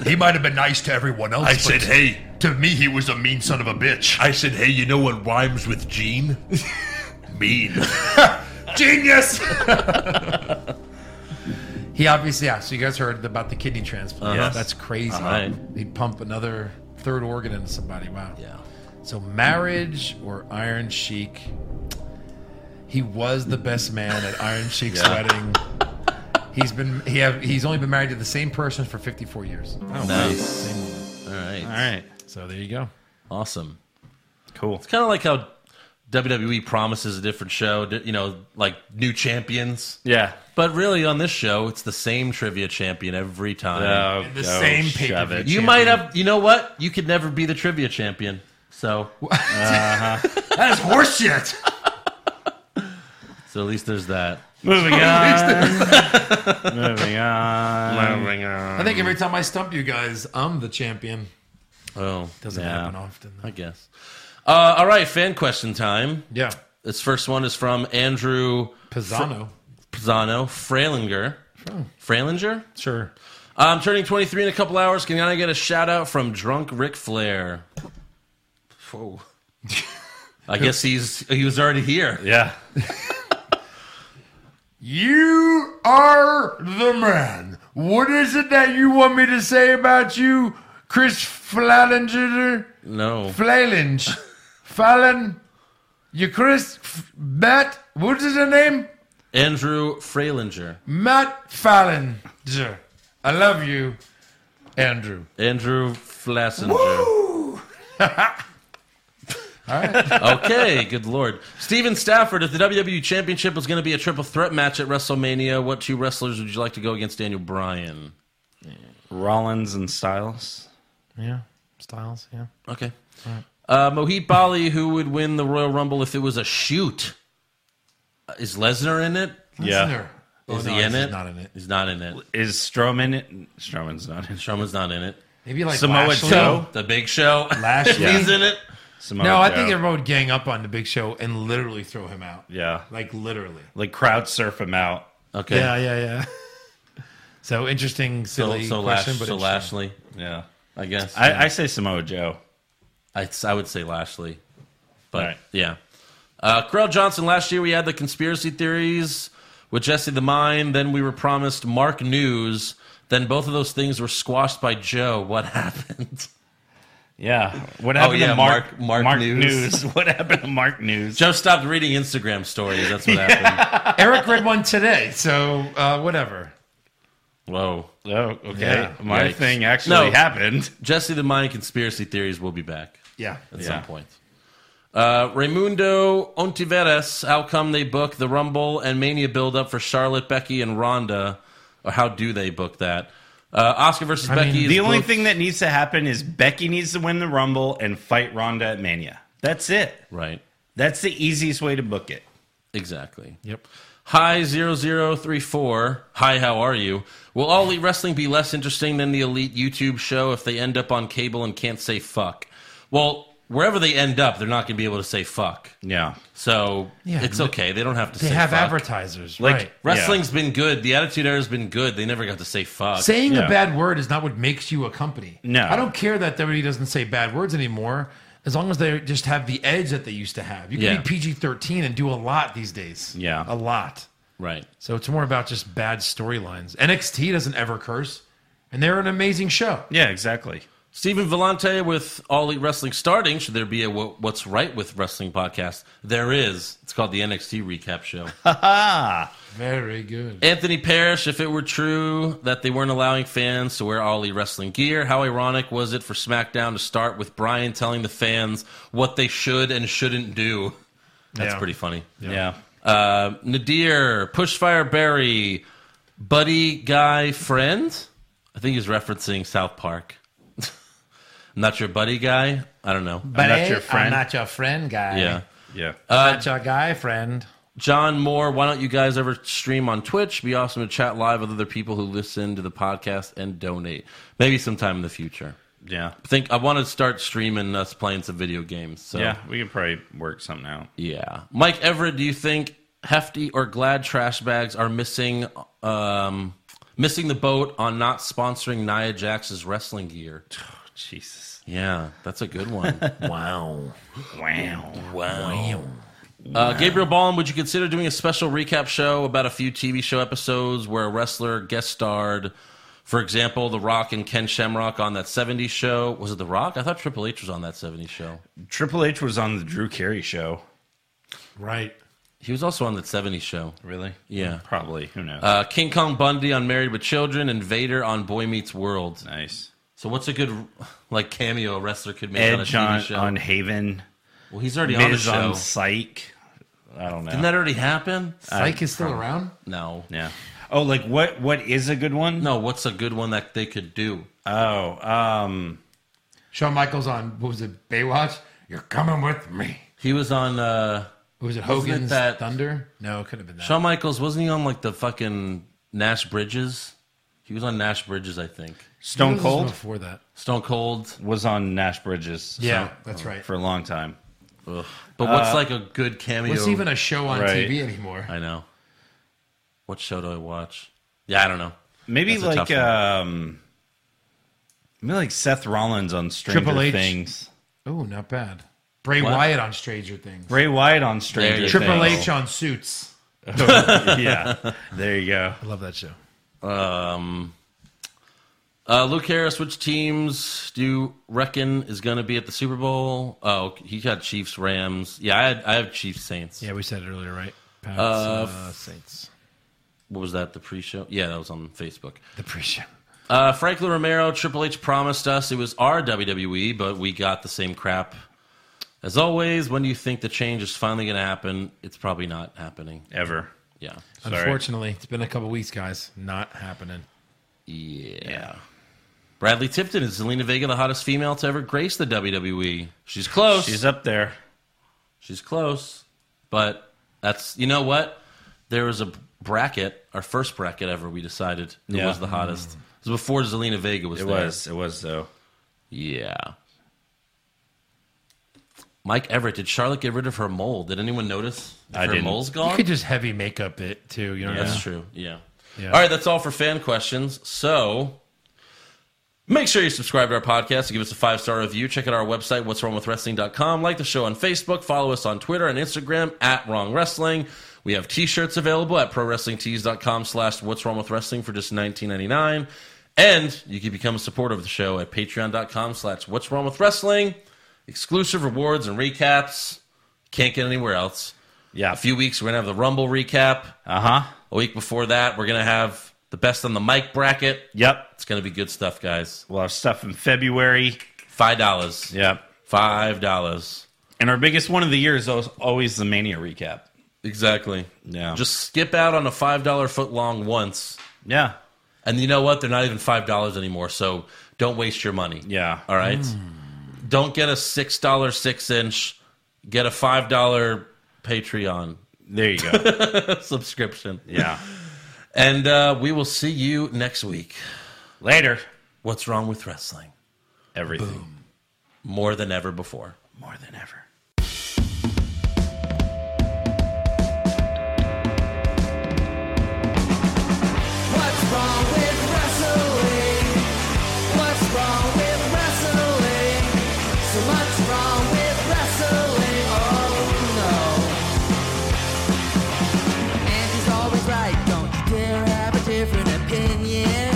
D: he might have been nice to everyone else.
I: I
D: but
I: said, hey.
D: to me, he was a mean son of a bitch.
I: I said, hey, you know what rhymes with Gene? mean.
D: Genius. he obviously, yeah. So you guys heard about the kidney transplant?
C: Yes.
D: That's crazy.
C: Uh-huh.
D: He'd pump another third organ into somebody. Wow.
C: Yeah.
D: So marriage or Iron Sheik? He was the best man at Iron Sheik's wedding. He's been he have he's only been married to the same person for 54 years.
C: nice.
D: Same woman.
C: All right.
E: All right.
D: So there you go.
C: Awesome.
E: Cool.
C: Kind of like how WWE promises a different show, di- you know, like new champions.
E: Yeah.
C: But really, on this show, it's the same trivia champion every time.
E: Oh,
D: The
E: oh,
D: same
E: shove
D: pay-per-view.
E: it.
C: you
D: champion.
C: might have, you know what? You could never be the trivia champion. So,
D: That is horseshit.
C: so at least there's that.
E: Moving on. Moving on. Moving on.
D: I think every time I stump you guys, I'm the champion.
C: Oh,
D: Doesn't
E: Yeah.
D: happen often. though.
C: I guess. Uh, all right, fan question time.
D: Yeah.
C: This first one is from Andrew
D: Pisano.
C: Pisano Freilinger. Freilinger?
D: sure.
C: I'm turning 23 in a couple hours. Can I get a shout out from drunk Ric Flair? Whoa. I guess he's he was already here.
E: Yeah.
D: You are the man. What is it that you want me to say about you, Chris Flalinger?
C: No.
D: Flalinge. Fallon. You Chris F- Matt. What is the name?
C: Andrew Freilinger.
D: Matt Fallon. I love you, Andrew.
C: Andrew Flassinger. okay, good lord. Steven Stafford, if the WWE Championship was going to be a triple threat match at WrestleMania, what two wrestlers would you like to go against Daniel Bryan?
E: Rollins and Styles.
D: Yeah. Styles, yeah.
C: Okay. Uh, Mohit Bali, who would win the Royal Rumble if it was a shoot? Uh, Is Lesnar in it?
E: Yeah.
D: Oh,
C: Is
D: no,
C: he in
D: he's
C: it?
D: Not in it.
C: He's not in it.
E: Is Strowman? Strowman's not in.
C: Strowman's not in it.
D: Maybe like
E: Samoa
D: Lashley?
E: Joe?
C: The Big Show.
D: Lashley.
C: He's in it.
E: Samoa
D: No, I
E: Joe.
D: think everyone would gang up on the Big Show and literally throw him out.
E: Yeah.
D: Like literally.
E: Like crowd surf him out.
C: Okay.
D: yeah, yeah. so interesting,
C: so
D: silly
C: so, Lash,
D: question, but
C: so
D: interesting.
C: Lashley,
E: Yeah.
C: I guess. I,
E: I, I say Samoa Joe.
C: I, would say Lashley. But
E: All right.
C: yeah. Uh, Carell Johnson, last year we had the conspiracy theories with Jesse the Mind. Then we were promised Mark News. Then both of those things were squashed by Joe. What happened?
E: Yeah. What happened
C: Oh, yeah,
E: to Mark?
C: Mark- Mark News.
E: What happened to Mark News?
C: Joe stopped reading Instagram stories. That's what happened.
D: Eric read one today, so uh, whatever.
C: Whoa.
E: Oh, okay.
D: Yeah.
E: My
C: Yikes.
E: thing actually
C: No.
E: happened.
C: Jesse the Mind conspiracy theories will be back.
D: Yeah.
C: at
E: Yeah.
C: some point. Uh, Raimundo Ontiveros, how come they book the Rumble and Mania build up for Charlotte, Becky, and Ronda? Or how do they book that? Uh, Oscar versus Becky
D: mean,
C: is
E: The only
C: booked-
E: thing that needs to happen is Becky needs to win the Rumble and fight Ronda at Mania. That's it.
C: Right.
E: That's the easiest way to book it.
C: Exactly.
D: Yep.
C: Hi 0034. Hi, how are you? Will all elite wrestling be less interesting than the elite YouTube show if they end up on cable and can't say fuck? Well, wherever they end up, they're not going to be able to say fuck.
E: Yeah.
C: So
D: Yeah,
C: it's
D: but
C: okay. They don't have to
D: They
C: say
D: have
C: fuck.
D: advertisers,
E: Like,
D: right?
C: Wrestling's been good. The Attitude Era's been good. They never got to say fuck.
D: Saying
E: Yeah.
D: a bad word is not what makes you a company.
E: No.
D: I don't care that WWE doesn't say bad words anymore, as long as they just have the edge that they used to have. You can
C: Yeah.
D: be PG 13 and do a lot these days.
E: Yeah.
D: A lot.
C: right.
D: So it's more about just bad storylines. NXT doesn't ever curse, and they're an amazing show.
E: Yeah, exactly.
C: Stephen Vellante with All Elite Wrestling starting. Should there be a Wha- What's Right with Wrestling podcast? There is. It's called the NXT Recap Show.
D: Very good.
C: Anthony Parrish, if it were true that they weren't allowing fans to wear All Elite Wrestling gear, how ironic was it for SmackDown to start with Brian telling the fans what they should and shouldn't do? That's
D: Yeah.
C: pretty funny.
E: Yeah.
C: Uh, Nadir, Pushfire Barry, Buddy Guy Friend. I think he's referencing South Park. I'm not your buddy guy. I don't know.
E: I'm not your friend.
D: your friend, guy.
C: Yeah.
E: yeah.
C: Uh,
D: not your guy friend.
C: John Moore, why don't you guys ever stream on Twitch? Be awesome to chat live with other people who listen to the podcast and donate. Maybe sometime in the future.
E: yeah.
C: I think I want to start streaming us playing some video games. So
E: Yeah. We could probably work something out.
C: yeah. Mike Everett, do you think hefty or glad trash bags are missing um, missing the boat on not sponsoring Nia Jax's wrestling gear?
E: Jesus.
C: Yeah, that's a good one.
D: Wow.
E: Wow.
C: Uh, Gabriel Baum, would you consider doing a special recap show about a few TV show episodes where a wrestler guest starred? For example, The Rock and Ken Shamrock on that 70s show. Was it The Rock? I thought Triple H was on that 70s show.
E: Triple H was on the Drew Carey show.
D: Right.
C: He was also on that 70s show.
E: Really?
C: Yeah.
E: Probably. Who knows?
C: Uh, King Kong Bundy on Married with Children and Vader on Boy Meets World.
E: nice.
C: So what's a good like cameo a wrestler could make on a
E: Edge
C: TV
E: on,
C: show?
E: on Haven.
C: well, he's already on the
E: Miz
C: show.
E: on Psych. I don't know.
C: Didn't that already happen?
D: Psych is still around?
C: No.
E: yeah. Oh, like what? What is a good one?
C: No, what's a good one that they could do?
E: Oh, um,
D: Shawn Michaels on, what was it, Baywatch? You're coming with me.
C: He was on uh
D: Was it
C: Wasn't it
D: Hogan's
C: that-
D: Thunder? No, it could have been that.
C: Shawn Michaels, wasn't he on like the fucking Nash Bridges? He was on Nash Bridges, I think.
E: Stone
D: This was
E: Cold
D: before that.
C: Stone Cold.
E: was on Nash Bridges.
D: Yeah, that's right.
E: for a long time.
C: But what's like a good cameo?
D: What's Uh, even a show on
E: Right.
D: TV anymore?
C: I know. What show do I watch? Yeah, I don't know.
E: Maybe
C: That's a
E: like
C: tough one.
E: um, maybe like Seth Rollins on Stranger
D: Triple H.
E: Things.
D: Oh, not bad. Bray
C: What?
D: Wyatt on Stranger Things.
E: Bray Wyatt on
C: There
E: Stranger
C: you
D: Triple
E: Things.
D: H on Suits.
E: yeah, there you go.
D: I love that show.
C: Uh, Luke Harris, which teams do you reckon is going to be at the Super Bowl? Oh, he got Chiefs, Rams. Yeah, I, had, I have Chiefs, Saints.
D: Yeah, we said it earlier, right? Pats, uh, Saints.
C: What was that? The pre-show? Yeah, that was on Facebook.
D: The pre-show.
C: Uh, Franklin Romero, Triple H promised us it was our WWE, but we got the same crap. As always, when do you think the change is finally going to happen? It's probably not happening.
E: Ever.
C: Yeah.
E: Sorry.
D: Unfortunately, it's been a couple weeks, guys. Not happening.
C: Yeah.
E: Yeah.
C: Bradley Tipton is Zelina Vega the hottest female to ever grace the WWE. She's close.
E: She's up there.
C: She's close, but that's you know what? There was a bracket, our first bracket ever. We decided who
E: Yeah.
C: was the hottest. It was before Zelina Vega was
E: It
C: there.
E: was. It was though.
C: Yeah. Mike Everett, did Charlotte get rid of her mole? Did anyone notice? that
E: I
C: her
E: didn't.
C: mole's
D: You
C: gone.
D: could just heavy makeup it too. You know what I
C: That's
D: mean?
C: true. Yeah.
D: Yeah.
C: All right, that's all for fan questions. So make sure you subscribe to our podcast and give us a five star review. Check out our website, what's wrong with wrestling.com. Like the show on Facebook. Follow us on Twitter and Instagram at wrong wrestling. We have t shirts available at pro wrestlingtees.com slash what's wrong with wrestling for just $19.99. And you can become a supporter of the show at patreon.com slash what's wrong with wrestling. Exclusive rewards and recaps. Can't get anywhere else.
E: Yeah.
C: A few weeks, we're going to have the Rumble recap.
E: Uh huh.
C: A week before that, we're going to have the best on the mic bracket.
E: Yep.
C: It's going to be good stuff, guys.
E: We'll have stuff in February.
C: $5.
E: Yep.
C: $5.
E: And our biggest one of the year is al- always the Mania recap.
C: Exactly.
E: Yeah.
C: Just skip out on a $5 foot long once.
E: Yeah.
C: And you know what? They're not even $5 anymore. So don't waste your money.
E: Yeah. Mm.
C: All right? Don't get a $6 six inch. Get a $5 Patreon
E: There you go.
C: subscription.
E: yeah.
C: And uh, we will see you next week.
E: Later.
C: What's wrong with wrestling?
E: Everything.
C: More than ever before.
E: more than ever.
J: What's wrong with wrestling? What's wrong with wrestling? So much wrong with wrestling. Oh no. And he's always right. Don't you dare have a different opinion.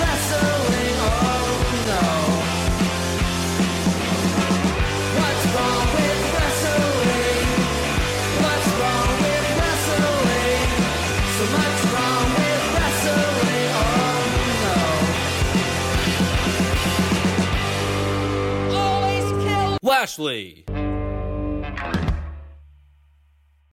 J: wrestling. Oh no. What's wrong with wrestling? What's wrong with wrestling? So much wrong with wrestling. Oh no. Always kill.
K: Lashley.